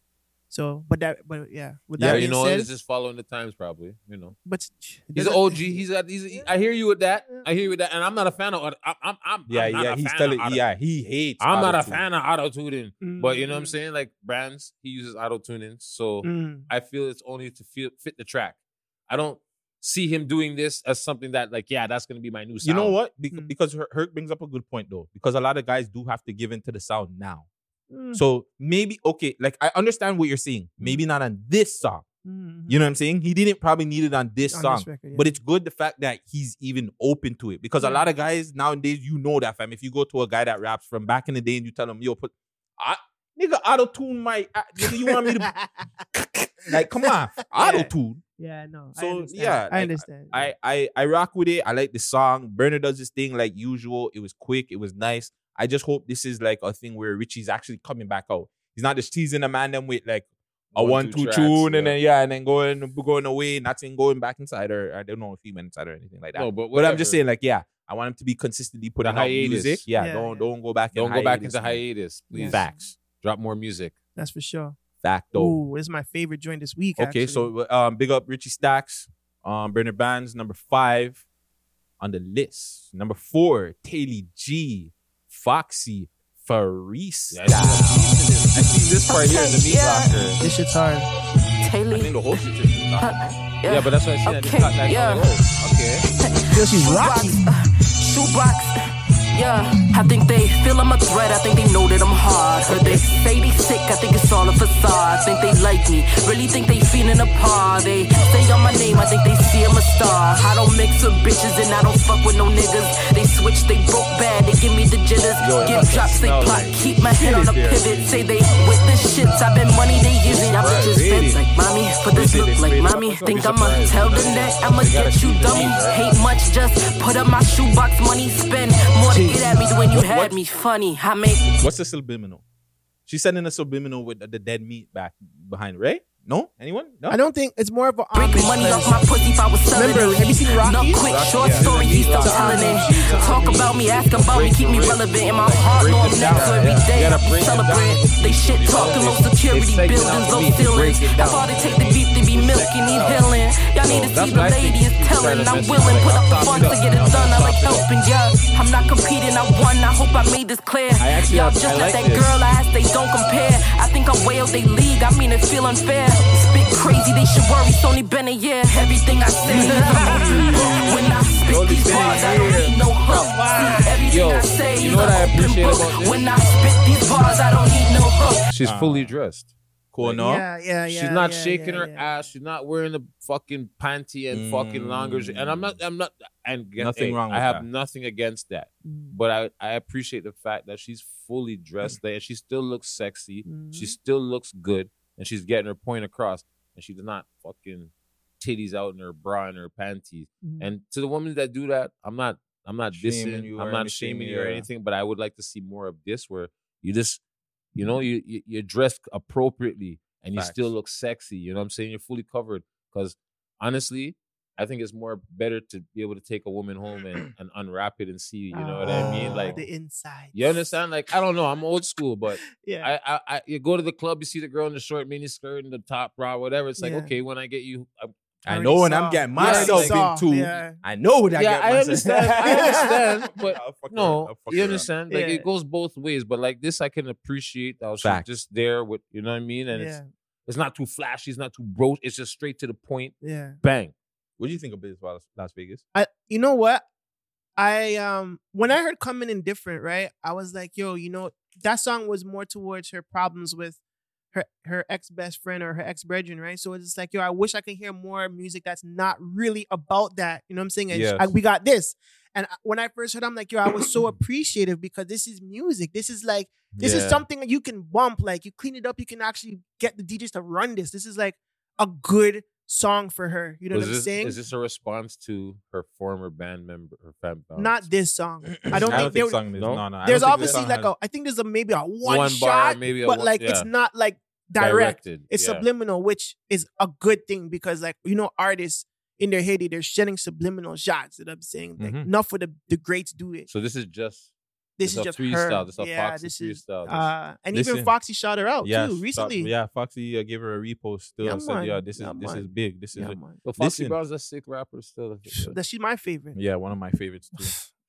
so but that but yeah, with yeah, that you being know, said, he's just following the times, probably. You know, But he's an OG. He's, a, he's a, I hear you with that. I hear you with that, and I'm not a fan of. I'm, I'm, I'm Yeah, I'm not yeah, a he's fan telling- of auto- yeah, he hates I'm not a auto-tune. fan of auto tuning, Mm. but you know what I'm saying. Like brands, he uses auto tuning, so Mm. I feel it's only to feel, fit the track. I don't see him doing this as something that, like, yeah, that's gonna be my new. Sound. You know what? Bec- Hmm. Because Her- Herc brings up a good point though, because a lot of guys do have to give into the sound now. Hmm. Mm. So maybe okay, like I understand what you're saying. Maybe not on this song. Mhm. You know what I'm saying? He didn't probably need it on this On this song, record, yeah. but it's good the fact that he's even open to it because a Yeah. lot of guys nowadays, you know that fam. If you go to a guy that raps from back in the day and you tell him, "Yo, put," I, nigga, auto tune my, uh, nigga, you want me to like, come on, auto tune. yeah, no, I So understand. yeah, I like, understand. I, I I rock with it. I like the song. Bernard does his thing like usual. It was quick. It was nice. I just hope this is like a thing where Richie's actually coming back out. He's not just teasing a man them with like a One, one two two tracks, tune and yeah. then yeah and then going going away, nothing going back inside or I don't know if he went inside or anything like that. No, but I'm just whatever. saying like yeah, I want him to be consistently putting out hiatus. music. Yeah, Yeah, don't don't go back. in Don't go back hiatus, into man. hiatus, please. Facts. Drop more music. That's for sure. Facto. Ooh, this is my favorite joint this week. Okay, actually. so um, big up Richie Stacks, um, Bernard Bands, number five on the list. Number four, Taylor G, Foxy, Farisa. I see this part here in the meat locker. This shit's hard. Taylor. I mean, the whole shit's in the meat locker. Yeah, but that's what I said. I just got that. Uh, yeah. Okay. Shoebox, uh, shoebox. Yeah, I think they feel I'm a threat. I think they know that I'm hard. Heard they say they sick. I think it's all a facade. Think they like me. Really think they feeling apart. They say on my name. I think they see I'm a star. I don't mix with bitches and I don't fuck with no niggas. They switch. They broke bad. They give me the jitters. Yo, it Give fucking drops. They smells plot. like Keep my head shit on a in there. pivot. Say they with the shits. I've been money. They use it. I Right, bitches read fence it. like mommy. But They this say they look like straight up. mommy. Don't be Think I'ma surprised. tell them that I'ma They gotta get you shoot the dummy. meat, right? Ain't much, just put up my shoebox money, spend more to get at me when you What- had what- me. Funny, I make What's the subliminal? She's sending a subliminal with the, the dead meat back behind, right? No? Anyone? No? I don't think it's more of a break money off my pussy if I was selling Remember, it. have you seen Rocky? Not quick, Rocky, short yeah. story, he's still Rocky. telling it. Rocky. Talk about me, ask about me, keep me relevant in my heart. break No, I'm them next down, to every yeah. day. You gotta I break them celebrate. They shit talking, no security buildings, no ceilings. I thought it take the beef to be milky, need Oh. healing. Y'all need to see the lady is telling. I'm willing, put up the funds to get it done. I like helping, yeah. I'm not competing, I won. I hope I made this clear. actually Y'all have- just I like let that this. girl ask, they don't compare. I think I'm way out they league, I mean it feel unfair. Spit crazy, they should worry, it's only been a year. Everything I say, when I spit these bars, I don't need no hook. See, everything I say you is know what an I open appreciate book. about this? When I spit these bars, I don't need no hook. She's fully dressed. Cool, no? Yeah, yeah, yeah, She's not yeah, shaking her ass. She's not wearing the fucking panty and fucking lingerie. And I'm not. I'm not. And get- Nothing hey, wrong I with have that. nothing against that. Mm. But I, I appreciate the fact that she's fully dressed there. She still looks sexy. Mm. She still looks good, and she's getting her point across. And she's not fucking titties out in her bra and her panties. Mm. Mhm. And to the women that do that, I'm not. I'm not Shaming dissing. you I'm or not anything, shaming you or yeah. anything. But I would like to see more of this, where you just you know, you, you you're dressed appropriately and you still look sexy. You know what I'm saying? You're fully covered. Because honestly, I think it's more better to be able to take a woman home and, and unwrap it and see. You know what I mean? Like the inside. You understand? Like I don't know. I'm old school, but Yeah. I, I, I you go to the club, you see the girl in the short mini skirt and the top bra, whatever. It's like Yeah. okay, when I get you, I'm, I know when I'm getting myself into. I know what I yeah, get I myself understand. I understand, but no, you her up. understand. Like Yeah. it goes both ways. But like this, I can appreciate that she's Facts. just there with you know what I mean, and it's Yeah. it's not too flashy, it's not too bro, it's just straight to the point. Yeah. bang. What do you think of Biz Las Las Vegas? I, you know what? I um when I heard coming in different, right? I was like, yo, you know, that song was more towards her problems with her her ex best friend or her ex brethren, right? So it's just like, yo, I wish I could hear more music that's not really about that. You know what I'm saying? And sh- Yes. I- we got this, And I- when I first heard, it, I'm like, yo, I was so appreciative because this is music. This is like, this Yeah. is something that you can bump. Like, you clean it up, you can actually get the DJs to run this. This is like a good song for her. You know Was what I'm this- saying? Is this a response to her former band member? Her fan, uh, Not this song. I I don't don't think, they think were- song is- no, no, I don't think There's this obviously song like has- a. I think there's a maybe a one, One shot, bar, maybe a but one- like yeah. it's not like direct. Directed, It's yeah. subliminal, which is a good thing because like you know artists in their heyday they're shedding subliminal shots. That I'm saying like Mhm. enough for the the greats do it. So this is just This this is a just freestyle. her. This is a Yeah, Foxy this is- freestyle. uh, and This even is- Foxy shot her out Yes, too Fo- recently. yeah, Foxy uh, gave her a repost still Yeah, and said, man. "Yeah, this is Yeah, this is man. big. This is Yeah, a- man. But Foxy Listen. Brown's a sick rapper still. That she's my favorite. Yeah, one of my favorites too.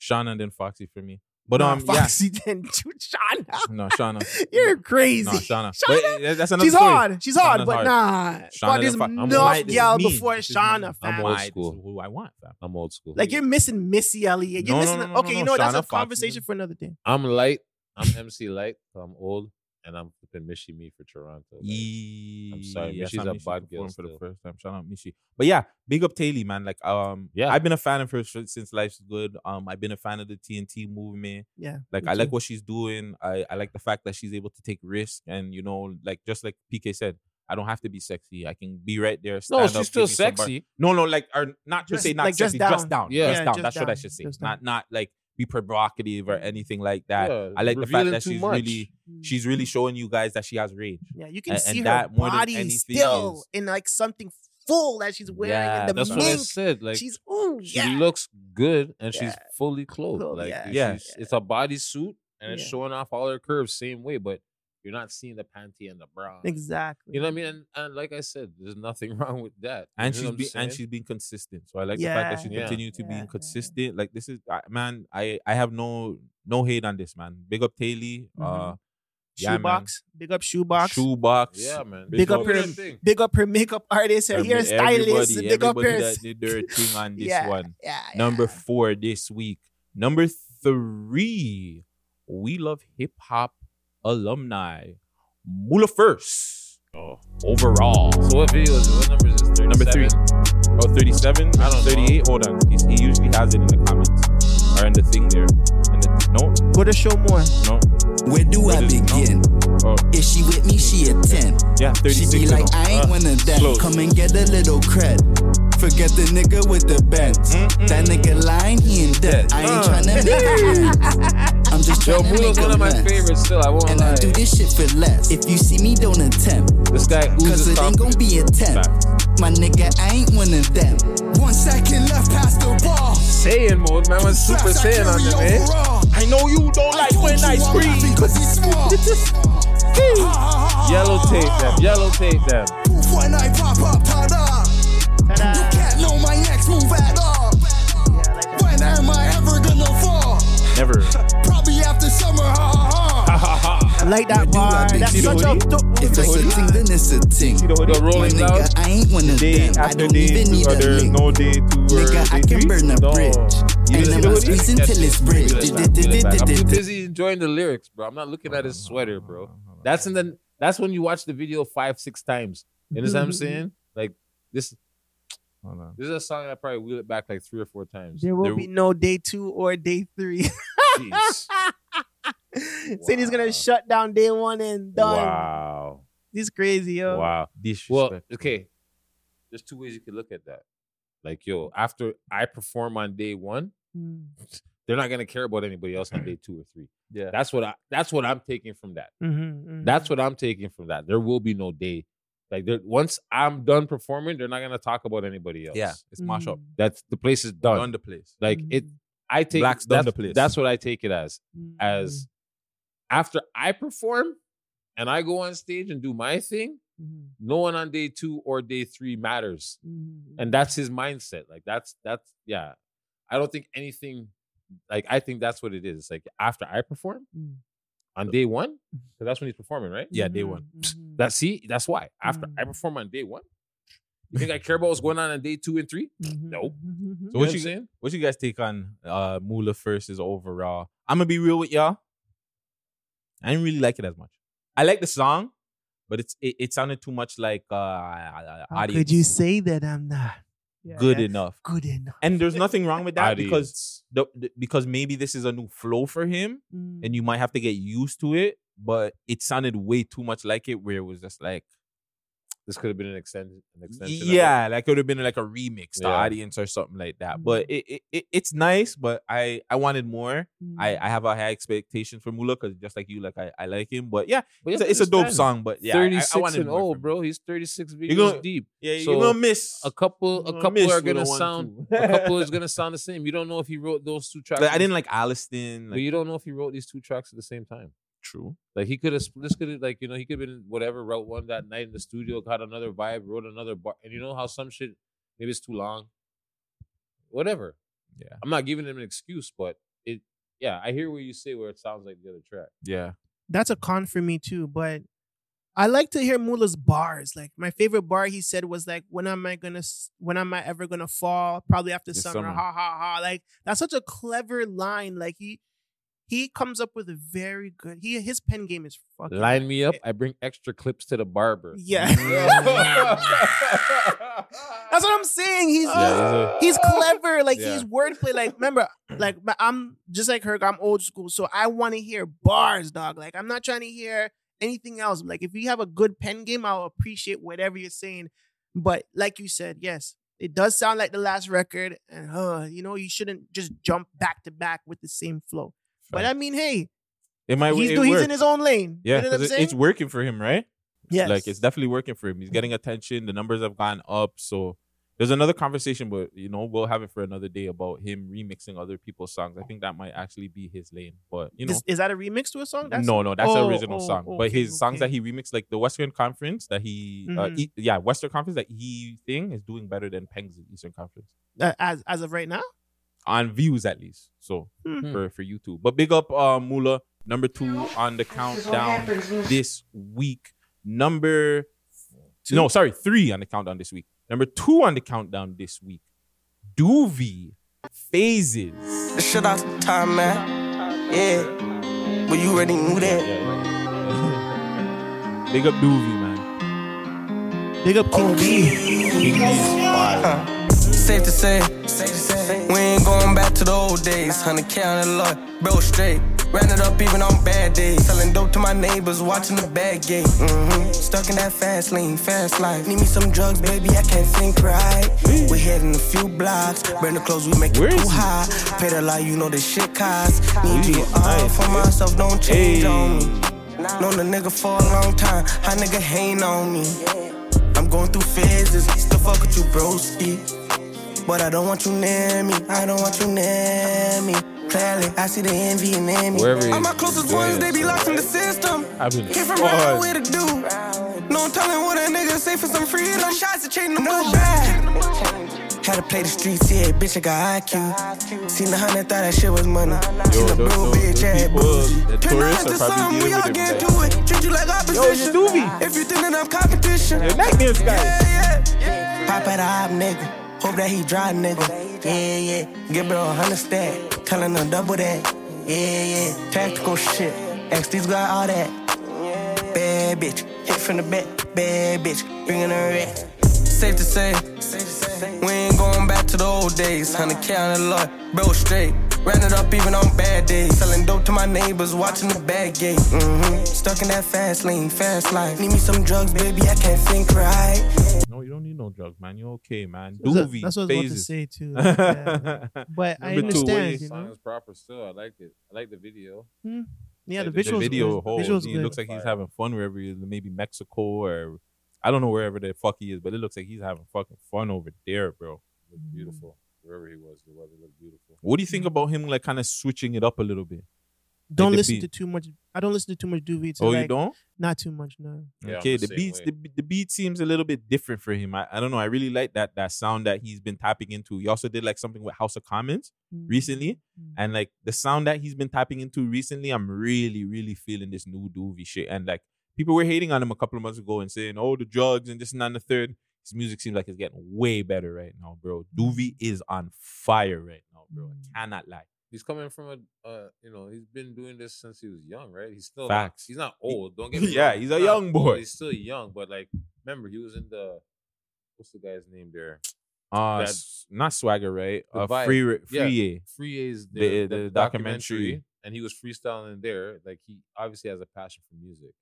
Shauna and then Foxy for me. But Nah, um, Foxy then dude, Shauna. yeah, no, Shauna. You're crazy. No, Shauna. Shauna, But, uh, that's another she's story. hard. She's hard, Shauna's but hard. nah. Shauna Fuck, there's the fuck- I'm enough old. y'all This is me. before This is Shauna, me. I'm fam. old school. Who I want, fam. I'm old school. Like you're missing Missy Elliott. You're No, no, missing. no, no, no, okay, you no, know what? that's a Shauna Foxy. conversation for another day. I'm light. I'm MC light. So I'm old, and I'm flipping Mishi Me for Toronto. Like, I'm sorry, Yeah, I Mishi's saw a Mishi perform bad girl. for the still. first time. Shout out Mishi. But yeah, big up Taylor, man. Like, um, yeah, I've been a fan of her sh- since life's good. Um, I've been a fan of the TNT movement. Yeah, like me I like too. what she's doing. I I like the fact that she's able to take risks and you know, like just like PK said. I don't have to be sexy. I can be right there. Stand she's up, still give you some bar- sexy. No, no, like or not to Just- say not like, just sexy, just down. down. Yeah. just Yeah, down. just That's what I down, should say. just down. Not not like be provocative or anything like that. Yeah, I like the fact revealing that too she's much. Mm. really she's really showing you guys that she has range. Yeah, you can A- see her body still in like something full that she's wearing. and Yeah, the that's mink. what I said. Like she's ooh she yeah. looks good and she's Yeah. fully clothed. Clothed, like yeah. she's- Yeah. it's a bodysuit and it's Yeah. showing off all her curves same way, but you're not seeing the panty and the bra. Exactly. You know what I mean? And, and like I said, there's nothing wrong with that. You and know she's what I'm been and saying? she's been consistent. So I like the fact that Yeah. she's Yeah. continued to be consistent. Like this is I man, I I have no no hate on this man. Big up Taylor. Mm-hmm. Uh, Mhm. yeah, man. shoebox, big up shoebox, Shoebox. Yeah, man. Big up Big her, up big up her makeup artist, her hair Every- stylist, everybody- big up everybody her. that did their thing on this Yeah, one. yeah, Number four this week. Number three, we love hip hop alumni. Mula first. Overall. Oh. So what video is it? What number is this? Number three. 37? Oh, 37? I don't 38? Hold on. He's, he usually has it in the comments or in the thing there. In the, no. Go to show more. No. Where do I did- no. begin? Oh. If she with me, she a 10. Yeah, She 36 be and like, all. I ain't Uh, one of them. close. Come and get a little cred. Forget the nigga with the bent. That nigga lying, he in debt. I ain't Uh. tryna make a I'm just Yo, tryna make Mula's a one of my mess. favorites still. I won't And I lie. do this shit for less. If you see me, don't attempt. This guy Cause oozes it ain't gon' be a 10. My nigga, I ain't one of them. One second left past the wall. Saiyan mode, man. Went super Saiyan on them, eh? I know you don't like when I scream. Cause it's small. Yellow tape them. Yellow tape them. Poof when I pop up, ta-da. You can't know my next move at all. When am I ever gonna fall? Never. Probably after summer, ha ha ha. I like that bar. That's See the such a hoodie? dope. If it's a ting, then it's a ting. The rolling My nigga, I ain't one of them. I don't even need a link. No day to Nigga, I can burn a bridge. And I'ma squeeze until it's bridge. I'm too busy enjoying the lyrics, bro. I'm not looking at his sweater, bro. That's in the that's when you watch the video five, six times. You understand what Mm-hmm. I'm saying? Like this this is a song I probably wheel it back like three or four times. There will be no day two or day three. City's gonna shut down day one and done. Wow. This crazy, yo. Wow. Well, okay. There's two ways you could look at that. Like, yo, after I perform on day one, Mm. they're not gonna care about anybody else on day two or three. Yeah. Mm-hmm, That's what I that's what I'm taking from that. Mhm, mhm. That's what I'm taking from that. There will be no day. Like there, once I'm done performing, they're not gonna talk about anybody else. Yeah, Mm. it's mash up. That's the place is done. Done the place. Like it I take Black's done that's, the place. That's what I take it as. As after I perform and I go on stage and do my thing, no one on day two or day three matters. And that's his mindset. Like that's that's yeah. I don't think anything like I think that's what it is. Like after I perform Mm. on day one, because that's when he's performing, right? Yeah, day one. That see, that's why. After I perform on day one, you think I care about what's going on on day two and three? Mm-hmm. No. Mm-hmm, Hmm? So what know you I'm saying? what you guys take on uh Mula first is overall? I'm gonna be real with y'all. I didn't really like it as much. I like the song, but it's it, it sounded too much like uh How audience. could you say that I'm not? good enough. Good enough. And there's nothing wrong with that Adios. because the, the- because maybe this is a new flow for him, Mm. and you might have to get used to it. But it sounded way too much like it, where it was just like this could have been an extension. An extension of it. yeah, like it would have been like a remix, the Yeah. audience or something like Mm-hmm. that. But it, it, it it's nice, but I I wanted more. Mm-hmm. I I have a high expectation for Mula because just like you, like I, I like him. But yeah, But you it's, a, have it's to a dope understand, song. But yeah, I- I, thirty-six I wanted and more. old, bro. He's thirty-six videos gonna- deep. yeah, you're So gonna miss. a couple. You're A gonna couple miss are with a gonna one, sound. two. a couple is gonna sound the same. You don't know if he wrote those two tracks. Like, I didn't like Alistin. but Like, you don't know if he wrote these two tracks at the same time. True. Like he could have. This could have like you know he could have been whatever wrote one that night in the studio, got another vibe, wrote another bar, and you know how some shit maybe it's too long. Whatever. Yeah. I'm not giving him an excuse, but it. Yeah, I hear where you say where it sounds like the other track. yeah. that's a con for me too. But I like to hear Mula's bars. Like my favorite bar he said was like, "When am I gonna? s- When am I ever gonna fall? Probably after This summer. summer. Ha ha ha!" Like that's such a clever line. Like he he comes up with a very good. He his pen game is fucking. Line me up. I bring extra clips to the barber. Yeah. That's what I'm saying. He's Yeah, he's he's clever. Like Yeah. he's wordplay. Like remember, like my- I'm just like her. I'm old school, so I want to hear bars, dog. Like I'm not trying to hear anything else. Like if you have a good pen game, I'll appreciate whatever you're saying. But like you said, yes, it does sound like the last record, and uh, you know, you shouldn't just jump back to back with the same flow. But I mean, hey, It might. he's, it do- he's in worked. his own lane. Yeah, you know what 'cause I'm it- saying? it's working for him, right? Yes. Like it's definitely working for him. He's getting attention. The numbers have gone up. So there's another conversation, but you know, we'll have it for another day about him remixing other people's songs. I think that might actually be his lane. But you know, is, is that a remix to a song? no, no, that's Oh, the original oh, song. but okay, his songs that okay. he remixed, like the Western Conference that he, uh, Mhm. e- yeah, Western Conference that he thing is doing better than Peng's Eastern Conference Uh, as as of right now. on views at least. So Hmm. for for YouTube. But big up uh, Mula number two on the countdown happens, Mula. this week. Number no, sorry, three on the countdown this week. Number two on the countdown this week. Doovie phases. The shut out time, man. Yeah. But you already knew that. Big up Doovie, man. Big up King D. Huh. Safe to say, we ain't going back to the old days. Hundred K on the lot, bro, straight. Ran it up even on bad days. Selling dope to my neighbors, watching the bad gate. hmm Stuck in that fast lane, fast life. Need me some drugs, baby, I can't think right. We heading a few blocks, brand new clothes, we make it too high. Pay the lie, you know this shit costs. Need you all for myself, don't change on me. Known the nigga for a long time, how nigga hang on me. I'm going through phases, still fuck with you, broski. But I don't want you near me, I don't want you near me. Clearly, I see the envy and envy. Wherever All he- my closest yeah. ones, they be locked in the system. I've been Came from hard. around where to do. No telling what a nigga say for some freedom. Shots to change the mood. Bad. Had to play the streets, yeah, bitch, I got IQ. Seen the hundred, thought that shit was money. Seen the blue bitch, yeah, bougie. the Turn eyes tourists to are probably something, we dealing all with get it, into it. Treat you like opposition. if you think that I'm competition. You're not this guy. Yeah, yeah, yeah. Pop at a hop, nigga. Hope that he dry, nigga. Yeah, yeah. Give bro a hundred stack. Telling him double that. Yeah, yeah. Tactical shit. XD's got all that. Bad bitch. Hit from the back. Bad bitch. Bringing her back. Safe to say, we ain't going back to the old days. 100k on the lot, bro, straight. Ran it up even on bad days. Selling dope to my neighbors, watching the bad gate. hmm Stuck in that fast lane, fast life. Need me some drugs, baby, I can't think right. No, you don't need no drugs, man. You're okay, man. That's what- Doovie that's what I was about to phases. say, too. Yeah. But I Number two, understand, what is- you know? Sounds proper still. I liked it. I like the video. Hmm. Yeah, the Like, visuals. video was- whole, visuals he good. looks like he's having fun wherever he is, maybe Mexico or I don't know wherever the fuck he is, but it looks like he's having fucking fun over there, bro. Looked beautiful. Wherever he was, the weather looked beautiful. What do you think about him, like kind of switching it up a little bit? Mm-hmm. Don't listen to too much. I don't listen to too much Doobie. To Oh, you like, don't? Not too much, no. okay, the, beats, the, the beat seems a little bit different for him. I, I don't know. I really like that that sound that he's been tapping into. He also did like something with House of Commons Mm. recently, and like the sound that he's been tapping into recently, I'm really really feeling this new Doovie shit. And like people were hating on him a couple of months ago and saying, "Oh, the drugs and this and that and the third. His music seems like it's getting way better right now, bro. Mm. Doovie is on fire right now, bro. I cannot lie. He's coming from a, uh, you know, he's been doing this since he was young, right? He's still Facts. He's not old. Don't get me Yeah, wrong. he's a not young old, boy. He's still young, but like, remember he was in the what's the guy's name there? uh, That- s- not Swagger, right? The Uh, vibe. free, Re- free, Yeah, Ye. Free Ye is the, eh, their- the their documentary. and he was freestyling there. Like he obviously has a passion for music.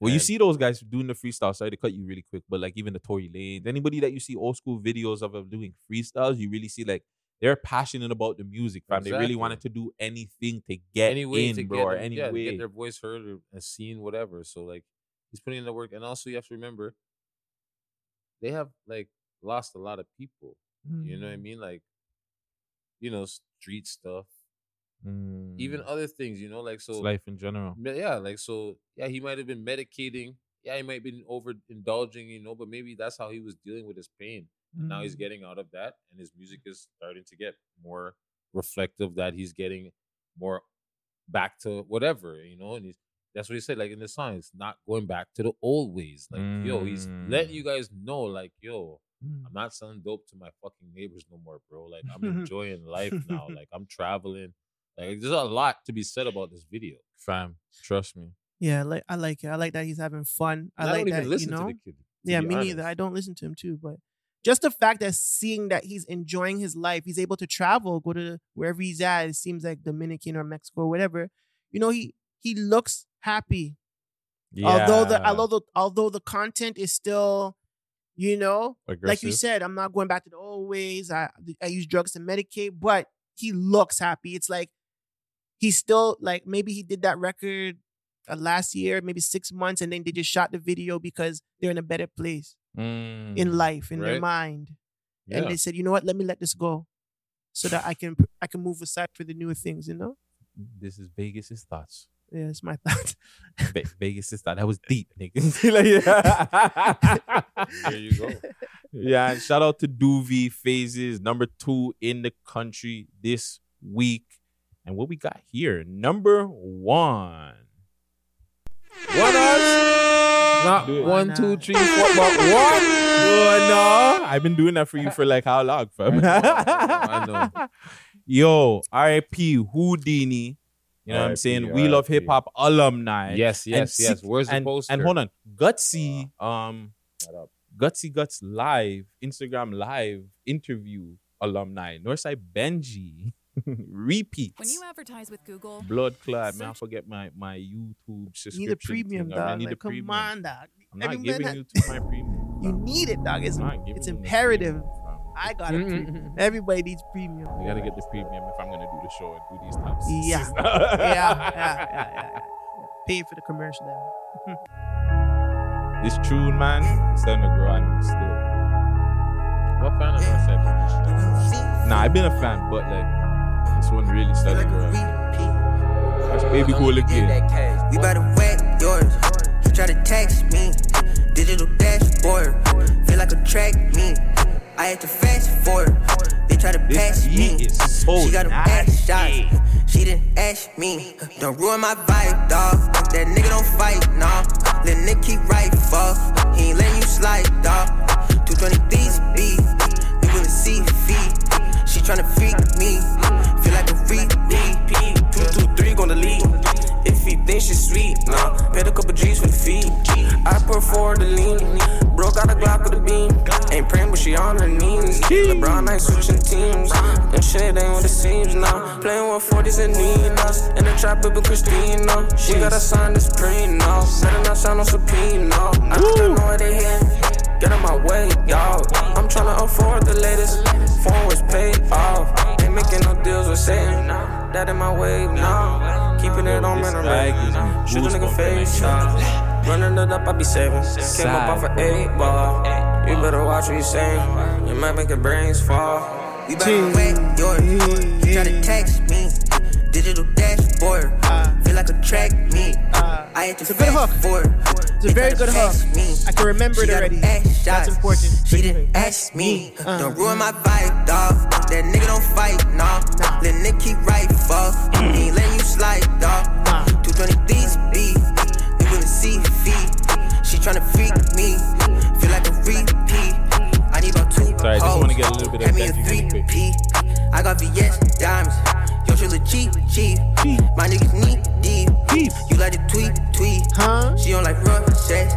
Well, you see those guys doing the freestyle. Sorry to cut you really quick, but like even the Tory Lanez, anybody that you see old school videos of them doing freestyles, you really see like they're passionate about the music, fam. They really Exactly. wanted to do anything to get any way in, to bro, get or them- any yeah, to way. get their voice heard or and seen, whatever. So like he's putting in the work, and also you have to remember they have like lost a lot of people. You know what I mean? Like you know, street stuff, Mm, even other things. You know, like so it's life in general. Me- Yeah, like so. Yeah, he might have been medicating. Yeah, he might have been overindulging, you know, but maybe that's how he was dealing with his pain. And now he's Mm. getting out of that, and his music is starting to get more reflective that he's getting more back to whatever, you know. And he's, that's what he said, like in the song, it's not going back to the old ways. Like, yo, he's letting Mm. you guys know, like, yo, I'm not selling dope to my fucking neighbors no more, bro. Like, I'm enjoying life now. Like, I'm traveling. Like, there's a lot to be said about this video. Fam, trust me. Yeah, like I like it. I like that he's having fun. I And I like don't even that listen you to the know. kid, to yeah, be me neither. I don't listen to him too, but just the fact that seeing that he's enjoying his life, he's able to travel, go to wherever he's at. It seems like Dominican or Mexico or whatever. You know, he he looks happy. Although the Yeah. although the although the content is still, you know, like you Aggressive. said, I'm not going back to the old ways. I I use drugs to medicate, but he looks happy. It's like he's still like maybe he did that record uh, last year, maybe six months, and then they just shot the video because they're in a better place Mm, in life, in their right. mind, and Yeah. they said, you know what, let me let this go, so that I can pr- I can move aside for the newer things, you know. This is Vegas's thoughts. Yeah, it's my thought. Ve- Vegas is that. That was deep, nigga. Like, there you go. Yeah, and shout out to Doovie Phases, number two in the country this week. And what we got here, number one. What else? Not one, two, three, four, but what? Oh, no. I've been doing that for you for like how long, fam? I know. Yo, RIP Houdini. You know what I'm RIP, saying? We love hip hop alumni. Yes, And yes, yes. six- Where's the and, poster? And hold on, Gutsy, um, Gutsy Guts live Instagram live interview alumni Northside Benji repeat When you advertise with Google, blood clot man. I forget my my YouTube subscription. need a premium, thing. I dog. need Like, a premium. come on, dog. I'm not Every man giving has- you to my premium. You need it, dog. It's, it's imperative. I got it. Mm-mm-mm. Everybody needs premium. I gotta get the premium if I'm gonna do the show and do these types. Yeah. yeah, yeah, yeah, yeah, yeah. Pay for the commercial then. This tune, man, it's starting to grow on me still. What fan of Northside Benji? Nah, I've been a fan, but like this one really started to grow. on me. That's baby cool again. We bout to wet yours. Try to text me. Digital dashboard. Feel like a track me. I had to fast forward. They try to pass me. she got a ass shot. She didn't ask me. Don't ruin my vibe, dog. That nigga don't fight, nah. Let Nick keep right, fuck. He ain't letting you slide, dog. 220 these beef. You gonna see feet. She tryna freak me. Feel like a freak me. Two, two, three, gonna lead. If he thinks she's sweet, nah. Paid a couple G's for the feed. I pour four to lean. Bro got a Glock with a beam. Ain't praying, but she on her knees. LeBron ain't switching teams. Them shit ain't what it seems now. Playing 140s and Ninas. In the trap with Christina. She gotta sign this prenup. Better not sign no subpoena. I just got no they here. Get out my way, y'all. I'm tryna afford the latest. Phone was paid off. Ain't making no deals with Satan. That in my way now. Keeping it on This minimum. guy gives me Shoot a nigga goosebumps every face time. off. Running it up, I be saving. Came up off an eight ball. You better watch what you saying. You might make your brains fall. We bout to wet yours. She try to text me. Digital dashboard. Uh. Feel like a track me. I had to it's a good hook. Forward. It's a very good hook. I can remember it already. That's important. Uh. She didn't ask me. Don't ruin my vibe, dog. That nigga don't fight, nah. Let Nick keep right, fuck. He ain't letting you slide, dog. 220 these beef. You gonna see feet. She tryna freak me. Feel like a repeat. I need about two Sorry, I just hoes. wanna get a little bit of Hand me a Benji really quick. 3P. I got VS diamonds. Yo, she look cheap, cheap. My niggas knee deep. You like to tweet, tweet. Huh? She don't like rough sex.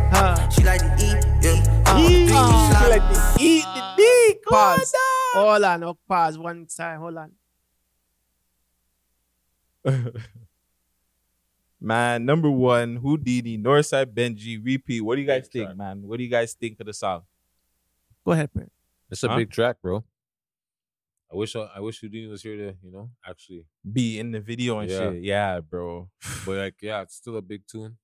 She like to eat, eat. She like to eat the Week. Pause. Hold on. Oh, pause one time. Hold on. man, number one, Houdini, Northside Benji, repeat. What do you guys think, man? What do you guys think of the song? Go ahead, man. It's a Huh? big track, bro. I wish I wish Houdini was here to you know actually be in the video and shit. Yeah, bro. but like, yeah, it's still a big tune.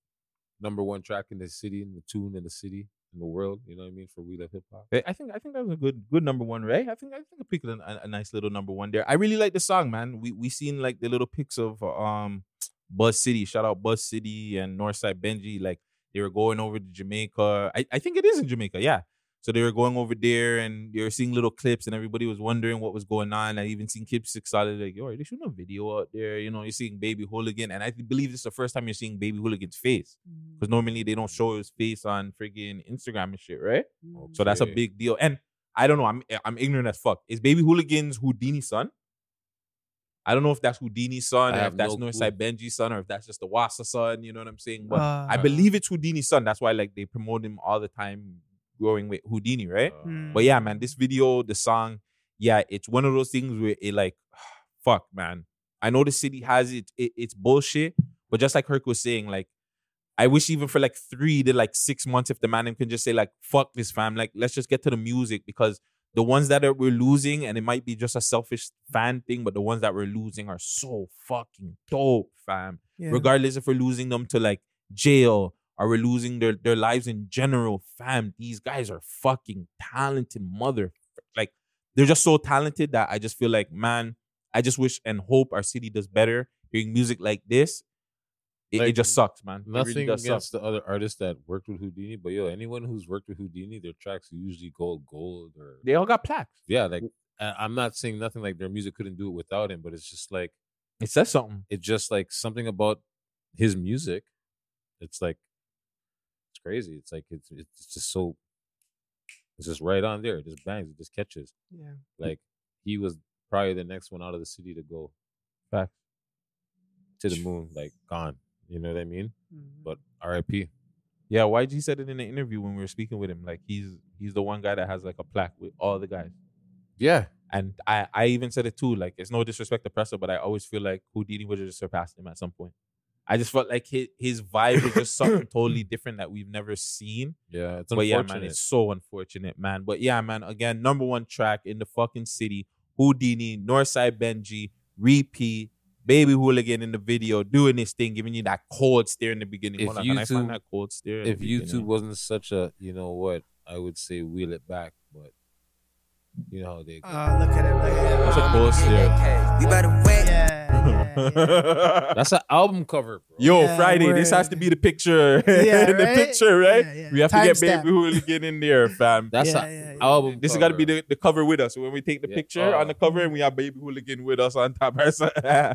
Number one track in the city, in the tune in the city, in the world. You know what I mean? For We Love Hip Hop. Eh, I I think I think that was a good good number one, right? I think I think I picked a, a, a nice little number one there. I really like the song, man. We we seen like the little pics of um Buzz City. Shout out Buzz City and Northside Benji. Like they were going over to Jamaica. I, I think it is in Jamaica, yeah. So they were going over there and they were seeing little clips and everybody was wondering what was going on. I even seen Kip Six Solid like, yo, are they shooting a video out there? You know, you're seeing Baby Hooligan. And I believe this is the first time you're seeing Baby Hooligan's face. Because normally they don't show his face on friggin' Instagram and shit, right? So that's a Okay. big deal. And I don't know. I'm I'm ignorant as fuck. Is Baby Hooligan's Houdini's son? I don't know if that's Houdini's son, or I if have that's no Northside Benji's son, or if that's just the Wassa son. You know what I'm saying? But I Ah. believe it's Houdini's son. That's why like they promote him all the time, growing with Houdini, right? Mm. But yeah, man, this video, the song, yeah, it's one of those things where it like, fuck, man. I know the city has it, it it's bullshit, but just like Herc was saying, like I wish even for like three to like six months, if the man him can just say like "fuck this fam," like let's just get to the music because the ones that are, we're losing, and it might be just a selfish fan thing, but the ones that we're losing are so fucking dope, fam. Yeah. Regardless if we're losing them to like jail or we're losing their their lives in general, fam. These guys are fucking talented, mother. Like they're just so talented that I just feel like, man, I just wish and hope our city does better. Hearing music like this, it, it Like, just sucks, man. It really Nothing does suck. against the other artists that worked with Houdini, but yo, anyone who's worked with Houdini, their tracks usually go gold or They all got plaques. yeah. Like I- I'm not saying nothing like their music couldn't do it without him, but it's just like It says something. it's just like something about his music. It's like it's crazy. It's like it's it's just so it's just right on there. It just bangs. It just catches. Yeah. Like he was probably the next one out of the city to go back to the moon, like gone. You know what I mean? Mm-hmm. But R.I.P. Yeah, YG said it in an interview when we were speaking with him. Like he's he's the one guy that has like a plaque with all the guys. Yeah. And I, I even said it too. Like it's no disrespect to Presser, but I always feel like Houdini would have just surpassed him at some point. I just felt like his his vibe was just something totally different that we've never seen. Yeah, it's but yeah, man, unfortunate. it's so unfortunate, man. But yeah, man, again, number one track in the fucking city, Houdini, Northside Benji, repeat, baby hooligan in the video, doing this thing, giving you that cold stare in the beginning. If Hold on, can I find YouTube- that cold stare? in the If beginning? YouTube wasn't such a, you know what, I would say wheel it back, but you know how they go. Ah, look at it. Look at it. That's a cold stare. We better wait. Yeah. That's an album cover, bro. Yo, Yeah, Friday, this word. has to be the picture. Yeah, the right? picture, right? We have to get Timestamp. Baby Hooligan in there, fam. That's a a album. This has got to be the, the cover with us. So when we take the Yeah, picture uh, on the cover and we have Baby Hooligan with us on top. yeah,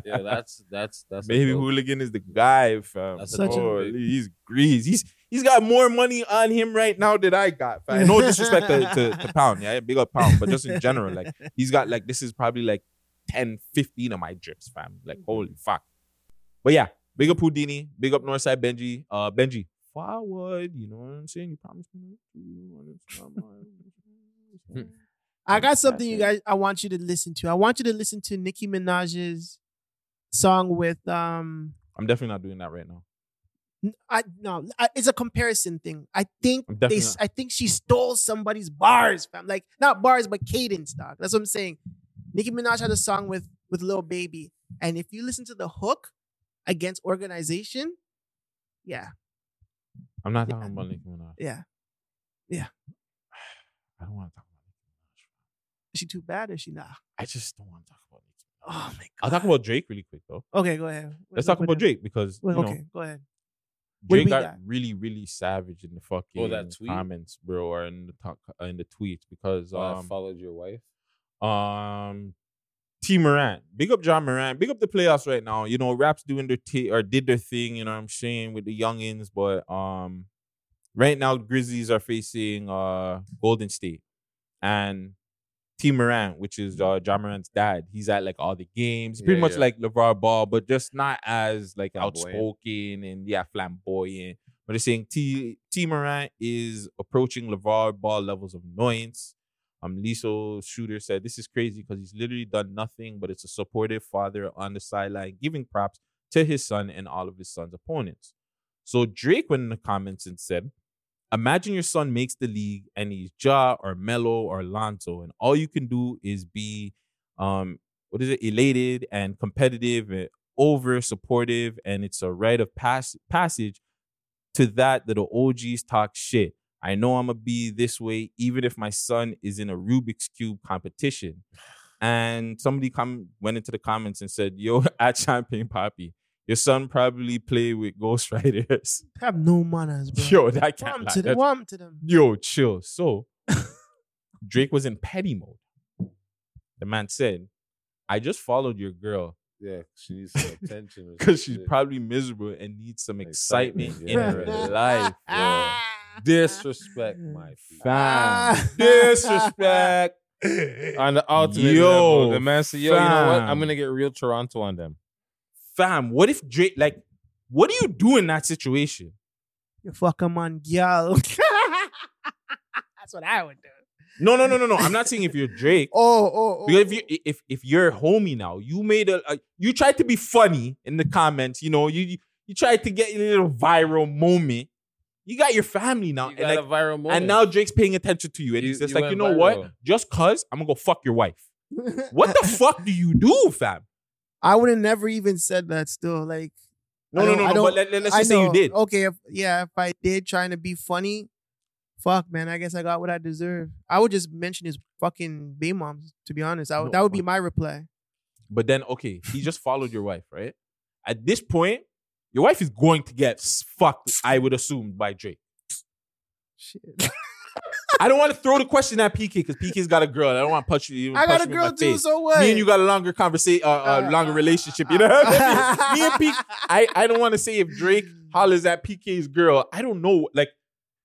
that's that's that's a Baby dope- Hooligan is the guy, fam. That's a Such dope Holy, pick. he's grease. He's he's got more money on him right now than I got, fam. No disrespect to, to, to Pound, yeah, big up Pound, but just in general, like he's got like this is probably like 10, 15 of my drips, fam. Like holy fuck. But yeah, big up Houdini, big up Northside Benji, uh Benji. Forward, you know what I'm saying? You promised me. Hmm. I got something you guys I want you to listen to. I want you to listen to Nicki Minaj's song with um I'm definitely not doing that right now. I no, I, it's a comparison thing. I think I'm they, definitely s- not- I think she stole somebody's bars, fam. Like not bars, but cadence, dog. That's what I'm saying. Nicki Minaj had a song with with Lil Baby, and if you listen to the hook against Organization, yeah, I'm not talking about Nicki Minaj. yeah, yeah. I don't want to talk about Nicki Minaj. Is she too bad or is she not? I just don't want to talk about Nicki. Oh my I'll talk about Drake really quick though. Okay, go ahead. Let's What- talk what about else? Drake because Well, you know, okay, go ahead. What do Drake we got, got? really, really savage in the fucking Oh, that tweet? comments, bro, or in the talk, uh, in the tweets because Oh, I um, followed your wife. um, T Morant, big up John Morant, big up the playoffs right now. You know, raps doing their t- or did their thing. You know, what I'm saying with the youngins, but um, right now Grizzlies are facing uh Golden State, and T Morant, which is uh, John Morant's dad, he's at like all the games, pretty Yeah, much yeah. like LeVar Ball, but just not as like Flamboyant. outspoken and yeah, flamboyant. But they're saying T T Morant is approaching LeVar Ball levels of annoyance. Um, Liso Shooter said, This is crazy because he's literally done nothing, but it's a supportive father on the sideline giving props to his son and all of his son's opponents. So Drake went in the comments and said, Imagine your son makes the league and he's Ja or Melo or Lonzo, and all you can do is be, um, what is it, elated and competitive and over supportive, and it's a rite of pass- passage to that that the OGs talk shit. I know I'm gonna be this way, even if my son is in a Rubik's cube competition. And somebody come went into the comments and said, "Yo, at Champagne Poppy, your son probably play with Ghost Riders." I have no manners, bro. Yo, that can't. Warm lie. to them, That's- warm to them. Yo, chill. So Drake was in petty mode. The man said, "I just followed your girl Yeah, she needs some attention. or because some she's shit. probably miserable and needs some excitement, yeah. in her life." yo. Disrespect, my Fam. Disrespect. Ah, on the ultimate Yo, level, the man said, "Yo, you know what? fam. I'm gonna get real Toronto on them." Fam, what if Drake like? What do you do in that situation? You fucking man, girl. That's what I would do. No, no, no, no, no. I'm not saying if you're Drake. oh, oh, Because if you if if you're homie now, you made a, a- you tried to be funny in the comments. You know, you you, you tried to get a little viral moment. You got your family now, and got a viral moment. and now Drake's paying attention to you, and he's just you like, went you know viral. what? Just cause I'm gonna go fuck your wife. what the fuck do you do, fam? I would have never even said that. Still, like, No, I no, don't- no, I no, don't- but let- let- let's I just say you know. did. Okay, if, yeah, if I did trying to be funny, fuck, man, I guess I got what I deserve. I would just mention his fucking baby moms. To be honest, I would, No, that would be my reply. But then, okay, he just followed your wife, right? At this point, your wife is going to get s- fucked, I would assume, by Drake. Shit. I don't want to throw the question at PK because PK's got a girl. I don't want to punch you. I got a punch you in my girl too, face. so what? Me and you got a longer conversation, uh, uh, longer relationship. You know what uh, I mean? Me and PK, I, I don't want to say if Drake hollers at PK's girl. I don't know. Like,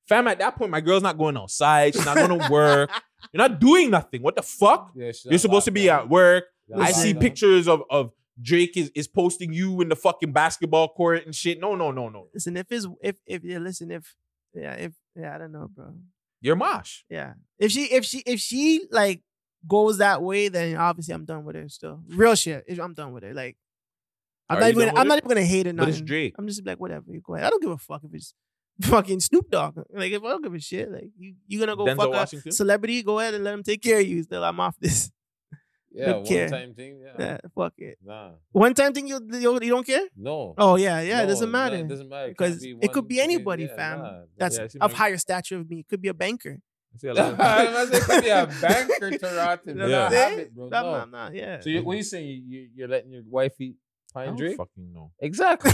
fam, at that point, my girl's not going outside. She's not going to work. You're not doing nothing. What the fuck? You're supposed to be at work. That's I see lockdown. pictures of of Drake is, is posting you in the fucking basketball court and shit. No, no, no, no. Listen, if it's if if yeah, listen, if yeah, if yeah, I don't know, bro. You're mosh. Yeah, if she if she if she like goes that way, then obviously I'm done with her. Still, real shit. If I'm done with her. Like, I'm Are not you even done gonna, with I'm not her? even gonna hate her. But it's nothing. Drake. I'm just like whatever. You go ahead. I don't give a fuck if it's fucking Snoop Dogg. Like if I don't give a shit. Like you you gonna go Denzel fuck Washington? a celebrity? Go ahead and let him take care of you. Still, I'm off this. Yeah, Don't care. one-time thing, yeah. fuck it. Nah. One time thing you you you don't care? No. Oh yeah, yeah. it No, doesn't no, it matter. doesn't matter. It can't because be it, one could be thing, anybody, yeah, fam. nah. That's Yeah, I see of my- higher stature of me. It could be a banker. see a lot of- I was gonna say, it could be a banker, Tarot, You and know yeah. what I'm have saying? it, bro. Nah, No. nah, nah, yeah. So you, what you saying? You- You, you're letting your wife eat I pine don't drink? fucking know. Exactly.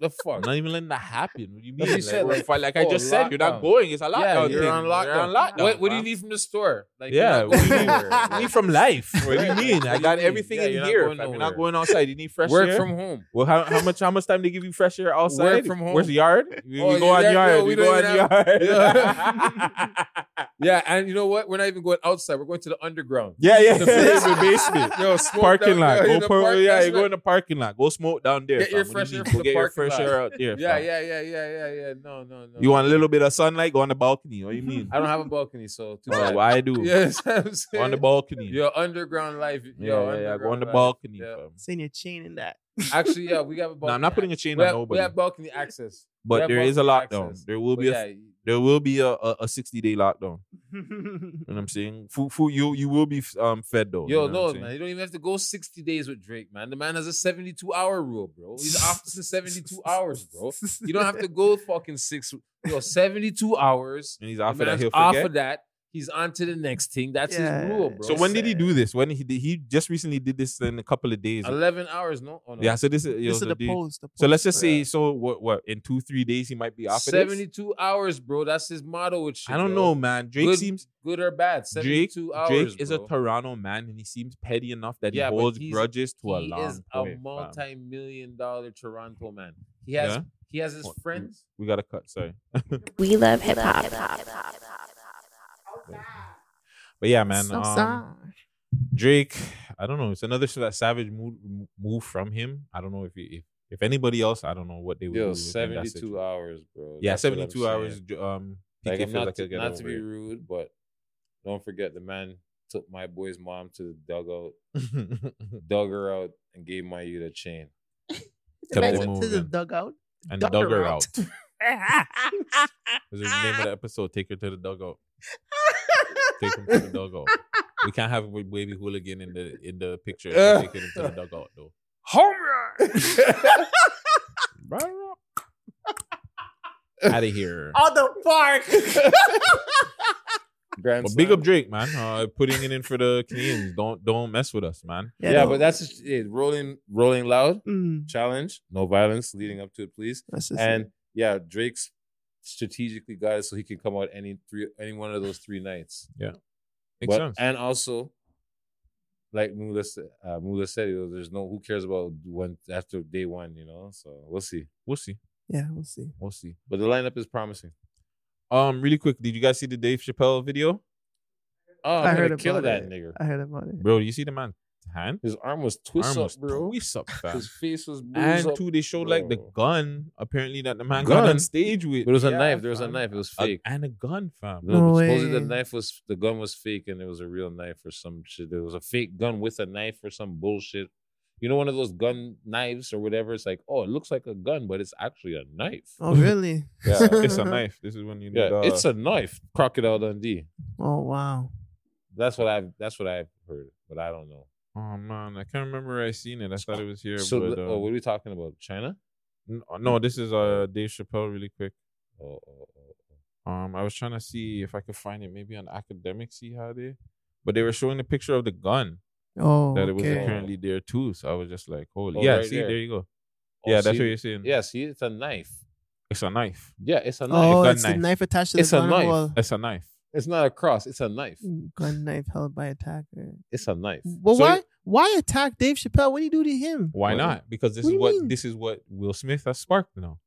the fuck. Not even letting that happen. What do you mean? That's what Like, you said, we're like, fi- like I oh, just said, you're not lockdown. going. It's a Yeah, lockdown. you're thing. on You're on lockdown. lockdown. What- what do you fam. need from the store? Like, you're yeah, not what do you going need? anywhere. You need from life. What do you Right. mean? What I do got you mean? everything Yeah, in you're not here. going fam. You're nowhere. not going outside. You need fresh Work air. from home. Well, how, how much how much time they give you fresh air outside? Work from home. Where's the yard? We, Oh, we go on yeah, yard. no, we don't go on even yard. have- Yeah. yeah, and you know what? We're not even going outside. We're going to the underground. Yeah, yeah, The the basement, Yo, smoke parking down lot. there Go in the par- park, yeah, that's you go right. in the parking lot. Go smoke down there. Get your fam. What fresh do you air need? from Go the get your parking fresh lot. air out there. Yeah, fam. yeah, yeah, yeah, yeah, yeah. No, no, no. You want a little bit of sunlight? Go on the balcony. What do you mean? I don't have a balcony, so too Oh, bad. well, I do. Yes, I'm Go on the saying. balcony. Your underground life. Yeah, yo, yeah, yeah. Go on underground the life. balcony. Yeah. fam. Send your chain in that. Actually, yeah, we have a balcony. No, I'm not putting a chain we on have, nobody. We have balcony access. We But have there is a balcony lockdown. access. There will But be yeah, a there will be a a, a 60 day lockdown. You know what I'm saying? Food, food, you you will be um fed though. Yo, you know what I'm no, saying? man. You don't even have to go 60 days with Drake, man. The man has a 72 hour rule, bro. He's off to 72 hours, bro. You don't have to go fucking six. Yo, 72 hours. And he's off The of that, man's he'll off forget? of that. He's on to the next thing. That's Yeah. his rule, bro. So when did he do this? When he did, he just recently did this in a couple of days. 11 hours, no? Oh, no. Yeah, so this is yo, This is so the the- post, the So let's just post. say, so what? What in two three days he might be off. of this? 72 hours, bro. That's his motto with shit. I don't yo. know, man. Drake good, seems good or bad. Drake. 72 hours. Drake is bro. a Toronto man, and he seems petty enough that he Yeah, but holds he's- grudges to a he long is a point, fam. multi-million dollar Toronto man. He has Yeah? he has his What? friends. We gotta cut. Sorry. We love hip hop. But yeah, man. So um, sad. Drake, I don't know. It's another sort of savage move, move from him. I don't know if he, if if anybody else, I don't know what they would do. Yo, in that situation. seventy-two hours, bro. Yeah, That's what I'm seventy two hours. saying. Um, Like, PK I'm feels not like to, he'll get not to over be it. rude, but Don't forget the man took my boy's mom to the dugout, dug her out, and gave my youth a chain. Back to the dugout. And Dug dug her out. out. Is the name of the episode? Take her to the dugout. Take him to the dugout. We can't have with baby hooligan in the in the picture. Uh. Take him to the dugout though. Home run. Out of here. On the park. But big up Drake, man. Uh, putting it in for the Canadians. Don't don't mess with us, man. Yeah, but that's it. Rolling, rolling loud Mm, challenge. No violence leading up to it, please. That's just and yeah, Drake's strategically got it so he can come out any three, any one of those three nights. Yeah. Makes sense. And also, like Mula said, uh, Mula said, you know, there's no who cares about one after day one, you know. So we'll see. We'll see. Yeah, we'll see. We'll see. But the lineup is promising. Um, really quick, did you guys see the Dave Chappelle video? Oh, I'm gonna kill that nigga. I heard about it. Bro, you see the man hand? His arm was twist arm up, bro. Twist up, fam. His face was bruised And up, two, they showed like the gun apparently that the man got Gun? on stage with. There was a Yeah, knife. There was a fam. knife. It was A- fake. and a gun, fam. No, supposedly the knife was the gun was fake and it was a real knife or some shit. There was a fake gun with a knife or some bullshit. You know, one of those gun knives or whatever. It's like, oh, it looks like a gun, but it's actually a knife. Oh, really? Yeah, It's a knife. This is when you Yeah, need, uh, it's a knife. Crocodile Dundee. Oh wow. That's what I've. That's what I've heard, but I don't know. Oh man, I can't remember where I seen it. I thought it was here. So, but, the- uh, oh, what are we talking about? China? n- no, this is uh Dave Chappelle. Really quick. Oh, oh, oh. Um, I was trying to see if I could find it. Maybe on academics, he had it, but they were showing a picture of the gun. Oh, that it was okay. apparently there too. So I was just like, holy, Oh, yeah. right see, there. there. you go. Oh, yeah, that's see- what you're saying. Yeah, see, it's a knife. It's a knife. Yeah, it's a knife. Oh, it's the knife attached to the It's a gun knife. wall. It's a knife. It's not a cross. It's a knife. Gun knife held by attacker. It's a knife. But So- why? Why attack Dave Chappelle? What do you do to him? Why not? Because this is what this is what Will Smith has sparked now.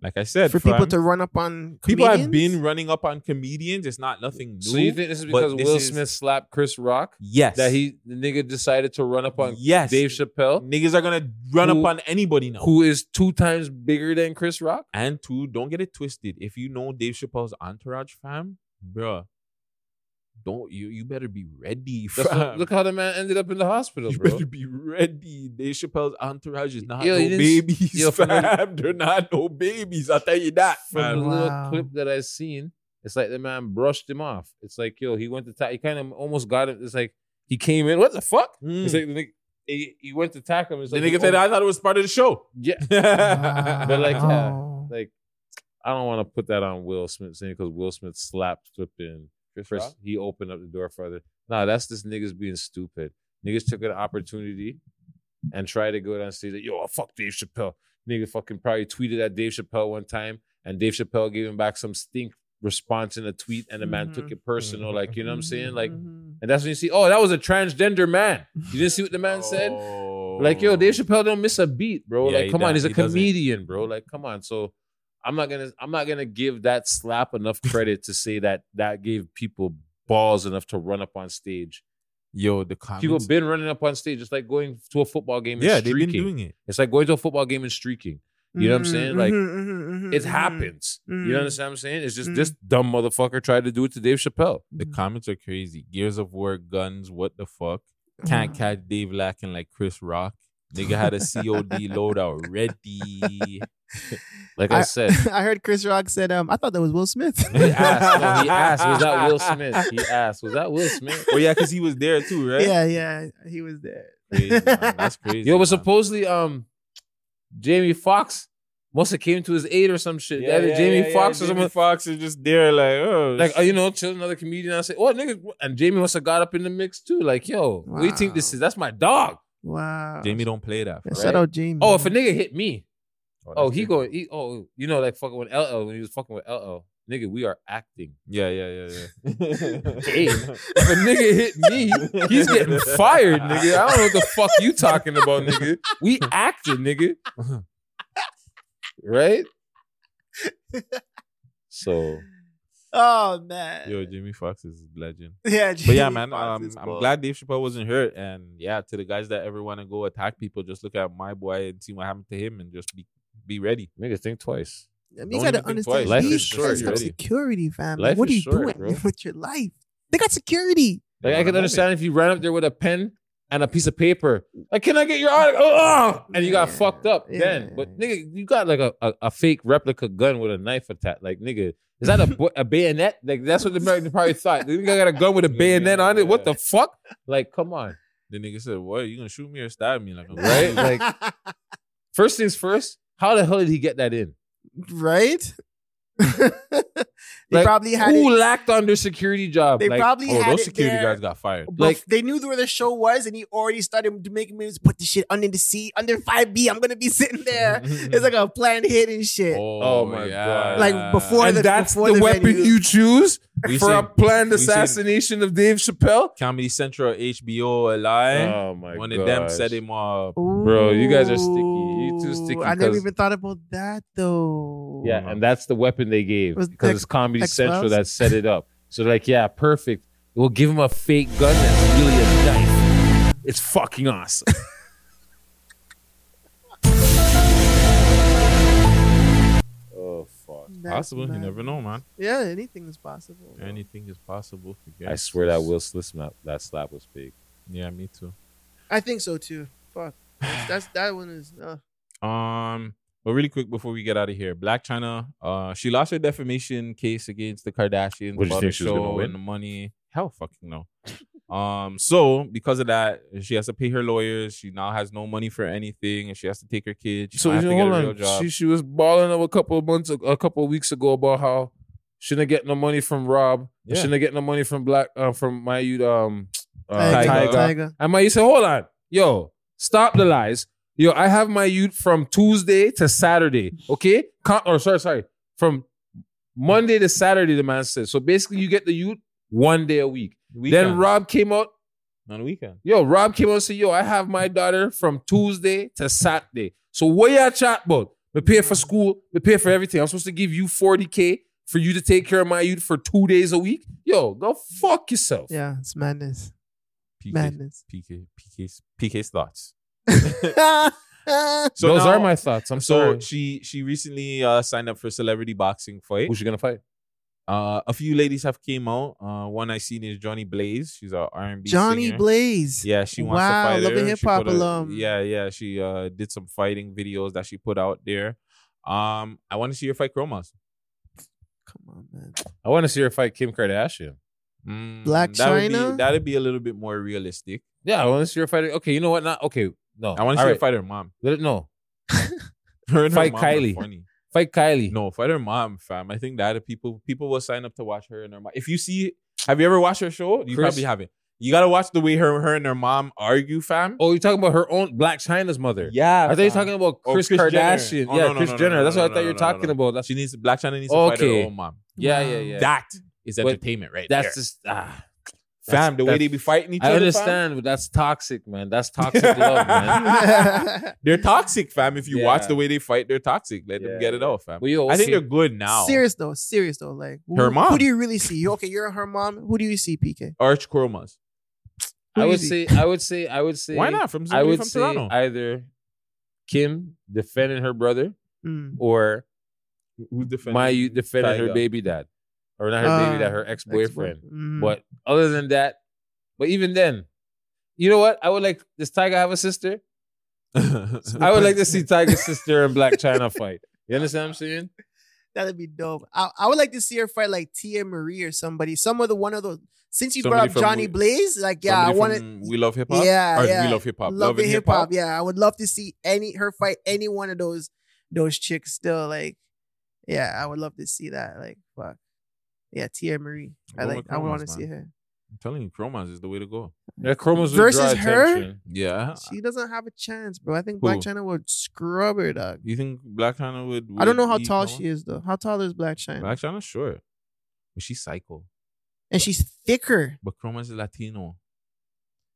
Like I said, For people fam, to run up on people have comedians? been running up on comedians. It's not nothing new. So you think this is but because this Will is- Smith slapped Chris Rock? Yes. That he the nigga decided to run up on Yes. Dave Chappelle. Niggas are gonna run up on anybody now. Who is two times bigger than Chris Rock? And two, don't get it twisted. If you know Dave Chappelle's entourage, fam, bruh, don't you? You better be ready, That's fam. what- look how the man ended up in the hospital, you bro. better be ready. Dave Chappelle's entourage is not Yo, no you didn't- babies, yo, from the- fam. They're not no babies. I tell you that, From fam. the little clip that I seen, it's like the man brushed him off. It's like, yo, he went to ta- he kind of almost got it. It's like he came in. What the fuck? It's like the nigga, he, he went to tackle him. It's Hmm. The like, nigga said, oh, "I thought it was part of the show." Yeah, but like, uh, yeah, like I don't want to put that on Will Smith saying because Will Smith slapped flipping Chris Rock? He opened up the door further. Nah, that's this niggas being stupid. Niggas took an opportunity and tried to go down and say that yo, fuck Dave Chappelle. Nigga fucking probably tweeted at Dave Chappelle one time, and Dave Chappelle gave him back some stink response in a tweet, and the man took it personal. Like you know what I'm saying? Like, and that's when you see, oh, that was a transgender man. You didn't see what the man said? Oh. Like yo, Dave Chappelle don't miss a beat, bro. Yeah, like he come on, don't- he's a he doesn't. comedian, bro. Like come on. So I'm not gonna I'm not gonna give that slap enough credit to say that that gave people balls enough to run up on stage. Yo, the People comments- been running up on stage. It's like going to a football game. And Yeah, they've streaking. been doing it. It's like going to a football game and streaking. You know what I'm saying? Like it happens. You mhm. understand what I'm saying? It's just Mhm. this dumb motherfucker tried to do it to Dave Chappelle. The comments are crazy. Gears of War, guns, what the fuck? Can't catch Dave lacking like Chris Rock. Nigga had a COD load already. like I, said, I heard Chris Rock said, "Um, I thought that was Will Smith." He asked, no, he asked, was that Will Smith? He asked, was that Will Smith? Oh yeah, because he was there too, right? Yeah, yeah, he was there. Crazy, man. That's crazy. Yo, but supposedly, um, Jamie Foxx must have came to his aid or some shit. Either Jamie Foxx or Jamie someone, Fox is just there, like, oh, like uh, you know, chill another comedian. I say, oh nigga, and Jamie must have got up in the mix too. Like, yo, what do you think this is? That's my dog. Wow. Jamie don't play that. Yeah, right? shout out Jamie. Oh, if a nigga hit me, oh, he going, he, oh, you know, like fucking with LL when he was fucking with LL. Nigga, we are acting. Yeah, yeah, yeah, yeah. Hey, if a nigga hit me, he's getting fired, nigga. I don't know what the fuck you talking about, nigga. We acting, nigga. Right? So Oh man. Yo, Jimmy Fox is a legend. Yeah, but yeah, Jamie man, Foxx um, is I'm ball. glad Dave Chappelle wasn't hurt. And yeah, to the guys that ever want to go attack people, just look at my boy and see what happened to him, and just be be ready. Nigga, think twice. I mean, you gotta understand. Life these is short. guys have you ready. security, fam. Like, Life what are is you short, doing bro. with your life? They got security. Like I can understand if you ran up there with a pen and a piece of paper. Like, can I get your autograph? Oh, oh! And you got fucked up then. But nigga, you got like a, a, a fake replica gun with a knife attached. Like, nigga, is that a bu- a bayonet? Like, that's what the American probably thought. The nigga got a gun with a bayonet on it. What the fuck? Like, come on. The nigga said, "What? You gonna shoot me or stab me?" Like, I'm Right? Like, first things first. How the hell did he get that in? Right? They probably had who it- lacked on their security job. They Like, probably oh, had it there fired. But Like, they knew where the show was, and he already started to making moves. Put the shit under the seat, under five B. I'm gonna be sitting there. it's like a planned hit and shit. oh my god! Like, before and the- that's before the, the weapon venue. you choose We for a seen- planned we seen- assassination of Dave Chappelle. Comedy Central, HBO, LI. Oh my One of them gosh. set him up. Bro, you guys are sticky. You too sticky. Ooh, I never 'cause- even thought about that though. yeah, and that's the weapon they gave Was because X- it's Comedy X-Files? Central that set it up. So they're like, yeah, perfect. We'll give him a fake gun that's really a knife. It's fucking awesome. Oh fuck. Possible. You never know, man. Yeah, anything is possible. Anything is possible. I swear that Will Smith slap, that slap was big. Yeah, me too. I think so too. Fuck, that's, that's- that one is. Uh, Um, but really quick before we get out of here, Black China, uh, she lost her defamation case against the Kardashians What, you about think her she was gonna show win? and the money. Hell, fucking no. um, so because of that, she has to pay her lawyers. She now has no money for anything, and she has to take her kids. She So might have you know, to get hold a real on. job. She she was balling up a couple of months a couple of weeks ago about how she didn't get no money from Rob. Yeah. She didn't get no money from Black uh, from my youth um uh, Tyga. Tyga. Tyga. And my youth said, hold on, yo, stop the lies. Yo, I have my youth from Tuesday to Saturday. Okay? Con- or sorry, sorry. From Monday to Saturday, the man said. So basically you get the youth one day a week. Then Weekends. Rob came out on the weekend. Yo, Rob came out and said, Yo, I have my daughter from Tuesday to Saturday. So what y'all chat about? We pay for school, we pay for everything. I'm supposed to give you 40K for you to take care of my youth for two days a week? Yo, go fuck yourself. yeah, it's madness. PK, Madness. PK, PK's, PK's thoughts. so Those are my thoughts. I'm so sorry. she she recently uh, signed up for celebrity boxing fight. Who's she gonna fight? Uh, a few ladies have came out. Uh, one I seen is Johnny Blaze. She's an R&B Johnny singer. Blaze. Yeah, she wants Wow, to fight Love and her. She Hip Hop put a- alum. Yeah, yeah. She uh did some fighting videos that she put out there. Um, I want to see her fight Chromas. I want to see her fight Kim Kardashian. Black Mm, that would be- China? that'd be a little bit more realistic. Yeah, I want to see her fight. Okay, you know what? Not okay. No. I want to All see her right. fight her mom. Let it know. Her and her Fight mom are Kylie. funny. Fight Kylie. No, fight her mom, fam. I think that people people will sign up to watch her and her mom. If you see, have you ever watched her show? You Chris? probably haven't. You gotta watch the way her her and her mom argue, fam. Oh, you're talking about her own Black China's mother. Yeah, I thought you were fam. talking about Oh, Chris, Kris Jenner. Kardashian. Oh, yeah, no, no, Chris no, no, Jenner. no, That's what no, I thought you no, were no, talking no. about. That's She needs Black China needs to fight her Okay. own mom. Yeah, yeah, yeah. That is But entertainment, right that's there. just ah, Fam, the way they be fighting each I other, understand, but that's toxic, man. That's toxic love, man. they're toxic, fam. If you watch Yeah. the way they fight, they're toxic. Let them get it off, fam. Well, yo, I think see- they're good now. Serious though, serious though. Like who- Her Who mom. do you really see? You- Okay, you're her mom. Who do you see, PK? Arch Chromas. Who I do you would see? say, I would say, I would say, Why not? From I somebody would from say Toronto. either Kim defending her brother Mm. or Who defended my you defending her Tyga? baby dad, or not her Ah, baby dad, her ex boyfriend. ex-boyfriend. Mm. Hmm. But other than that, but even then, you know what? I would like does Tiger have a sister? I would like to see Tiger's sister and Black China fight. You understand what I'm saying? That'd be dope. I, I would like to see her fight like Tia Marie or somebody. Some of the one of those. Since you Somebody brought up from Johnny Wi- Blaze, like yeah, I Somebody want from to. We love hip hop. Yeah, Or yeah. we love hip hop. Love and hip hop. Yeah, I would love to see any her fight any one of those those chicks. Still, like, yeah, I would love to see that. Like, fuck, yeah, Tia Marie. I Roma like. I Chromas, want to man. see her I'm telling you, Chromas is the way to go. Yeah, Chromas would versus her. Yeah. She doesn't have a chance, bro. I think Who? Black China would scrub her, dog. You think Black China would? I don't know would how eat tall Chromas? she is though. How tall is Black China? Black China's short, but she's psycho. And she's thicker. But Chromas is Latino.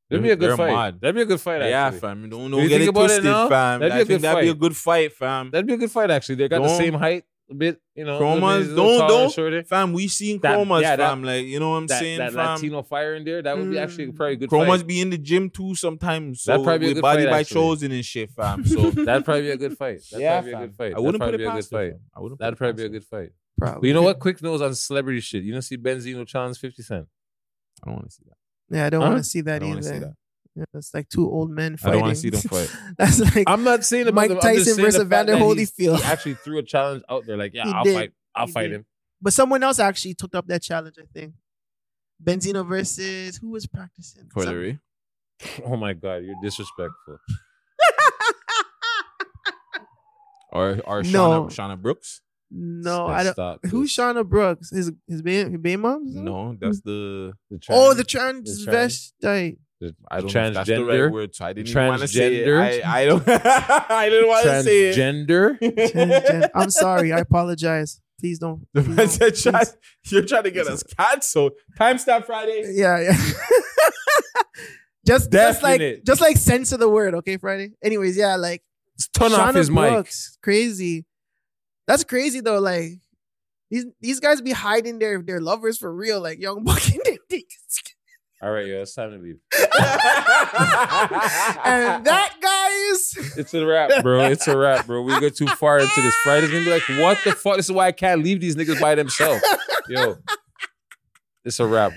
That'd be a They're good fight. mad. That'd be a good fight. Yeah, actually. fam. Don't, When don't you get think it about twisted, now, fam. That'd be I a think good that'd fight. be a good fight, fam. That'd be a good fight. Actually, they got the Don't- same height, a bit. You know, little bit- Chromas, little taller don't, and don't, shorter. fam. We seen That- Chromas, yeah, that- fam. like you know what I'm that, saying, that fam. Latino fire in there. That would be actually probably a good. Chromas fight. be in the gym too sometimes. So That'd probably be a with good body fight, by actually. chosen and shit, fam. So That'd probably be a good fight. That'd Yeah, probably be a fam. good fight. I wouldn't That'd put it probably be a past good her, fight. fam. I wouldn't put That'd it probably past be a her. good fight. Probably. But you know what? Quick knows on celebrity shit. You don't see Benzino Challenge Fifty Cent. I don't want to see that. Yeah, I don't Huh? want to see that I don't wanna either. see that. Yeah, that's like two old men I fighting. don't wanna see them fight. that's like I'm not saying about Mike them, I'm just Tyson saying versus the fact Vander that he- Holyfield. He actually threw a challenge out there, like, yeah, He I'll did. fight, I'll He fight did. him. But someone else actually took up that challenge, I think. Benzino versus who was practicing? Cordery. Oh my god, you're disrespectful. Or or No. Mm. Shauna, Shauna Brooks. No, Stop, I don't. stop. Who's Shauna Brooks? His his baby, his baby mom's? Mm, No, that's the, the Mm. Oh, the transvestite. I don't know if that's the right transgender? word, so I didn't Transgender? want to say it. I, I don't. I didn't want to say it. Transgender? Transgen- I'm sorry. I apologize. Please don't. The man said, "Try- "You're trying to get us canceled." Timestamp Friday. Yeah, yeah. just just like Definite. just like censor the word, okay, Friday. Anyways, yeah, like turn off his mic. mic. Crazy. That's crazy though. Like these these guys be hiding their their lovers for real, like young buck and Dave Dickinson. All right, yo, it's time to leave. and that guy is It's a wrap, bro. It's a wrap, bro. We go too far into this. Friday's gonna be like, what the fuck? This is why I can't leave these niggas by themselves. Yo, it's a wrap.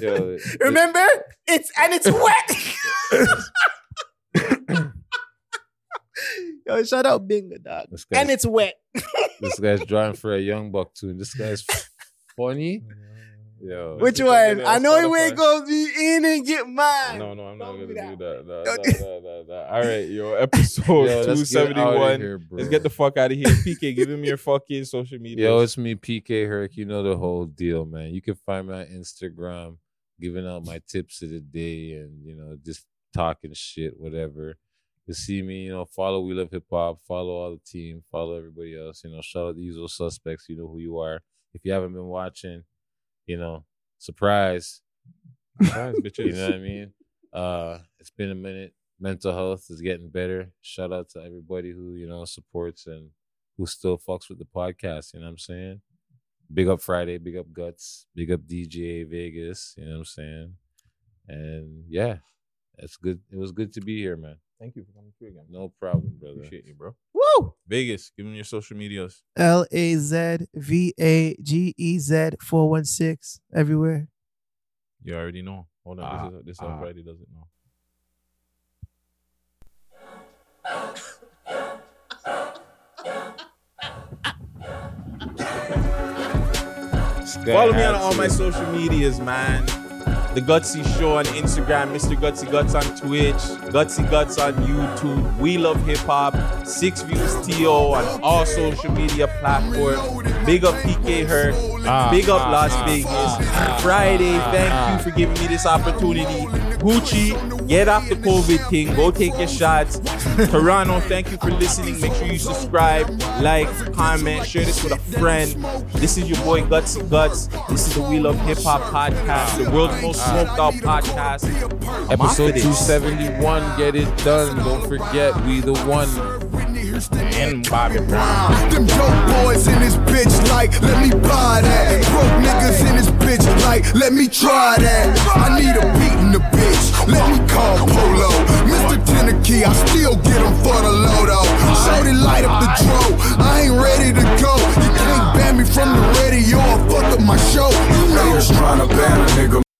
Yo, remember it's and it's wet. Yo, shout out Binga dog. This guy's- And it's wet. this guy's drawing for a young buck too. This guy's funny. Yo, Which you can get one? it I on know you ain't Spotify. gonna be in and get mine. No, no, I'm not gonna do that. No, no, no, no, no. All right, yo, episode Yo, two let's get seventy out of one. here, Let's, bro. get the fuck out of here. PK, give him your fucking social media. Yo, it's me, PK Herc. You know the whole deal, man. You can find me on Instagram, giving out my tips of the day and, you know, just talking shit, whatever. You see me, you know, follow We Love Hip Hop, follow all the team, follow everybody else. You know, shout out the usual suspects. You know who you are. If you haven't been watching, you know, surprise. Surprise, bitches. You know what I mean? Uh, it's been a minute. Mental health is getting better. Shout out to everybody who, you know, supports and who still fucks with the podcast. You know what I'm saying? Big up Friday, big up Guts, big up DJ Vegas. You know what I'm saying? And yeah, it's good. It was good to be here, man. Thank you for coming through again. No problem, brother. Appreciate you, bro. Woo! Vegas, give him your social medias. L A Z V A G E Z four one six everywhere. You already know. Hold on, this is this is how ah. Friday doesn't know. Follow me on all my social medias, man. The Gutsy Show on Instagram, Mr. Gutsy Guts on Twitch, Gutsy Guts on YouTube. We love hip hop. Six Views TO on all social media platforms. Big up PK Her. Ah, Big up ah, Las ah, Vegas. ah, ah, Friday, ah, thank ah. you for giving me this opportunity. Gucci, get off the COVID thing. Go take your shots. Toronto, thank you for listening. Make sure you subscribe, like, comment, share this with a friend. This is your boy Gutsy Guts. This is the We Love Hip Hop podcast, the world's most Ah. smoked out podcast. I'm off Episode of this. 271. Get it done. Don't forget, we the one. And Bobby Brown. Them dope boys in this bitch, like, let me buy that. Broke niggas in this bitch, like, let me try that. I need a beat in the bitch, let me call